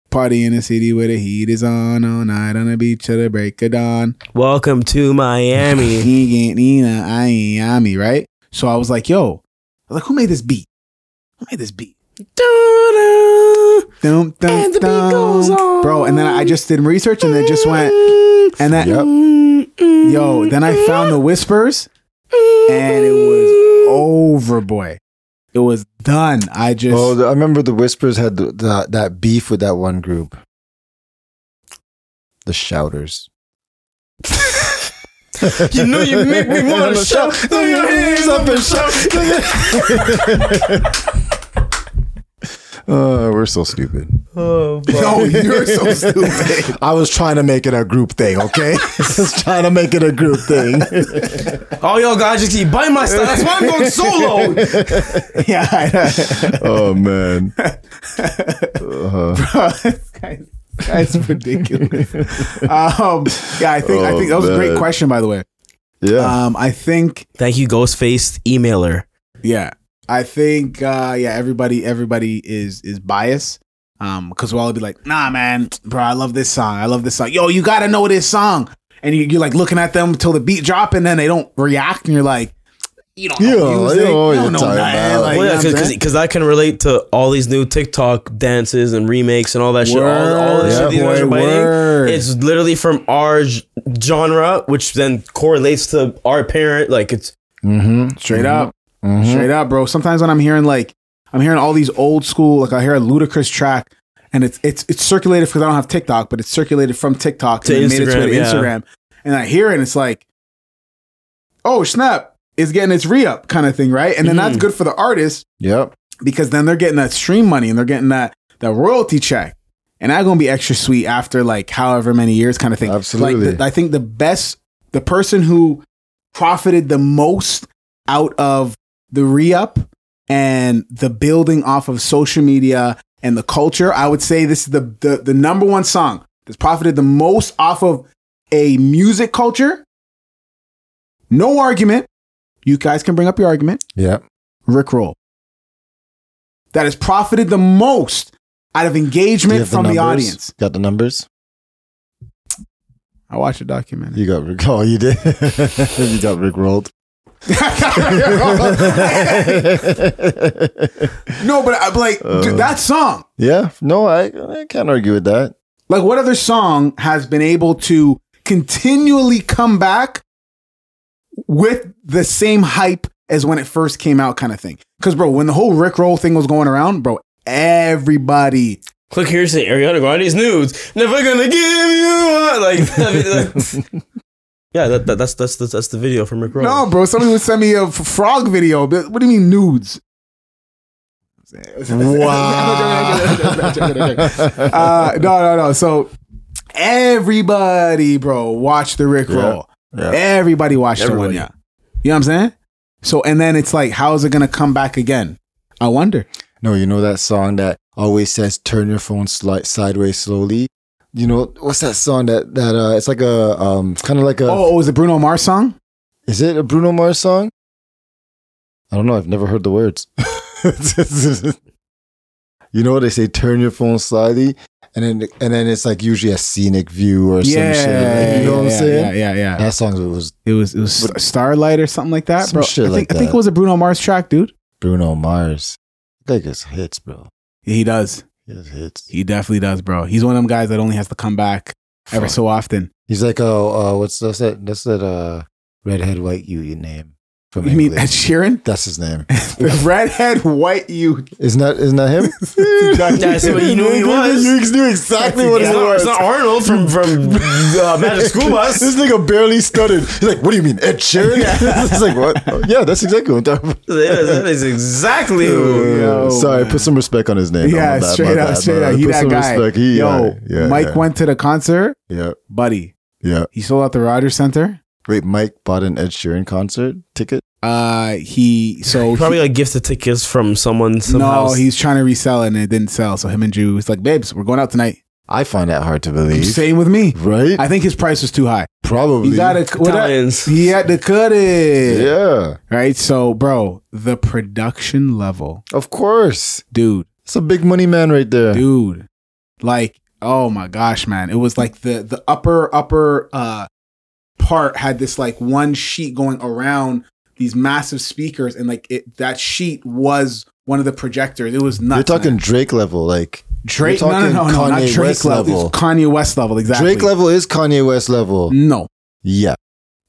[SPEAKER 3] Party in a city where the heat is on all night on the beach at the break of dawn.
[SPEAKER 4] Welcome to Miami.
[SPEAKER 3] He ain't Nina, I ain't Yami, right? So I was like, yo, I was like, who made this beat? Who made this beat? Dum, dum,
[SPEAKER 4] And the beat
[SPEAKER 3] dum.
[SPEAKER 4] goes on.
[SPEAKER 3] Bro, and then I just did research and it just went, and that,
[SPEAKER 5] Yep.
[SPEAKER 3] yo, then I found the whispers and it was over, boy. It was done. I just,
[SPEAKER 5] Well, the- I remember the Whispers had the, the, that beef with that one group, the Shouters.
[SPEAKER 4] You know you make me want to shout. Throw your hands up and shout.
[SPEAKER 5] Uh, we're so stupid.
[SPEAKER 4] Oh,
[SPEAKER 3] yo, you're so stupid.
[SPEAKER 5] I was trying to make it a group thing, okay? I was trying to make it a group thing.
[SPEAKER 4] All y'all guys just keep biting my stuff. That's why I'm going solo.
[SPEAKER 3] yeah, I know.
[SPEAKER 5] oh man.
[SPEAKER 3] Bro, this guy's That's ridiculous. um, yeah, I think I think that was a
[SPEAKER 5] Oh,
[SPEAKER 3] great
[SPEAKER 5] man.
[SPEAKER 3] question, by the way.
[SPEAKER 5] Yeah.
[SPEAKER 3] Um, I think
[SPEAKER 4] Thank you, Ghostface emailer.
[SPEAKER 3] Yeah. I think uh yeah, everybody everybody is is biased. Um, cause we'll all be like, nah man, bro, I love this song. I love this song. Yo, you gotta know this song. And you, you're like looking at them until the beat drop and then they don't react and you're like, you don't know
[SPEAKER 5] Yeah, I
[SPEAKER 3] music. You
[SPEAKER 5] know what you're
[SPEAKER 3] don't know
[SPEAKER 5] talking
[SPEAKER 3] nothing.
[SPEAKER 5] about.
[SPEAKER 3] Like,
[SPEAKER 4] Well, yeah,
[SPEAKER 3] you know what I'm
[SPEAKER 4] because
[SPEAKER 3] saying?
[SPEAKER 4] because I can relate to all these new TikTok dances and remakes and all that shit. All, all the
[SPEAKER 3] Word.
[SPEAKER 4] shit these
[SPEAKER 3] Yeah,
[SPEAKER 4] guys are
[SPEAKER 3] boy,
[SPEAKER 4] biting.
[SPEAKER 3] word.
[SPEAKER 4] It's literally from our g- genre, which then correlates to our parent. Like it's
[SPEAKER 5] Mm-hmm.
[SPEAKER 3] Straight up.
[SPEAKER 4] Mm-hmm.
[SPEAKER 3] Straight up, bro. Sometimes when I'm hearing like I'm hearing all these old school, like I hear a ludicrous track and it's it's it's circulated because I don't have TikTok, but it's circulated from TikTok
[SPEAKER 4] To
[SPEAKER 3] and it made its way to
[SPEAKER 4] Instagram, yeah.
[SPEAKER 3] Instagram. And I hear it and it's like, oh snap, it's getting its re-up kind of thing, right? And then
[SPEAKER 4] Mm-hmm.
[SPEAKER 3] that's good for the artist
[SPEAKER 5] Yep.
[SPEAKER 3] because then they're getting that stream money and they're getting that that royalty check. And that's gonna be extra sweet after like however many years kind of thing.
[SPEAKER 5] Absolutely.
[SPEAKER 3] Like the, I think the best the person who profited the most out of the re-up and the building off of social media and the culture, I would say this is the the, the number one song that's profited the most off of a music culture. No argument. You guys can bring up your argument.
[SPEAKER 5] Yep.
[SPEAKER 3] Rickroll that has profited the most out of
[SPEAKER 5] Do you
[SPEAKER 3] engagement
[SPEAKER 5] have
[SPEAKER 3] from the
[SPEAKER 5] numbers?
[SPEAKER 3] audience.
[SPEAKER 5] Got the numbers?
[SPEAKER 3] I watched a documentary.
[SPEAKER 5] You got Rick. Oh, you did. you got Rick rolled.
[SPEAKER 3] no, but I'm like dude, that song.
[SPEAKER 5] yeah. No, I, I can't argue with that.
[SPEAKER 3] Like, what other song has been able to continually come back with the same hype as when it first came out, kind of thing? Because, bro, when the whole Rickroll thing was going around, bro, everybody
[SPEAKER 4] click here to say Ariana Grande's nudes. Never gonna give you up. Like, I mean, like- yeah, that, that, that's that's that's that's the video from Rick Roll.
[SPEAKER 3] No, bro. Somebody would send me a f- frog video. But What do you mean nudes? uh, no, no, no. So everybody, bro, watch the Rick roll.
[SPEAKER 5] Yeah.
[SPEAKER 3] Everybody watched the one,
[SPEAKER 4] Everybody.
[SPEAKER 3] yeah. You know what I'm saying? So and then it's like, how is it gonna come back again? I wonder.
[SPEAKER 5] No, you know that song that always says turn your phone sli- sideways slowly. You know what's that song that that uh, it's like a um kind of like a
[SPEAKER 3] Oh, oh, is it Bruno Mars song?
[SPEAKER 5] is it a Bruno Mars song? I don't know. I've never heard the words. you know what they say? Turn your phone slightly, and then and then it's like usually a scenic view or some shit. like, you know what I'm
[SPEAKER 3] yeah,
[SPEAKER 5] saying?
[SPEAKER 3] Yeah, yeah, yeah.
[SPEAKER 5] That song was
[SPEAKER 3] It was it was Star- Starlight or something like that,
[SPEAKER 5] Some
[SPEAKER 3] bro.
[SPEAKER 5] shit
[SPEAKER 3] I think
[SPEAKER 5] like
[SPEAKER 3] I think
[SPEAKER 5] that.
[SPEAKER 3] it was a Bruno Mars track, dude.
[SPEAKER 5] Bruno Mars. That guy's hits, bro.
[SPEAKER 3] Yeah, he does.
[SPEAKER 5] He has hits.
[SPEAKER 3] He definitely does, bro. He's one of them guys that only has to come back ever
[SPEAKER 5] Fuck.
[SPEAKER 3] so often.
[SPEAKER 5] He's like, oh, uh, what's that's that? That's that uh, redhead white you your name from
[SPEAKER 3] You mean
[SPEAKER 5] England.
[SPEAKER 3] Ed Sheeran?
[SPEAKER 5] that's his name.
[SPEAKER 3] The redhead white you.
[SPEAKER 5] Isn't that isn't that him?
[SPEAKER 4] That's what you knew he was.
[SPEAKER 5] You knew exactly what
[SPEAKER 4] it's,
[SPEAKER 5] it
[SPEAKER 4] not,
[SPEAKER 5] was.
[SPEAKER 4] it's not Arnold from from uh, Magic School
[SPEAKER 5] this
[SPEAKER 4] Bus.
[SPEAKER 5] nigga barely stuttered. He's like, "What do you mean, Ed Sheeran?" it's like, "What? Oh, yeah, that's exactly what I'm talking about." Uh,
[SPEAKER 4] Yeah, that is exactly. Who.
[SPEAKER 3] Yo,
[SPEAKER 5] Sorry,
[SPEAKER 3] man.
[SPEAKER 5] put some respect on his name. No,
[SPEAKER 3] Yeah,
[SPEAKER 5] my bad, my
[SPEAKER 3] straight
[SPEAKER 5] bad, my
[SPEAKER 3] up, straight
[SPEAKER 5] bad.
[SPEAKER 3] up. He
[SPEAKER 5] Put
[SPEAKER 3] that
[SPEAKER 5] some
[SPEAKER 3] guy.
[SPEAKER 5] respect. He-
[SPEAKER 3] Yo,
[SPEAKER 5] yeah, yeah,
[SPEAKER 3] Mike
[SPEAKER 5] yeah,
[SPEAKER 3] went to the concert,
[SPEAKER 5] Yeah,
[SPEAKER 3] buddy.
[SPEAKER 5] yeah.
[SPEAKER 3] He sold out the Rogers Center.
[SPEAKER 5] Wait, Mike bought an Ed Sheeran concert ticket.
[SPEAKER 3] Uh, he so
[SPEAKER 4] Probably
[SPEAKER 3] he-
[SPEAKER 4] like gifted tickets from someone somehow.
[SPEAKER 3] no, he's trying to resell it and it didn't sell. So him and Drew was like, babes, we're going out tonight.
[SPEAKER 5] I find that hard to believe.
[SPEAKER 3] Same with me.
[SPEAKER 5] Right?
[SPEAKER 3] I think his price was too high.
[SPEAKER 5] Probably.
[SPEAKER 3] He gotta what I-
[SPEAKER 4] Italians.
[SPEAKER 3] he had to cut it.
[SPEAKER 5] yeah,
[SPEAKER 3] Right. So, bro, the production level,
[SPEAKER 5] of course.
[SPEAKER 3] dude.
[SPEAKER 5] It's a big money man right there.
[SPEAKER 3] dude like oh my gosh man it was like the the upper upper uh part had this like one sheet going around these massive speakers and like it that sheet was one of the projectors it was nuts
[SPEAKER 5] You're talking
[SPEAKER 3] man.
[SPEAKER 5] Drake level, like
[SPEAKER 3] drake
[SPEAKER 5] you're
[SPEAKER 3] no no no,
[SPEAKER 5] talking
[SPEAKER 3] no not
[SPEAKER 5] Kanye
[SPEAKER 3] drake
[SPEAKER 5] West
[SPEAKER 3] level,
[SPEAKER 5] level.
[SPEAKER 3] It's kanye west level exactly
[SPEAKER 5] Drake level is Kanye West level.
[SPEAKER 3] no
[SPEAKER 5] Yeah,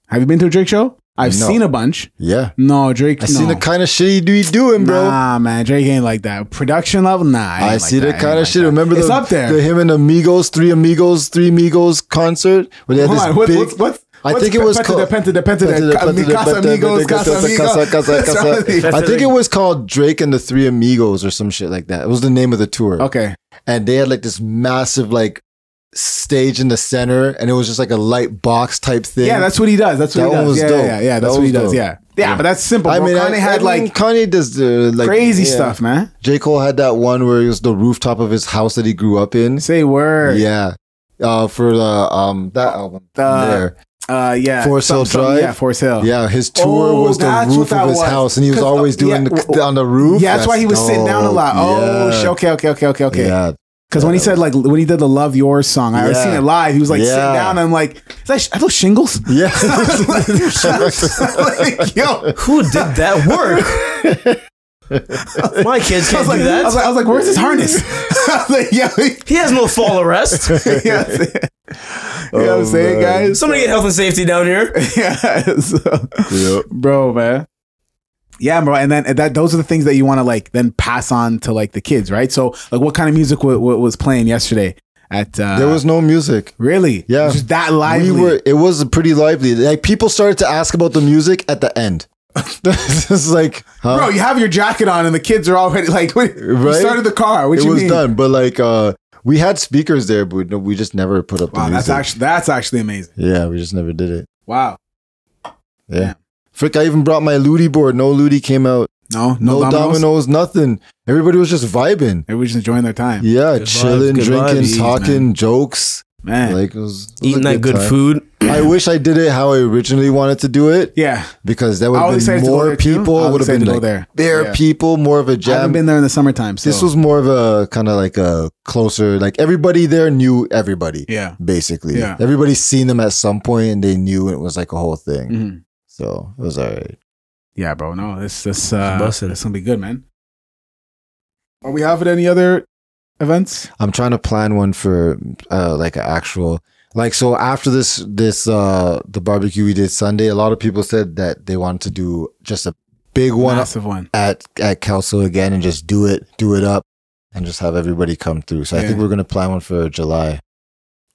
[SPEAKER 3] have you been to a drake show i've
[SPEAKER 5] No.
[SPEAKER 3] seen a bunch
[SPEAKER 5] yeah.
[SPEAKER 3] no drake
[SPEAKER 5] I seen
[SPEAKER 3] no.
[SPEAKER 5] the kind of shit he do he doing, bro.
[SPEAKER 3] Nah, man, Drake ain't like that. Production level, nah. it
[SPEAKER 5] I
[SPEAKER 3] ain't
[SPEAKER 5] see
[SPEAKER 3] like
[SPEAKER 5] that,
[SPEAKER 3] It ain't
[SPEAKER 5] kind of
[SPEAKER 3] like
[SPEAKER 5] shit.
[SPEAKER 3] that.
[SPEAKER 5] Remember the,
[SPEAKER 3] it's up there.
[SPEAKER 5] the him and Amigos, three Amigos, three Amigos concert where they had
[SPEAKER 3] Hold
[SPEAKER 5] this
[SPEAKER 3] on, what,
[SPEAKER 5] big.
[SPEAKER 3] what's, what's,
[SPEAKER 5] I
[SPEAKER 3] what's
[SPEAKER 5] think it was
[SPEAKER 3] Penta
[SPEAKER 5] called-
[SPEAKER 3] de Penta de Penta
[SPEAKER 5] Penta
[SPEAKER 3] de
[SPEAKER 5] de
[SPEAKER 3] Ca-
[SPEAKER 5] Penta de
[SPEAKER 3] Mi Casa
[SPEAKER 5] Penta de
[SPEAKER 3] Amigos,
[SPEAKER 5] Penta
[SPEAKER 3] Casa
[SPEAKER 5] de Casa-
[SPEAKER 3] Amigos.
[SPEAKER 5] Casa-
[SPEAKER 3] That's
[SPEAKER 5] Casa.
[SPEAKER 3] what I think.
[SPEAKER 5] I think it was called Drake and the Three Amigos or some shit like that. It was the name of the tour,
[SPEAKER 3] Okay.
[SPEAKER 5] and they had like this massive like stage in the center, and it was just like a light box type thing.
[SPEAKER 3] Yeah, that's what he does. That's what
[SPEAKER 5] That
[SPEAKER 3] he
[SPEAKER 5] one
[SPEAKER 3] does.
[SPEAKER 5] was
[SPEAKER 3] yeah,
[SPEAKER 5] dope.
[SPEAKER 3] yeah, yeah, yeah,
[SPEAKER 5] That
[SPEAKER 3] That's what
[SPEAKER 5] was
[SPEAKER 3] he does.
[SPEAKER 5] dope.
[SPEAKER 3] Yeah. yeah, but that's simple.
[SPEAKER 5] I
[SPEAKER 3] bro.
[SPEAKER 5] mean,
[SPEAKER 3] Kanye
[SPEAKER 5] I,
[SPEAKER 3] had
[SPEAKER 5] I mean,
[SPEAKER 3] like
[SPEAKER 5] Kanye does the like
[SPEAKER 3] crazy
[SPEAKER 5] yeah.
[SPEAKER 3] stuff, man.
[SPEAKER 5] J Cole had that one where it was the rooftop of his house that he grew up in.
[SPEAKER 3] Say word.
[SPEAKER 5] Yeah, uh, for the um that album
[SPEAKER 3] The-
[SPEAKER 5] there.
[SPEAKER 3] Uh, yeah.
[SPEAKER 5] Forest Hill
[SPEAKER 3] Some- some-
[SPEAKER 5] Drive?
[SPEAKER 3] Yeah, Forest Hill.
[SPEAKER 5] Yeah, his tour
[SPEAKER 3] Oh,
[SPEAKER 5] was the
[SPEAKER 3] that's what
[SPEAKER 5] roof
[SPEAKER 3] that
[SPEAKER 5] of his
[SPEAKER 3] was.
[SPEAKER 5] house, and he was
[SPEAKER 3] 'Cause, uh,
[SPEAKER 5] always doing
[SPEAKER 3] yeah,
[SPEAKER 5] the, on the roof.
[SPEAKER 3] Yeah, that's, why he was sitting down a lot.
[SPEAKER 5] dope.
[SPEAKER 3] Oh,
[SPEAKER 5] Yeah.
[SPEAKER 3] sh- okay, okay, okay, okay, okay.
[SPEAKER 5] Yeah,
[SPEAKER 3] Because when he said like when he did the "Love Yours" song, I was
[SPEAKER 5] Yeah.
[SPEAKER 3] seen it live. He was like sitting
[SPEAKER 5] Yeah.
[SPEAKER 3] down. And I'm like, is that sh- are those shingles?
[SPEAKER 5] yeah.
[SPEAKER 3] like, yo.
[SPEAKER 4] Who did that work? My kids
[SPEAKER 3] I
[SPEAKER 4] can't
[SPEAKER 3] was, like,
[SPEAKER 4] do
[SPEAKER 3] I,
[SPEAKER 4] that.
[SPEAKER 3] was like, I was like, where's his harness? I was like, yeah,
[SPEAKER 4] he has no fall arrest.
[SPEAKER 3] yeah. You know what I'm saying,
[SPEAKER 5] Oh, man.
[SPEAKER 3] guys?
[SPEAKER 4] Somebody get health and safety down here.
[SPEAKER 3] yeah, so-
[SPEAKER 5] Yep.
[SPEAKER 3] bro, man. Yeah, bro, and then and that those are the things that you want to like then pass on to like the kids, right? So, like, what kind of music wa- wa- was playing yesterday at? Uh,
[SPEAKER 5] There was no music.
[SPEAKER 3] really,
[SPEAKER 5] Yeah.
[SPEAKER 3] It was just that lively.
[SPEAKER 5] We were. It was pretty lively. Like people started to ask about the music at the end. this is like, huh?
[SPEAKER 3] Bro, you have your jacket on and the kids are already like, wait, you
[SPEAKER 5] uh, Right?
[SPEAKER 3] started the car. What
[SPEAKER 5] it
[SPEAKER 3] you
[SPEAKER 5] was
[SPEAKER 3] mean?
[SPEAKER 5] done. But like, uh, we had speakers there, but no, we just never put up
[SPEAKER 3] Wow,
[SPEAKER 5] the music.
[SPEAKER 3] that's actually that's actually amazing.
[SPEAKER 5] yeah, we just never did it.
[SPEAKER 3] Wow.
[SPEAKER 5] Yeah.
[SPEAKER 3] Yeah.
[SPEAKER 5] Frick, I even brought my Ludi board. No Ludi came out.
[SPEAKER 3] No,
[SPEAKER 5] No,
[SPEAKER 3] no, dominoes.
[SPEAKER 5] dominoes? nothing. Everybody was just vibing.
[SPEAKER 3] Everybody's just enjoying their time.
[SPEAKER 5] Yeah,
[SPEAKER 4] Good vibes,
[SPEAKER 5] chilling,
[SPEAKER 4] good
[SPEAKER 5] drinking,
[SPEAKER 4] vibes,
[SPEAKER 5] talking, jokes.
[SPEAKER 3] Man.
[SPEAKER 5] Like it was, it was a
[SPEAKER 4] Eating that good
[SPEAKER 5] time.
[SPEAKER 4] food.
[SPEAKER 5] I wish I did it how I originally wanted to do it
[SPEAKER 3] yeah.
[SPEAKER 5] because that would
[SPEAKER 3] I
[SPEAKER 5] have
[SPEAKER 3] always
[SPEAKER 5] been
[SPEAKER 3] excited to go
[SPEAKER 5] more
[SPEAKER 3] there too. I
[SPEAKER 5] people.
[SPEAKER 3] was
[SPEAKER 5] Would have been
[SPEAKER 3] excited to go
[SPEAKER 5] like
[SPEAKER 3] there.
[SPEAKER 5] there, bare
[SPEAKER 3] Yeah.
[SPEAKER 5] people, more of a
[SPEAKER 3] I haven't
[SPEAKER 5] jam.
[SPEAKER 3] been there in the summertime. So.
[SPEAKER 5] this was more of a kind of like a closer, like everybody there knew everybody.
[SPEAKER 3] Yeah.
[SPEAKER 5] basically.
[SPEAKER 3] Yeah.
[SPEAKER 5] Everybody's seen them at some point and they knew it was like a whole thing.
[SPEAKER 3] Mhm.
[SPEAKER 5] So it was all right.
[SPEAKER 3] Yeah, bro. No, this this uh
[SPEAKER 4] bussin'.
[SPEAKER 3] this gonna be good, man. Are we having any other events?
[SPEAKER 5] I'm trying to plan one for uh, like an actual like so after this this uh the barbecue we did Sunday, a lot of people said that they wanted to do just a big one
[SPEAKER 3] Massive one.
[SPEAKER 5] at at Kelso again and just do it, do it up and just have everybody come through. So I think
[SPEAKER 3] Yeah.
[SPEAKER 5] we're gonna plan one for July.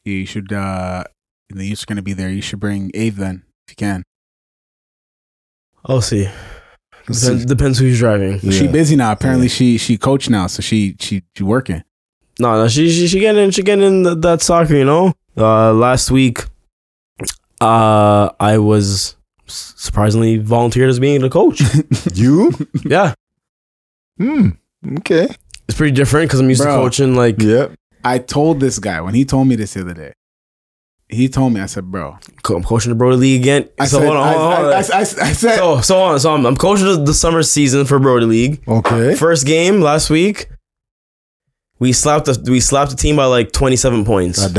[SPEAKER 3] You should uh the youth's gonna be there. You should bring Ave then if you can.
[SPEAKER 4] I'll see. Depends, depends who's driving.
[SPEAKER 3] She
[SPEAKER 5] Yeah.
[SPEAKER 3] busy now. Apparently she she coach now, so she she she working.
[SPEAKER 4] No, no, she she, she getting in, she getting in th- that soccer, you know. Uh, last week, uh, I was s- surprisingly volunteered as being the coach.
[SPEAKER 5] You?
[SPEAKER 4] yeah,
[SPEAKER 5] Hmm. Okay.
[SPEAKER 4] it's pretty different because I'm used to
[SPEAKER 3] Bro.
[SPEAKER 4] coaching. Like
[SPEAKER 5] Yep.
[SPEAKER 3] I told this guy when he told me this the other day. He told me, I said, bro.
[SPEAKER 4] co- I'm coaching the Brody League again.
[SPEAKER 3] I
[SPEAKER 4] so
[SPEAKER 3] said,
[SPEAKER 4] hold on, hold on,
[SPEAKER 3] I,
[SPEAKER 4] hold on.
[SPEAKER 3] I- I- I- I said,
[SPEAKER 4] so so on. So I'm, I'm coaching the, the summer season for Brody League.
[SPEAKER 5] Okay.
[SPEAKER 4] First game last week, we slapped the we slapped the team by like 27 points.
[SPEAKER 5] God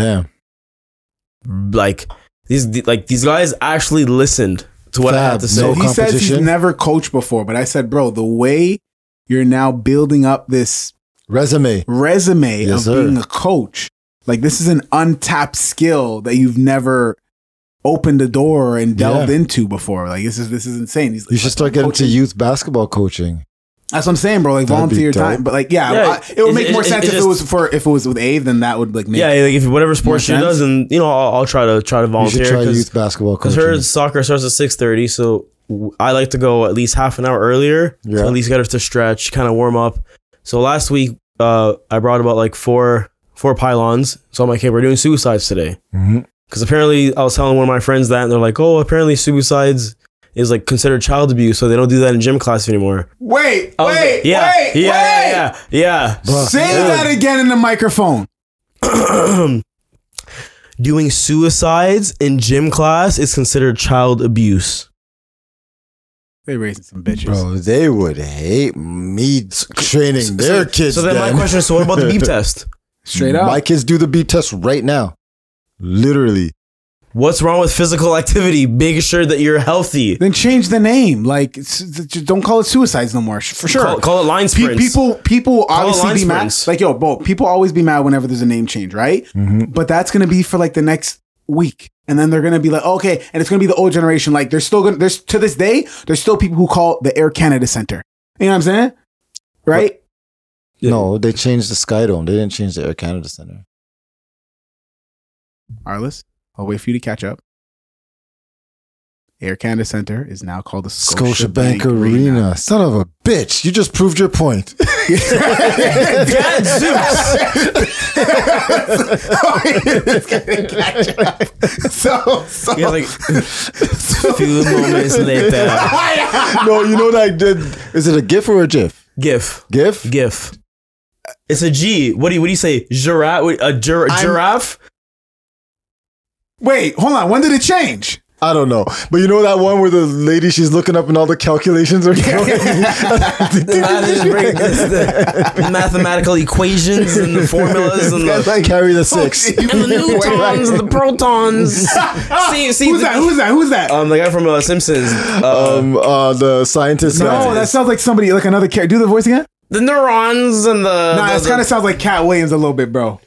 [SPEAKER 5] damn.
[SPEAKER 4] Like these the- like these guys actually listened to what I had
[SPEAKER 5] Fab,
[SPEAKER 4] to say.
[SPEAKER 5] no
[SPEAKER 3] he says he's
[SPEAKER 5] competition.
[SPEAKER 3] never coached before, but I said, bro, the way you're now building up this
[SPEAKER 5] Resume.
[SPEAKER 3] resume
[SPEAKER 5] Yes,
[SPEAKER 3] of
[SPEAKER 5] sir.
[SPEAKER 3] being a coach, like this is an untapped skill that you've never opened the door and delved
[SPEAKER 5] Yeah.
[SPEAKER 3] into before. Like this is this is insane. He's
[SPEAKER 5] You should start getting
[SPEAKER 3] coaching-
[SPEAKER 5] to youth basketball coaching.
[SPEAKER 3] That's what I'm saying, bro. Like
[SPEAKER 5] That'd be
[SPEAKER 3] volunteer
[SPEAKER 5] dope.
[SPEAKER 3] time, but like yeah,
[SPEAKER 4] Yeah,
[SPEAKER 3] I- it would
[SPEAKER 4] it-
[SPEAKER 3] make
[SPEAKER 4] it-
[SPEAKER 3] more
[SPEAKER 4] it-
[SPEAKER 3] sense
[SPEAKER 4] it
[SPEAKER 3] if
[SPEAKER 4] just-
[SPEAKER 3] it was for if it was with Ave, then that would like make
[SPEAKER 4] Yeah, like if whatever
[SPEAKER 3] more
[SPEAKER 4] sport she
[SPEAKER 3] sense.
[SPEAKER 4] does, and you know, I'll, I'll try to try to
[SPEAKER 5] You should
[SPEAKER 4] volunteer
[SPEAKER 5] try youth
[SPEAKER 4] because
[SPEAKER 5] basketball coaching.
[SPEAKER 4] her soccer starts at six thirty, so w- I like to go at least half an hour earlier
[SPEAKER 5] Yeah.
[SPEAKER 4] to at least get her to stretch, kind of warm up. So last week, uh, I brought about like four four pylons. So I'm like, hey, we're doing suicides today
[SPEAKER 5] Mhm.
[SPEAKER 4] because apparently I was telling one of my friends that, and they're like, oh, apparently suicides is like considered child abuse, so they don't do that in gym class anymore.
[SPEAKER 3] Wait, wait,
[SPEAKER 4] I was like, yeah,
[SPEAKER 3] wait,
[SPEAKER 4] yeah,
[SPEAKER 3] wait.
[SPEAKER 4] yeah, yeah, yeah.
[SPEAKER 5] Bruh,
[SPEAKER 3] Say
[SPEAKER 5] Uh, yeah.
[SPEAKER 3] that again in the microphone.
[SPEAKER 4] doing suicides in gym class is considered child abuse.
[SPEAKER 3] They raising some bitches.
[SPEAKER 5] Bro, they would hate me training their kids.
[SPEAKER 4] So then my question is, so what about the beep test?
[SPEAKER 3] Straight up.
[SPEAKER 5] My kids do the beep test right now. Literally.
[SPEAKER 4] What's wrong with physical activity? Making sure that you're healthy.
[SPEAKER 3] then change the name. Like, s- s- just don't call it suicides no more. sh- For sure.
[SPEAKER 4] Call, call it line
[SPEAKER 3] Pe-
[SPEAKER 4] sprints.
[SPEAKER 3] people, people obviously
[SPEAKER 4] line
[SPEAKER 3] be mad.
[SPEAKER 4] sprints. Mm-hmm.
[SPEAKER 3] Like, yo, bro, people always be mad whenever there's a name change, right?
[SPEAKER 5] Mm-hmm.
[SPEAKER 3] But that's gonna be for like the next week, and then they're gonna be like, okay, and it's gonna be the old generation. Like, there's still gonna there's to this day, there's still people who call the Air Canada Center. You know what I'm saying? Right?
[SPEAKER 4] Yeah.
[SPEAKER 5] No, they changed the Sky Dome. They didn't change the Air Canada Center.
[SPEAKER 3] Arliss, I'll wait for you to catch up. Air Canada Center is now called the Scotiabank,
[SPEAKER 5] Scotiabank Arena. Son of a bitch. You just proved your point.
[SPEAKER 4] Dad Zeus.
[SPEAKER 3] so, so
[SPEAKER 4] Yeah, like few moments later.
[SPEAKER 5] no, you know that did. Is it a GIF or a GIF?
[SPEAKER 4] GIF.
[SPEAKER 5] GIF?
[SPEAKER 4] GIF. It's a G. What do you what do you say? Giraffe? Wait, A gir-
[SPEAKER 5] I'm-
[SPEAKER 4] giraffe?
[SPEAKER 3] wait, hold on. When did it change?
[SPEAKER 5] I don't know. But you know that one where the lady, she's looking up and all the calculations are going.
[SPEAKER 4] Math is break- it's the mathematical equations and the formulas and the,
[SPEAKER 5] Carry the six.
[SPEAKER 4] and the newtons, the protons. see, see,
[SPEAKER 3] Who's
[SPEAKER 4] the-
[SPEAKER 3] that? Who's that? Who's that?
[SPEAKER 4] um, the guy from uh, Simpsons. Uh,
[SPEAKER 5] Um, uh, the scientist.
[SPEAKER 3] no, Oh, that sounds like somebody, like another character. Do the voice again.
[SPEAKER 4] the neurons and the.
[SPEAKER 3] Nah,
[SPEAKER 4] the-
[SPEAKER 3] that kind of sounds like Cat Williams a little bit, bro.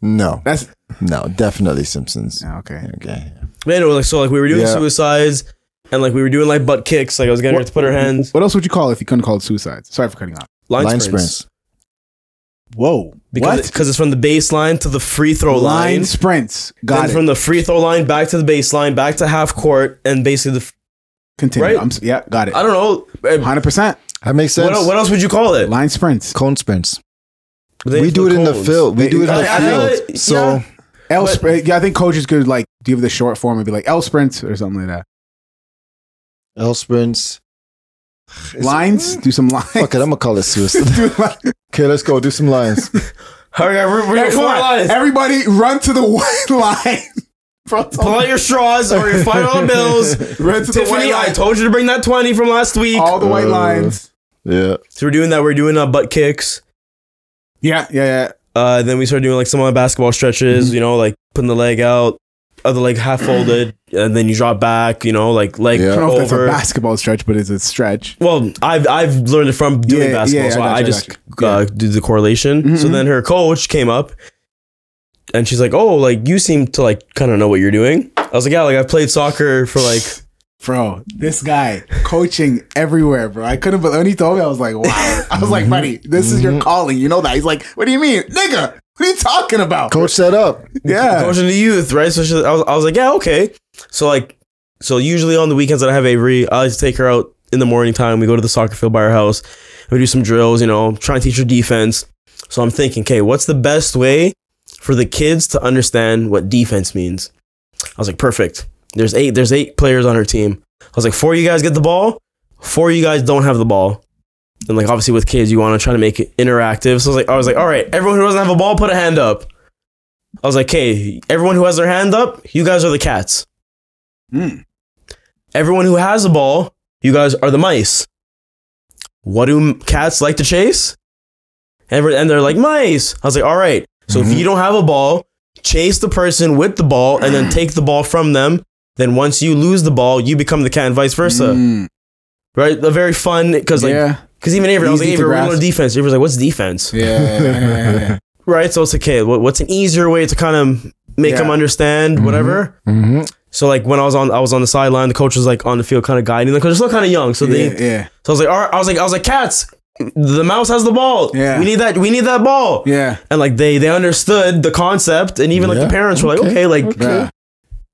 [SPEAKER 5] no,
[SPEAKER 3] That's
[SPEAKER 5] no, definitely Simpsons.
[SPEAKER 3] Yeah, Oh, okay.
[SPEAKER 5] Okay.
[SPEAKER 4] But anyway, like so, like we were doing
[SPEAKER 5] Yeah.
[SPEAKER 4] suicides, and like we were doing like butt kicks. Like I was getting her to put her hands
[SPEAKER 3] What else would you call it if you couldn't call it suicide? Sorry for cutting off.
[SPEAKER 4] line,
[SPEAKER 5] Line
[SPEAKER 4] sprints.
[SPEAKER 5] sprints.
[SPEAKER 3] Whoa,
[SPEAKER 4] Because
[SPEAKER 3] what?
[SPEAKER 4] Because it's from the baseline to the free throw
[SPEAKER 3] line
[SPEAKER 4] line.
[SPEAKER 3] sprints.
[SPEAKER 4] Then
[SPEAKER 3] Got it.
[SPEAKER 4] from the free throw line back to the baseline, back to half court, and basically the
[SPEAKER 3] Continue.
[SPEAKER 4] right?
[SPEAKER 3] I'm s- yeah, got it.
[SPEAKER 4] I don't know. eh,
[SPEAKER 3] Hundred percent.
[SPEAKER 5] That makes sense.
[SPEAKER 4] What, el- what else would you call it?
[SPEAKER 3] Line sprints.
[SPEAKER 5] Cone sprints.
[SPEAKER 4] They
[SPEAKER 5] We
[SPEAKER 4] have
[SPEAKER 5] do it in the
[SPEAKER 4] cones.
[SPEAKER 5] field. We
[SPEAKER 3] They-
[SPEAKER 5] do it in
[SPEAKER 3] I-
[SPEAKER 4] I-
[SPEAKER 5] the
[SPEAKER 4] yeah.
[SPEAKER 5] field. So
[SPEAKER 3] L
[SPEAKER 4] But-
[SPEAKER 3] sprint. Yeah, I think coaches could like give the short form and be like L sprints or something like that.
[SPEAKER 5] L sprints.
[SPEAKER 3] Lines. Do some lines.
[SPEAKER 5] Fuck it, I'm gonna call it suicide.
[SPEAKER 3] Do lines.
[SPEAKER 5] okay, let's go do some lines.
[SPEAKER 4] Hurry up, we're,
[SPEAKER 3] Hey,
[SPEAKER 4] we're
[SPEAKER 3] come
[SPEAKER 4] four
[SPEAKER 3] on.
[SPEAKER 4] lines.
[SPEAKER 3] Everybody run to the white line. Bro,
[SPEAKER 4] Pull out your straws or your five dollar bills.
[SPEAKER 3] Run to the
[SPEAKER 4] Tiffany,
[SPEAKER 3] white
[SPEAKER 4] I
[SPEAKER 3] line.
[SPEAKER 4] told you to bring that twenty from last week.
[SPEAKER 3] All the white
[SPEAKER 5] Uh,
[SPEAKER 3] lines.
[SPEAKER 5] Yeah,
[SPEAKER 4] So we're doing that. We're doing uh, butt kicks.
[SPEAKER 3] Yeah, yeah, yeah.
[SPEAKER 4] Uh, then we started doing like some other basketball stretches.
[SPEAKER 3] Mm-hmm.
[SPEAKER 4] You know, like putting the leg out, other leg half folded, and then you drop back. You know, like leg
[SPEAKER 5] Yeah.
[SPEAKER 3] I don't know if that's a
[SPEAKER 4] uh, over.
[SPEAKER 3] basketball stretch, but it's a stretch.
[SPEAKER 4] Well, I've I've learned it from doing
[SPEAKER 3] Yeah,
[SPEAKER 4] basketball,
[SPEAKER 3] yeah, I
[SPEAKER 4] so
[SPEAKER 3] got you,
[SPEAKER 4] I,
[SPEAKER 3] I
[SPEAKER 4] just
[SPEAKER 3] got you.
[SPEAKER 4] uh, did the correlation. So
[SPEAKER 3] Mhm.
[SPEAKER 4] then her coach came up, and she's like, "Oh, like you seem to like kind of know what you're doing." I was like, "Yeah, like I've played soccer for like."
[SPEAKER 3] Bro, this guy coaching everywhere, bro. I couldn't believe when he told me. I was like, wow. I was like, buddy, this is your calling. You know that. He's like, what do you mean, nigga? What are you talking about?
[SPEAKER 5] coach set up.
[SPEAKER 3] yeah,
[SPEAKER 4] coaching the youth, right? So she, I, was, I was like, yeah, okay. So like, so usually on the weekends that I have Avery, I like to take her out in the morning time. We go to the soccer field by her house. We do some drills, you know, try and teach her defense. So I'm thinking, okay, what's the best way for the kids to understand what defense means? I was like, perfect. There's eight. There's eight players on her team. I was like, four of you guys get the ball. Four of you guys don't have the ball. And like obviously with kids, you want to try to make it interactive. So I was like, I was like, all right, everyone who doesn't have a ball, put a hand up. I was like, hey, everyone who has their hand up, you guys are the cats.
[SPEAKER 3] Mm.
[SPEAKER 4] Everyone who has a ball, you guys are the mice. What do m- cats like to chase? Every- and they're like, mice. I was like, all right. So
[SPEAKER 3] Mm-hmm.
[SPEAKER 4] if you don't have a ball, chase the person with the ball and then take the ball from them. Then once you lose the ball, you become the cat and vice versa.
[SPEAKER 3] Mm.
[SPEAKER 4] Right? A very fun, because like,
[SPEAKER 3] yeah,
[SPEAKER 4] because even Avery, I was like,
[SPEAKER 3] Easy to
[SPEAKER 4] Avery, we're going to
[SPEAKER 3] grasp.
[SPEAKER 4] defense. Avery was like, what's defense?
[SPEAKER 3] yeah, yeah, yeah, yeah.
[SPEAKER 4] Right? So it's like, okay, what, what's an easier way to kind of make
[SPEAKER 3] Yeah.
[SPEAKER 4] them understand whatever?
[SPEAKER 5] Mm-hmm.
[SPEAKER 4] So like when I was on, I was on the sideline. The coach was like on the field, kind of guiding them because they're still kind of young. So they,
[SPEAKER 3] yeah, yeah,
[SPEAKER 4] so I was like, all right, I was like, I was like, cats. The mouse has the ball.
[SPEAKER 3] Yeah.
[SPEAKER 4] we need that. We need that ball.
[SPEAKER 3] yeah.
[SPEAKER 4] And like they, they understood the concept, and even like
[SPEAKER 5] Yeah.
[SPEAKER 4] the parents were like, okay, like
[SPEAKER 3] Bruh.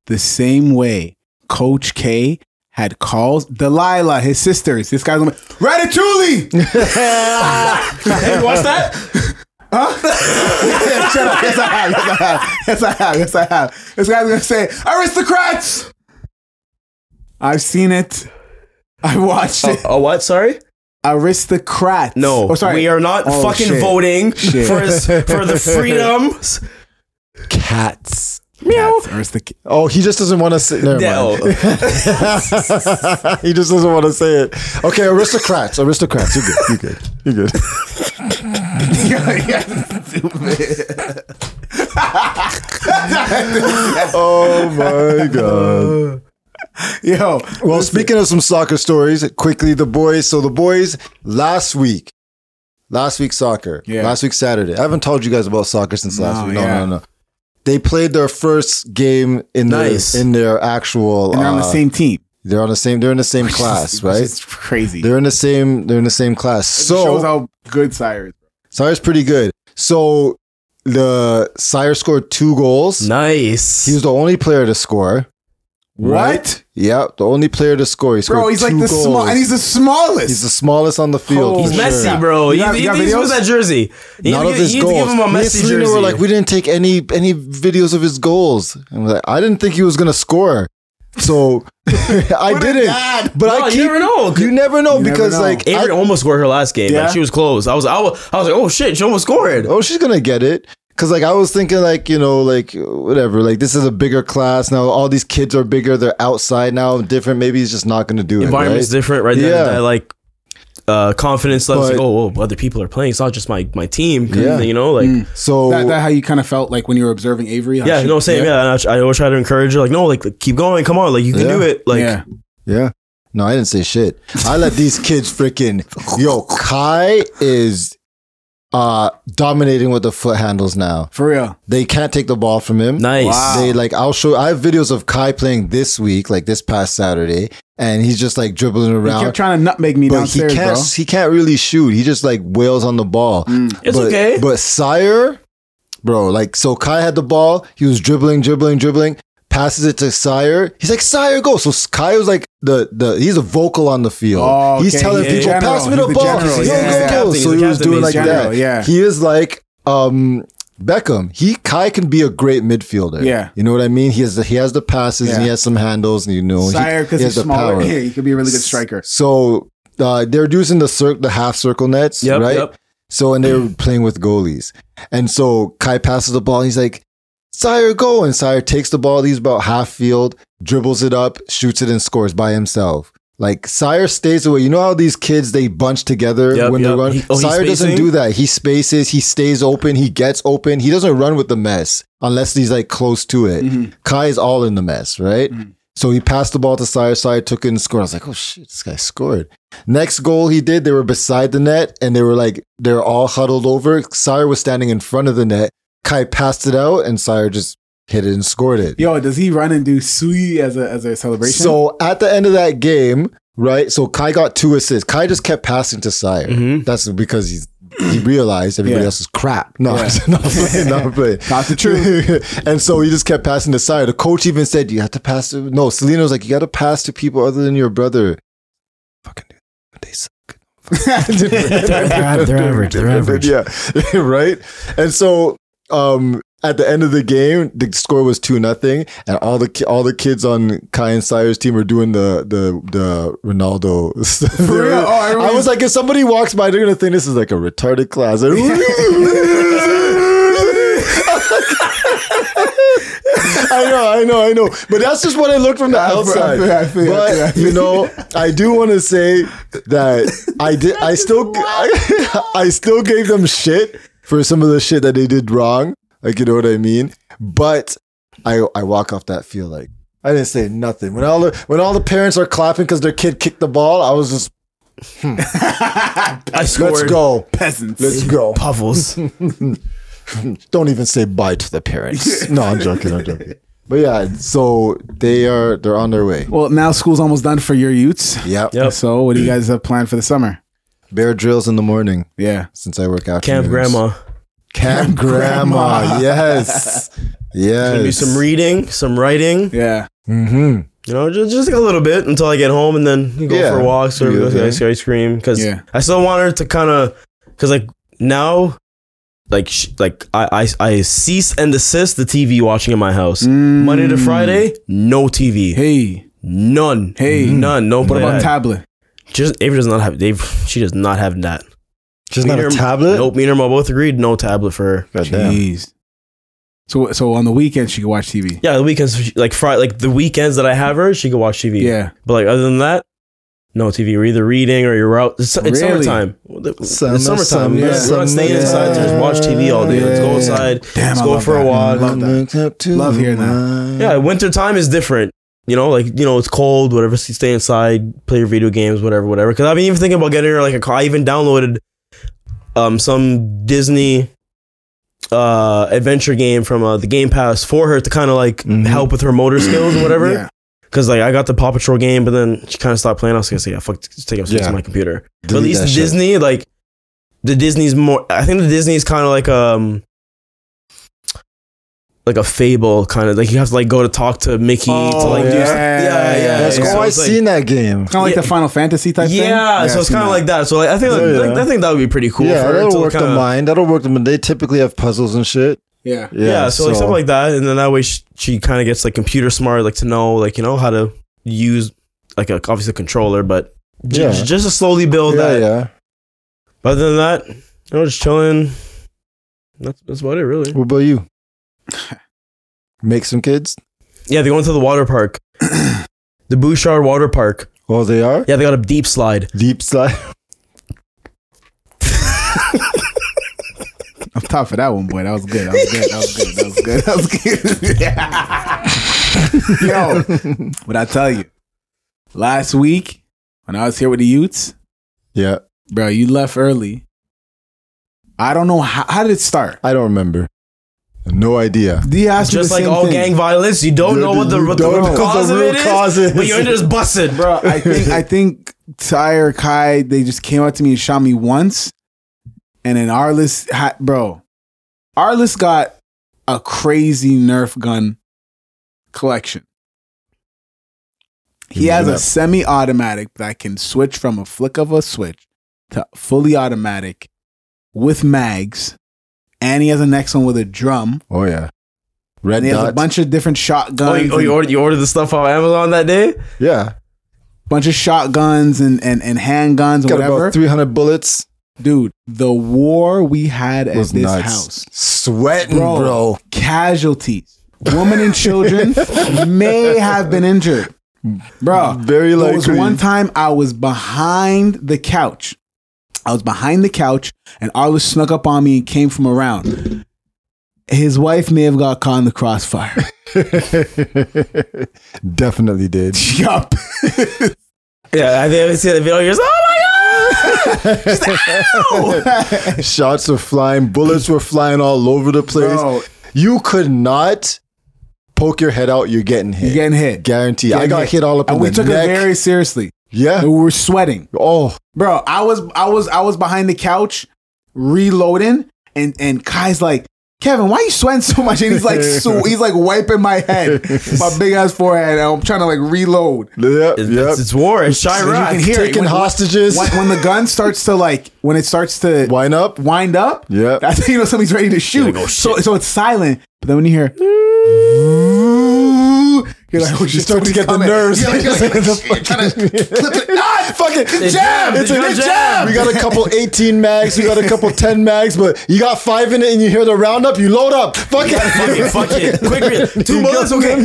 [SPEAKER 3] The same way Coach K had calls Delilah, his sisters. This guy's like, Ratatouille!
[SPEAKER 4] hey, what's that?
[SPEAKER 3] Shut up. Yes, I have. Yes, I have. Yes, I have. Yes, I have. This guy's gonna say, Aristocrats! I've seen it. I watched it.
[SPEAKER 4] Oh, what? Sorry.
[SPEAKER 3] Aristocrats.
[SPEAKER 4] No,
[SPEAKER 3] Oh, sorry.
[SPEAKER 4] we are not
[SPEAKER 3] Oh,
[SPEAKER 4] fucking
[SPEAKER 3] shit.
[SPEAKER 4] voting
[SPEAKER 3] Shit.
[SPEAKER 4] for his, for the freedoms.
[SPEAKER 5] Cats.
[SPEAKER 4] Meow.
[SPEAKER 3] Aristoc-
[SPEAKER 5] Oh, he just doesn't want to say. Never
[SPEAKER 4] No.
[SPEAKER 5] mind. he just doesn't want to say it. Okay, aristocrats, aristocrats. You're good. You're good. You're good. oh my god.
[SPEAKER 3] Yo,
[SPEAKER 5] Well, speaking of some soccer stories, quickly the boys. So the boys last week, last week soccer,
[SPEAKER 3] Yeah.
[SPEAKER 5] last week Saturday. I haven't told you guys about soccer since last
[SPEAKER 3] No,
[SPEAKER 5] week. No,
[SPEAKER 3] yeah.
[SPEAKER 5] no, no. They played their first game in
[SPEAKER 4] Nice.
[SPEAKER 5] their in their actual.
[SPEAKER 3] and they're on the
[SPEAKER 5] uh,
[SPEAKER 3] same team.
[SPEAKER 5] They're on the same. They're in the same class, right?
[SPEAKER 3] It's crazy.
[SPEAKER 5] They're in the same. They're in the same class.
[SPEAKER 3] So, shows
[SPEAKER 5] So
[SPEAKER 3] how good Cyrus.
[SPEAKER 5] Sire's pretty good. So the Sire scored two goals.
[SPEAKER 4] Nice.
[SPEAKER 5] He was the only player to score.
[SPEAKER 3] What?
[SPEAKER 5] Yep, the only player to score. He scored
[SPEAKER 3] Bro, he's like
[SPEAKER 5] two
[SPEAKER 3] the
[SPEAKER 5] goals.
[SPEAKER 3] small, and he's the smallest.
[SPEAKER 5] He's the smallest on the
[SPEAKER 3] Oh,
[SPEAKER 5] field. for
[SPEAKER 4] He's
[SPEAKER 5] sure.
[SPEAKER 4] messy,
[SPEAKER 3] Yeah.
[SPEAKER 4] bro.
[SPEAKER 3] You
[SPEAKER 4] You,
[SPEAKER 3] got-
[SPEAKER 4] you,
[SPEAKER 3] you got
[SPEAKER 4] think he's
[SPEAKER 3] videos?
[SPEAKER 4] with that jersey. You
[SPEAKER 5] None
[SPEAKER 4] need
[SPEAKER 5] of
[SPEAKER 4] to,
[SPEAKER 5] his
[SPEAKER 4] you need to
[SPEAKER 5] goals.
[SPEAKER 4] give him a
[SPEAKER 5] Me and
[SPEAKER 4] messy
[SPEAKER 5] Selena
[SPEAKER 4] jersey.
[SPEAKER 5] were like, we didn't take any any videos of his goals. And we're like, I didn't think he was gonna score. So I
[SPEAKER 3] dad.
[SPEAKER 5] didn't. But
[SPEAKER 4] No,
[SPEAKER 5] I
[SPEAKER 4] you
[SPEAKER 5] keep,
[SPEAKER 4] never know.
[SPEAKER 5] You never know
[SPEAKER 3] never
[SPEAKER 5] because
[SPEAKER 3] know.
[SPEAKER 5] like I-
[SPEAKER 4] Avery almost scored her last game.
[SPEAKER 3] Yeah.
[SPEAKER 4] Like, she was close. I was, I was, I was like, oh shit, she almost scored.
[SPEAKER 5] oh she's gonna get it. Cause like I was thinking like, you know, like whatever, like this is a bigger class now. All these kids are bigger, they're outside now, different. Maybe he's just not gonna do it.
[SPEAKER 4] Environment's
[SPEAKER 5] right?
[SPEAKER 4] different, right?
[SPEAKER 5] Yeah.
[SPEAKER 4] That, that, like uh, confidence levels. Like,
[SPEAKER 5] But-
[SPEAKER 4] oh, oh, other people are playing. It's not just my my team. kinda
[SPEAKER 5] Yeah. Mm.
[SPEAKER 4] thing, you know, like
[SPEAKER 5] So
[SPEAKER 3] that, that how you kind of felt like when you were observing Avery? how
[SPEAKER 4] yeah,
[SPEAKER 3] she-
[SPEAKER 4] no, same. Yeah, and I, I always try to encourage her. Like, no, like, like, keep going. Come on, like you can
[SPEAKER 5] Yeah.
[SPEAKER 4] do it. Like,
[SPEAKER 3] yeah.
[SPEAKER 5] Yeah. No, I didn't say shit. I let these kids freaking yo, Kai is uh dominating with the foot handles now.
[SPEAKER 3] for real.
[SPEAKER 5] They can't take the ball from him.
[SPEAKER 4] nice.
[SPEAKER 5] They like I'll show I have videos of Kai playing this week, like this past Saturday, and he's just like dribbling
[SPEAKER 3] He
[SPEAKER 5] around.
[SPEAKER 3] kept trying to nutmeg me
[SPEAKER 5] but he
[SPEAKER 3] downstairs,
[SPEAKER 5] can't he can't really shoot. He just like wails on the ball.
[SPEAKER 3] Mm.
[SPEAKER 4] It's
[SPEAKER 5] but,
[SPEAKER 4] okay.
[SPEAKER 5] But Sire, bro, like so Kai had the ball, he was dribbling, dribbling, dribbling, passes it to Sire. He's like, Sire, go. So Kai was like the the he's a vocal on the field.
[SPEAKER 3] Oh,
[SPEAKER 5] He's
[SPEAKER 3] okay.
[SPEAKER 5] telling
[SPEAKER 4] He's the
[SPEAKER 5] people, pass me
[SPEAKER 3] general.
[SPEAKER 5] the
[SPEAKER 3] He's the
[SPEAKER 5] ball.
[SPEAKER 3] general.
[SPEAKER 5] Yo,
[SPEAKER 3] Yeah,
[SPEAKER 5] go,
[SPEAKER 3] yeah,
[SPEAKER 5] go.
[SPEAKER 4] yeah.
[SPEAKER 5] So he was
[SPEAKER 4] Captain,
[SPEAKER 5] doing
[SPEAKER 4] he's
[SPEAKER 5] like
[SPEAKER 3] general,
[SPEAKER 5] that.
[SPEAKER 3] yeah.
[SPEAKER 5] He is like um Beckham, he Kai can be a great midfielder.
[SPEAKER 3] Yeah.
[SPEAKER 5] you know what I mean. He has the, he has the passes and
[SPEAKER 3] Yeah.
[SPEAKER 5] he has some handles and you know
[SPEAKER 3] bro.
[SPEAKER 5] he-
[SPEAKER 3] Sire, because
[SPEAKER 5] he
[SPEAKER 3] he's
[SPEAKER 5] has the
[SPEAKER 3] smaller.
[SPEAKER 5] power.
[SPEAKER 3] Yeah, he could be a really good striker.
[SPEAKER 5] So uh, they're using the cir- the half circle nets,
[SPEAKER 4] Yep,
[SPEAKER 5] right?
[SPEAKER 4] yep.
[SPEAKER 5] So and they were playing with goalies, and so Kai passes the ball. And he's like, "Sire, go!" And Sire takes the ball. He's about half field, dribbles it up, shoots it, and scores by himself. Like Sire stays away. You know how these kids they bunch together
[SPEAKER 4] Yep,
[SPEAKER 5] when they're
[SPEAKER 4] yep.
[SPEAKER 5] going.
[SPEAKER 4] He- oh, he's
[SPEAKER 5] Sire doesn't
[SPEAKER 4] spacing?
[SPEAKER 5] do that. He spaces. He stays open. He gets open. He doesn't run with the mess unless he's like close to it. Kai is all in the mess, right? So he passed the ball to Sire. Sire took it and scored. I was like, oh shit, this guy scored. Next goal he did, they were beside the net and they were like, they're all huddled over. Sire was standing in front of the net. Kai passed it out and Sire just hit it and scored it.
[SPEAKER 3] Yo, does he run and do sui as a as a celebration?
[SPEAKER 5] So at the end of that game, right? So Kai got two assists. Kai just kept passing to Sire.
[SPEAKER 4] Mhm.
[SPEAKER 5] That's because he's. He realized everybody
[SPEAKER 3] Yeah.
[SPEAKER 5] else is crap. No,
[SPEAKER 3] Yeah.
[SPEAKER 5] not playing, not playing.
[SPEAKER 3] Not the
[SPEAKER 5] truth. and so he just kept passing to Sire. The coach even said, "You have to pass to." No, Selena was like, "You got to pass to people other than your brother." Fucking dude, they suck.
[SPEAKER 4] They're- they're average, they're average.
[SPEAKER 5] Yeah, right. And so, um, at the end of the game, the score was two nothing, and all the ki- all the kids on Kai and Sire's team are doing the the the Ronaldo.
[SPEAKER 3] real? Oh, I
[SPEAKER 5] I
[SPEAKER 3] remember-
[SPEAKER 5] was like, if somebody walks by, they're gonna think this is like a retarded class. I know, I know, I know. But that's just what I looked from the
[SPEAKER 3] I feel- I
[SPEAKER 5] outside.
[SPEAKER 3] feel- I feel- I
[SPEAKER 5] but
[SPEAKER 3] feel- I feel.
[SPEAKER 5] you know, I do want to say that I did. I still, I, I still gave them shit for some of the shit that they did wrong. Like you know what I mean. But I, I walk off that field like I didn't say nothing. When all the when all the parents are clapping because their kid kicked the ball, I was just
[SPEAKER 4] I scored.
[SPEAKER 5] let's go,
[SPEAKER 3] peasants.
[SPEAKER 5] let's go.
[SPEAKER 4] Puffles.
[SPEAKER 5] Don't even say bye to the parents. no, I'm joking. I'm joking. But yeah, so they are they're on their way.
[SPEAKER 3] Well, now school's almost done for your youths.
[SPEAKER 5] Yeah,
[SPEAKER 4] Yep.
[SPEAKER 3] So, what do you guys have planned for the summer?
[SPEAKER 5] bear drills in the morning
[SPEAKER 3] Yeah.
[SPEAKER 5] since I work out.
[SPEAKER 4] Camp grandma.
[SPEAKER 5] Camp grandma. Yes. Yes.
[SPEAKER 4] Gonna do some reading, some writing.
[SPEAKER 3] Yeah.
[SPEAKER 5] hmm
[SPEAKER 4] You know, just, just like a little bit until I get home and then go
[SPEAKER 5] Yeah.
[SPEAKER 4] for walks or
[SPEAKER 5] Yeah,
[SPEAKER 4] go
[SPEAKER 5] yeah.
[SPEAKER 4] get ice, ice cream. Because
[SPEAKER 3] Yeah.
[SPEAKER 4] I still want her to kind of, because like now, like sh- like I, I I cease and desist the TV watching in my house.
[SPEAKER 5] Mm.
[SPEAKER 4] Monday to Friday, no TV,
[SPEAKER 3] Mm. Hey,
[SPEAKER 4] none,
[SPEAKER 3] Hey.
[SPEAKER 4] none, no.
[SPEAKER 3] what
[SPEAKER 4] play
[SPEAKER 3] about
[SPEAKER 4] that.
[SPEAKER 3] tablet?
[SPEAKER 4] Just Avery does not have. Dave, she does not have that.
[SPEAKER 5] She's
[SPEAKER 4] Me
[SPEAKER 5] not
[SPEAKER 4] and
[SPEAKER 5] a
[SPEAKER 4] her-
[SPEAKER 5] tablet.
[SPEAKER 4] Nope. Me and her mom both agreed no tablet for her.
[SPEAKER 5] God damn.
[SPEAKER 3] Jeez. So, so on the weekends she can watch TV.
[SPEAKER 4] Yeah, the weekends she- like Friday, like the weekends that I have her, she can watch TV.
[SPEAKER 3] Yeah.
[SPEAKER 4] But like other than that, no TV. You're either reading or you're out. It's, it's
[SPEAKER 3] Really?
[SPEAKER 4] summertime. It's
[SPEAKER 5] Summer,
[SPEAKER 4] summertime.
[SPEAKER 5] summer,
[SPEAKER 4] we're, not, we're not staying
[SPEAKER 5] summer.
[SPEAKER 4] inside to just watch TV all day. Let's go
[SPEAKER 5] Yeah.
[SPEAKER 4] outside.
[SPEAKER 3] Damn,
[SPEAKER 4] Let's
[SPEAKER 3] I
[SPEAKER 4] go
[SPEAKER 3] love
[SPEAKER 4] for
[SPEAKER 3] that.
[SPEAKER 4] a walk.
[SPEAKER 3] Love that. Love hearing that.
[SPEAKER 4] Yeah,
[SPEAKER 5] Mm.
[SPEAKER 4] winter time is different. You know, like you know, it's cold. Whatever, so you stay inside, play your video games, whatever, whatever. Because I've been even thinking about getting her like a car. I even downloaded um some Disney uh adventure game from uh, the Game Pass for her to kind of like
[SPEAKER 5] Mhm.
[SPEAKER 4] help with her motor skills or whatever.
[SPEAKER 3] Yeah.
[SPEAKER 4] Cause like I got the Paw Patrol game, but then she kind of stopped playing. I was gonna say, yeah, fuck, just take up space
[SPEAKER 5] Yeah.
[SPEAKER 4] on my computer. but at
[SPEAKER 5] Delete
[SPEAKER 4] least
[SPEAKER 5] that
[SPEAKER 4] the
[SPEAKER 5] shit.
[SPEAKER 4] Disney, like the Disney's more. I think the Disney's kind of like um, like a fable kind of like you have to like go to talk to Mickey to
[SPEAKER 3] Oh,
[SPEAKER 4] like do
[SPEAKER 3] yeah.
[SPEAKER 4] stuff. yeah yeah
[SPEAKER 5] That's
[SPEAKER 4] yeah.
[SPEAKER 5] cool. Oh,
[SPEAKER 4] So
[SPEAKER 5] I
[SPEAKER 4] it's like-
[SPEAKER 5] seen that game.
[SPEAKER 3] Kind of like
[SPEAKER 4] Yeah.
[SPEAKER 3] the Final Fantasy type
[SPEAKER 4] yeah,
[SPEAKER 3] thing.
[SPEAKER 4] so it's
[SPEAKER 3] I've
[SPEAKER 4] kind
[SPEAKER 3] seen
[SPEAKER 4] of like that so like I think
[SPEAKER 5] Yeah,
[SPEAKER 4] like,
[SPEAKER 5] yeah.
[SPEAKER 4] I think that would be pretty cool
[SPEAKER 5] yeah,
[SPEAKER 4] for it
[SPEAKER 5] that'll
[SPEAKER 4] to
[SPEAKER 5] work the
[SPEAKER 4] kinda-
[SPEAKER 5] mind. That'll work the mind. They typically have puzzles and shit.
[SPEAKER 3] Yeah.
[SPEAKER 5] Yeah,
[SPEAKER 4] yeah, so, like stuff like that and then that way she, she kind of gets like computer smart like to know like you know how to use like a, obviously a controller but j-
[SPEAKER 5] Yeah.
[SPEAKER 4] j- just to slowly build
[SPEAKER 5] yeah,
[SPEAKER 4] that
[SPEAKER 5] yeah.
[SPEAKER 4] But other than that you know just chilling that's, that's about it really
[SPEAKER 5] What about you? Make some kids?
[SPEAKER 4] yeah they going to the water park the Bouchard water park
[SPEAKER 5] Oh, they are
[SPEAKER 4] yeah they got a deep slide
[SPEAKER 5] deep slide.
[SPEAKER 3] I'm top for that one, boy. That was good. That was good. That was good. That was good. That was good. Yo, what I tell you, last week when I was here with the Utes,
[SPEAKER 5] Yeah,
[SPEAKER 3] bro, you left early. I don't know how, how did it start.
[SPEAKER 5] I don't remember. No idea.
[SPEAKER 3] You asked me
[SPEAKER 4] just
[SPEAKER 3] the
[SPEAKER 4] like
[SPEAKER 3] same
[SPEAKER 4] all
[SPEAKER 3] thing.
[SPEAKER 4] gang violence you don't
[SPEAKER 5] You-
[SPEAKER 4] know what the,
[SPEAKER 5] you
[SPEAKER 4] what the,
[SPEAKER 5] don't
[SPEAKER 4] root
[SPEAKER 5] know.
[SPEAKER 4] cause
[SPEAKER 5] The
[SPEAKER 4] of it
[SPEAKER 5] root
[SPEAKER 4] is
[SPEAKER 5] cause is-
[SPEAKER 4] but you're just busted bro
[SPEAKER 3] bro. I think I think Ty or Kai they just came up to me and shot me once, and then Arliss, ha- bro, Arliss got a crazy Nerf gun collection. He
[SPEAKER 5] You
[SPEAKER 3] has
[SPEAKER 5] mean
[SPEAKER 3] a
[SPEAKER 5] that-
[SPEAKER 3] semi-automatic that can switch from a flick of a switch to fully automatic with mags, and he has the next one with a drum,
[SPEAKER 5] Oh yeah, red
[SPEAKER 3] and he has a
[SPEAKER 5] dot.
[SPEAKER 3] bunch of different shotguns.
[SPEAKER 4] oh you, oh,
[SPEAKER 3] and-
[SPEAKER 4] you ordered you ordered the stuff off Amazon that day
[SPEAKER 5] yeah,
[SPEAKER 3] bunch of shotguns and and and handguns and
[SPEAKER 5] got
[SPEAKER 3] whatever.
[SPEAKER 5] about three hundred bullets.
[SPEAKER 3] Dude, the war we had at
[SPEAKER 5] Was
[SPEAKER 3] this
[SPEAKER 5] nuts.
[SPEAKER 3] house.
[SPEAKER 5] Sweating, bro.
[SPEAKER 3] Casualties. Women and children may have been injured. Bro,
[SPEAKER 5] Very
[SPEAKER 3] There was
[SPEAKER 5] likely.
[SPEAKER 3] one time I was behind the couch. I was behind the couch and Arlo snuck up on me and came from around. His wife may have got caught in the crossfire.
[SPEAKER 5] Definitely did.
[SPEAKER 3] Yup.
[SPEAKER 4] yeah I think I see that video you're just, oh my god
[SPEAKER 5] Shots were flying, bullets were flying all over the place.
[SPEAKER 3] Bro.
[SPEAKER 5] You could not poke your head out. You're getting hit.
[SPEAKER 3] You're getting hit.
[SPEAKER 5] Guarantee. I
[SPEAKER 3] Getting
[SPEAKER 5] got hit all up
[SPEAKER 3] and
[SPEAKER 5] in
[SPEAKER 3] we
[SPEAKER 5] the
[SPEAKER 3] took
[SPEAKER 5] neck.
[SPEAKER 3] it very seriously.
[SPEAKER 5] yeah.
[SPEAKER 3] And we were sweating.
[SPEAKER 5] Oh,
[SPEAKER 3] bro i was i was i was behind the couch reloading and and kai's like kevin why you sweating so much and he's like so he's like wiping my head my big ass forehead and i'm trying to like reload
[SPEAKER 5] yeah,
[SPEAKER 4] it's,
[SPEAKER 5] yeah.
[SPEAKER 4] it's, it's war it's
[SPEAKER 3] So you
[SPEAKER 4] Chirac
[SPEAKER 3] can hear it.
[SPEAKER 5] Taking
[SPEAKER 3] When-
[SPEAKER 5] hostages.
[SPEAKER 3] when, when the gun starts to like when it starts to
[SPEAKER 5] Wine up.
[SPEAKER 3] wind up
[SPEAKER 5] Yeah.
[SPEAKER 3] that's how you know somebody's ready to shoot so so it's silent but then when you hear you're like, oh,
[SPEAKER 5] You
[SPEAKER 3] shit,
[SPEAKER 5] start
[SPEAKER 3] somebody's
[SPEAKER 5] to get the
[SPEAKER 3] coming.
[SPEAKER 5] nerves.
[SPEAKER 3] You're like, you're like, shit, trying to clip it. Ah, fuck
[SPEAKER 5] Fuck it.
[SPEAKER 4] jam.
[SPEAKER 5] It's a
[SPEAKER 4] They
[SPEAKER 5] good
[SPEAKER 4] jam.
[SPEAKER 5] jam. We got a couple 18 mags. We got a couple 10 mags, but you got five in it and you hear the roundup, you load up.
[SPEAKER 4] fuck
[SPEAKER 5] Fuck it.
[SPEAKER 4] it fuck it quick re- two bullets okay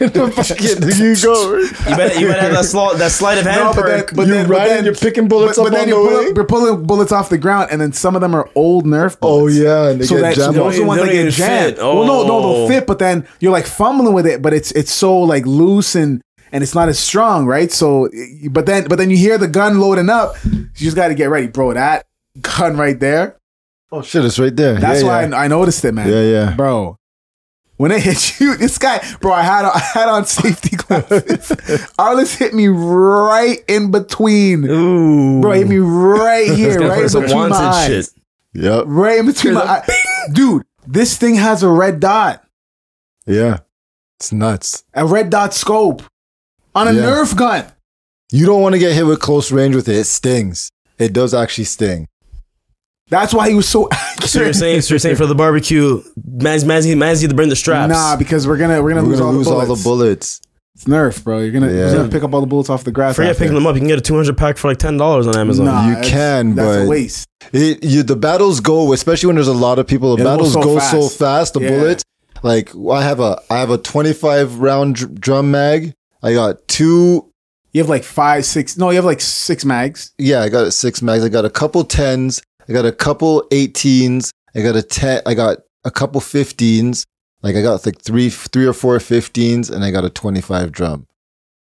[SPEAKER 5] Fuck it. There you go.
[SPEAKER 4] you better you better have that, sl- that sleight of hand
[SPEAKER 3] No, but then,
[SPEAKER 4] perk
[SPEAKER 3] but
[SPEAKER 5] You
[SPEAKER 3] then,
[SPEAKER 5] ride
[SPEAKER 3] but
[SPEAKER 5] and
[SPEAKER 3] then
[SPEAKER 5] you're picking bullets
[SPEAKER 3] but, but
[SPEAKER 5] up
[SPEAKER 3] then
[SPEAKER 5] on
[SPEAKER 3] you're
[SPEAKER 5] the
[SPEAKER 3] pulling,
[SPEAKER 5] way.
[SPEAKER 3] you're pulling bullets off the ground, and then some of them are old Nerf. Bullets.
[SPEAKER 5] Oh, yeah, and they
[SPEAKER 3] so
[SPEAKER 5] get
[SPEAKER 3] that
[SPEAKER 5] jammed
[SPEAKER 3] those are
[SPEAKER 4] up.
[SPEAKER 3] the ones
[SPEAKER 4] They
[SPEAKER 3] that
[SPEAKER 4] don't even
[SPEAKER 3] get jammed.
[SPEAKER 4] fit.
[SPEAKER 3] Well, no, no,
[SPEAKER 4] Oh.
[SPEAKER 3] they'll fit, but then you're like fumbling with it, but it's it's so like loose and and it's not as strong, right? So, y- but then but then you hear the gun loading up, you just got to get ready, bro. That gun right there.
[SPEAKER 5] Oh, shit. It's right there.
[SPEAKER 3] That's
[SPEAKER 5] Yeah,
[SPEAKER 3] why
[SPEAKER 5] yeah.
[SPEAKER 3] I, I noticed it, man.
[SPEAKER 5] Yeah, yeah.
[SPEAKER 3] bro. When it hit you, this guy, bro, I had on, I had on safety glasses. Arliss hit me right in between,
[SPEAKER 4] ooh
[SPEAKER 3] bro. Hit me right here, right in
[SPEAKER 4] some
[SPEAKER 3] between my
[SPEAKER 4] wanted
[SPEAKER 3] eyes,
[SPEAKER 4] shit
[SPEAKER 5] Yep.
[SPEAKER 3] right in between my eyes. Dude, this thing has a red dot,
[SPEAKER 5] Yeah. It's nuts.
[SPEAKER 3] a red dot scope on a
[SPEAKER 5] Yeah.
[SPEAKER 3] Nerf gun.
[SPEAKER 5] You don't want to get hit with close range with it. It stings. It does actually sting.
[SPEAKER 3] That's why he was so
[SPEAKER 4] so you're
[SPEAKER 3] accurate.
[SPEAKER 4] saying so you're saying for the barbecue Maz Mazzy Mazzy to bring the straps
[SPEAKER 3] Nah, because we're gonna we're gonna
[SPEAKER 5] We're
[SPEAKER 3] lose,
[SPEAKER 5] gonna
[SPEAKER 3] all,
[SPEAKER 5] lose
[SPEAKER 3] the
[SPEAKER 5] all
[SPEAKER 3] bullets.
[SPEAKER 5] the bullets.
[SPEAKER 3] It's Nerf, bro. You're gonna, you're
[SPEAKER 5] Yeah.
[SPEAKER 3] gonna pick up all the bullets off the grass.
[SPEAKER 4] forget
[SPEAKER 3] after.
[SPEAKER 4] picking them up you can get a 200 pack for like $10 on Amazon
[SPEAKER 3] Nah,
[SPEAKER 5] You
[SPEAKER 3] that's-
[SPEAKER 5] can,
[SPEAKER 3] that's a
[SPEAKER 5] but-
[SPEAKER 3] waste.
[SPEAKER 5] It, you, the battles go, especially when there's a lot of people. The
[SPEAKER 3] Yeah, they go
[SPEAKER 5] battles
[SPEAKER 3] so
[SPEAKER 5] go so
[SPEAKER 3] fast.
[SPEAKER 5] fast. The
[SPEAKER 3] Yeah.
[SPEAKER 5] bullets, like I have a, I have a 25 round dr- drum mag. I got two.
[SPEAKER 3] You have like five, six. No, you have like six mags.
[SPEAKER 5] Yeah, I got six mags. I got a couple tens. I got a couple 18s. I got a ten. I got a couple 15s. Like I got like three, three or four 15s, and I got a 25 drum.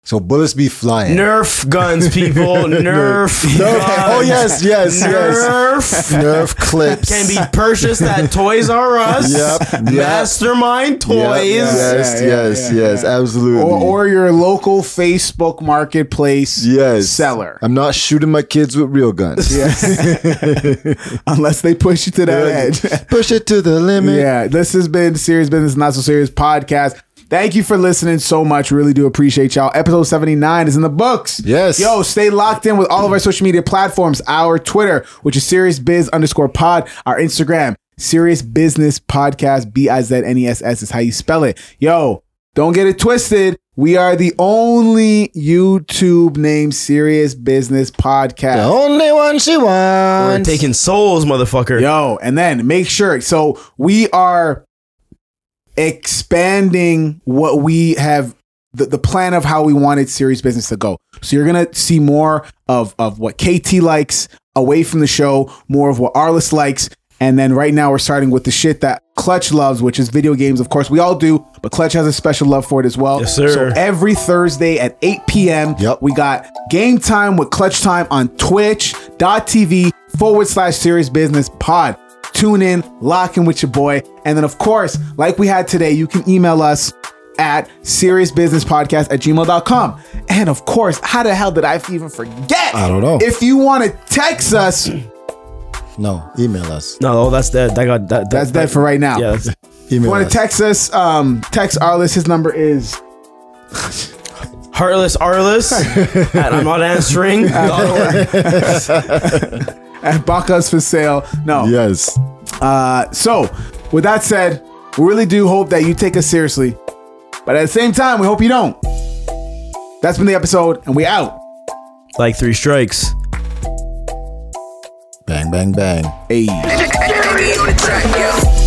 [SPEAKER 5] So bullets be flying.
[SPEAKER 4] Nerf guns, people. Nerf.
[SPEAKER 5] Nerf.
[SPEAKER 4] guns.
[SPEAKER 5] Oh yes, yes, yes.
[SPEAKER 4] Nerf
[SPEAKER 5] Nerf clips.
[SPEAKER 4] can be purchased at Toys R Us.
[SPEAKER 5] Yep, yep.
[SPEAKER 4] Mastermind Toys.
[SPEAKER 5] Yes,
[SPEAKER 3] Yeah, yeah,
[SPEAKER 5] yes,
[SPEAKER 3] yeah,
[SPEAKER 5] yes,
[SPEAKER 3] yeah.
[SPEAKER 5] absolutely.
[SPEAKER 3] or, or your local Facebook marketplace
[SPEAKER 5] yes,
[SPEAKER 3] seller.
[SPEAKER 5] I'm not shooting my kids with real guns.
[SPEAKER 3] Unless they push you to that edge.
[SPEAKER 5] Push it to the limit.
[SPEAKER 3] yeah, this has been Serious Business Not So Serious podcast. Thank you for listening so much. Really do appreciate y'all. Episode 79 is in the books.
[SPEAKER 5] Yes.
[SPEAKER 3] Yo, stay locked in with all of our social media platforms. Our Twitter, which is Serious Biz underscore pod. Our Instagram, Serious Business Podcast, B-I-Z-N-E-S-S E is how you spell it. Yo, don't get it twisted. We are the only YouTube named Serious Business Podcast.
[SPEAKER 5] The only one she
[SPEAKER 4] We're
[SPEAKER 5] wants.
[SPEAKER 4] taking souls, motherfucker.
[SPEAKER 3] Yo, and then make sure. So we are expanding what we have the, the plan of how we wanted serious business to go. So you're gonna see more of of what KT likes away from the show, more of what Arliss likes. And then right now we're starting with the shit that Clutch loves, which is video games. Of course, we all do, but Clutch has a special love for it as well.
[SPEAKER 4] Yes, sir.
[SPEAKER 3] So every Thursday at 8 p.m.
[SPEAKER 5] Yep.
[SPEAKER 3] We got game time with Clutch Time on twitch.tv forward slash serious business pod. Tune in, lock in with your boy. And then, of course, like we had today, you can email us at seriousbusinesspodcast at gmail.com. And of course, how the hell did I even forget?
[SPEAKER 5] I don't know.
[SPEAKER 3] If you want to text us,
[SPEAKER 5] No, email us.
[SPEAKER 4] No, oh, that's dead. That got that. that
[SPEAKER 3] that's
[SPEAKER 4] that,
[SPEAKER 3] dead for right now.
[SPEAKER 4] Yeah. That's,
[SPEAKER 5] Email
[SPEAKER 3] If you want
[SPEAKER 5] us.
[SPEAKER 3] to text us, um, text Arliss. His number is
[SPEAKER 4] Heartless, artless. and I'm not answering.
[SPEAKER 3] at Bacchus for sale. No.
[SPEAKER 5] Yes.
[SPEAKER 3] Uh, so, with that said, we really do hope that you take us seriously. But at the same time, we hope you don't. That's been the episode, and we out.
[SPEAKER 4] like three strikes.
[SPEAKER 5] Bang, bang, bang.
[SPEAKER 3] Hey.
[SPEAKER 1] Gary on the track, yo.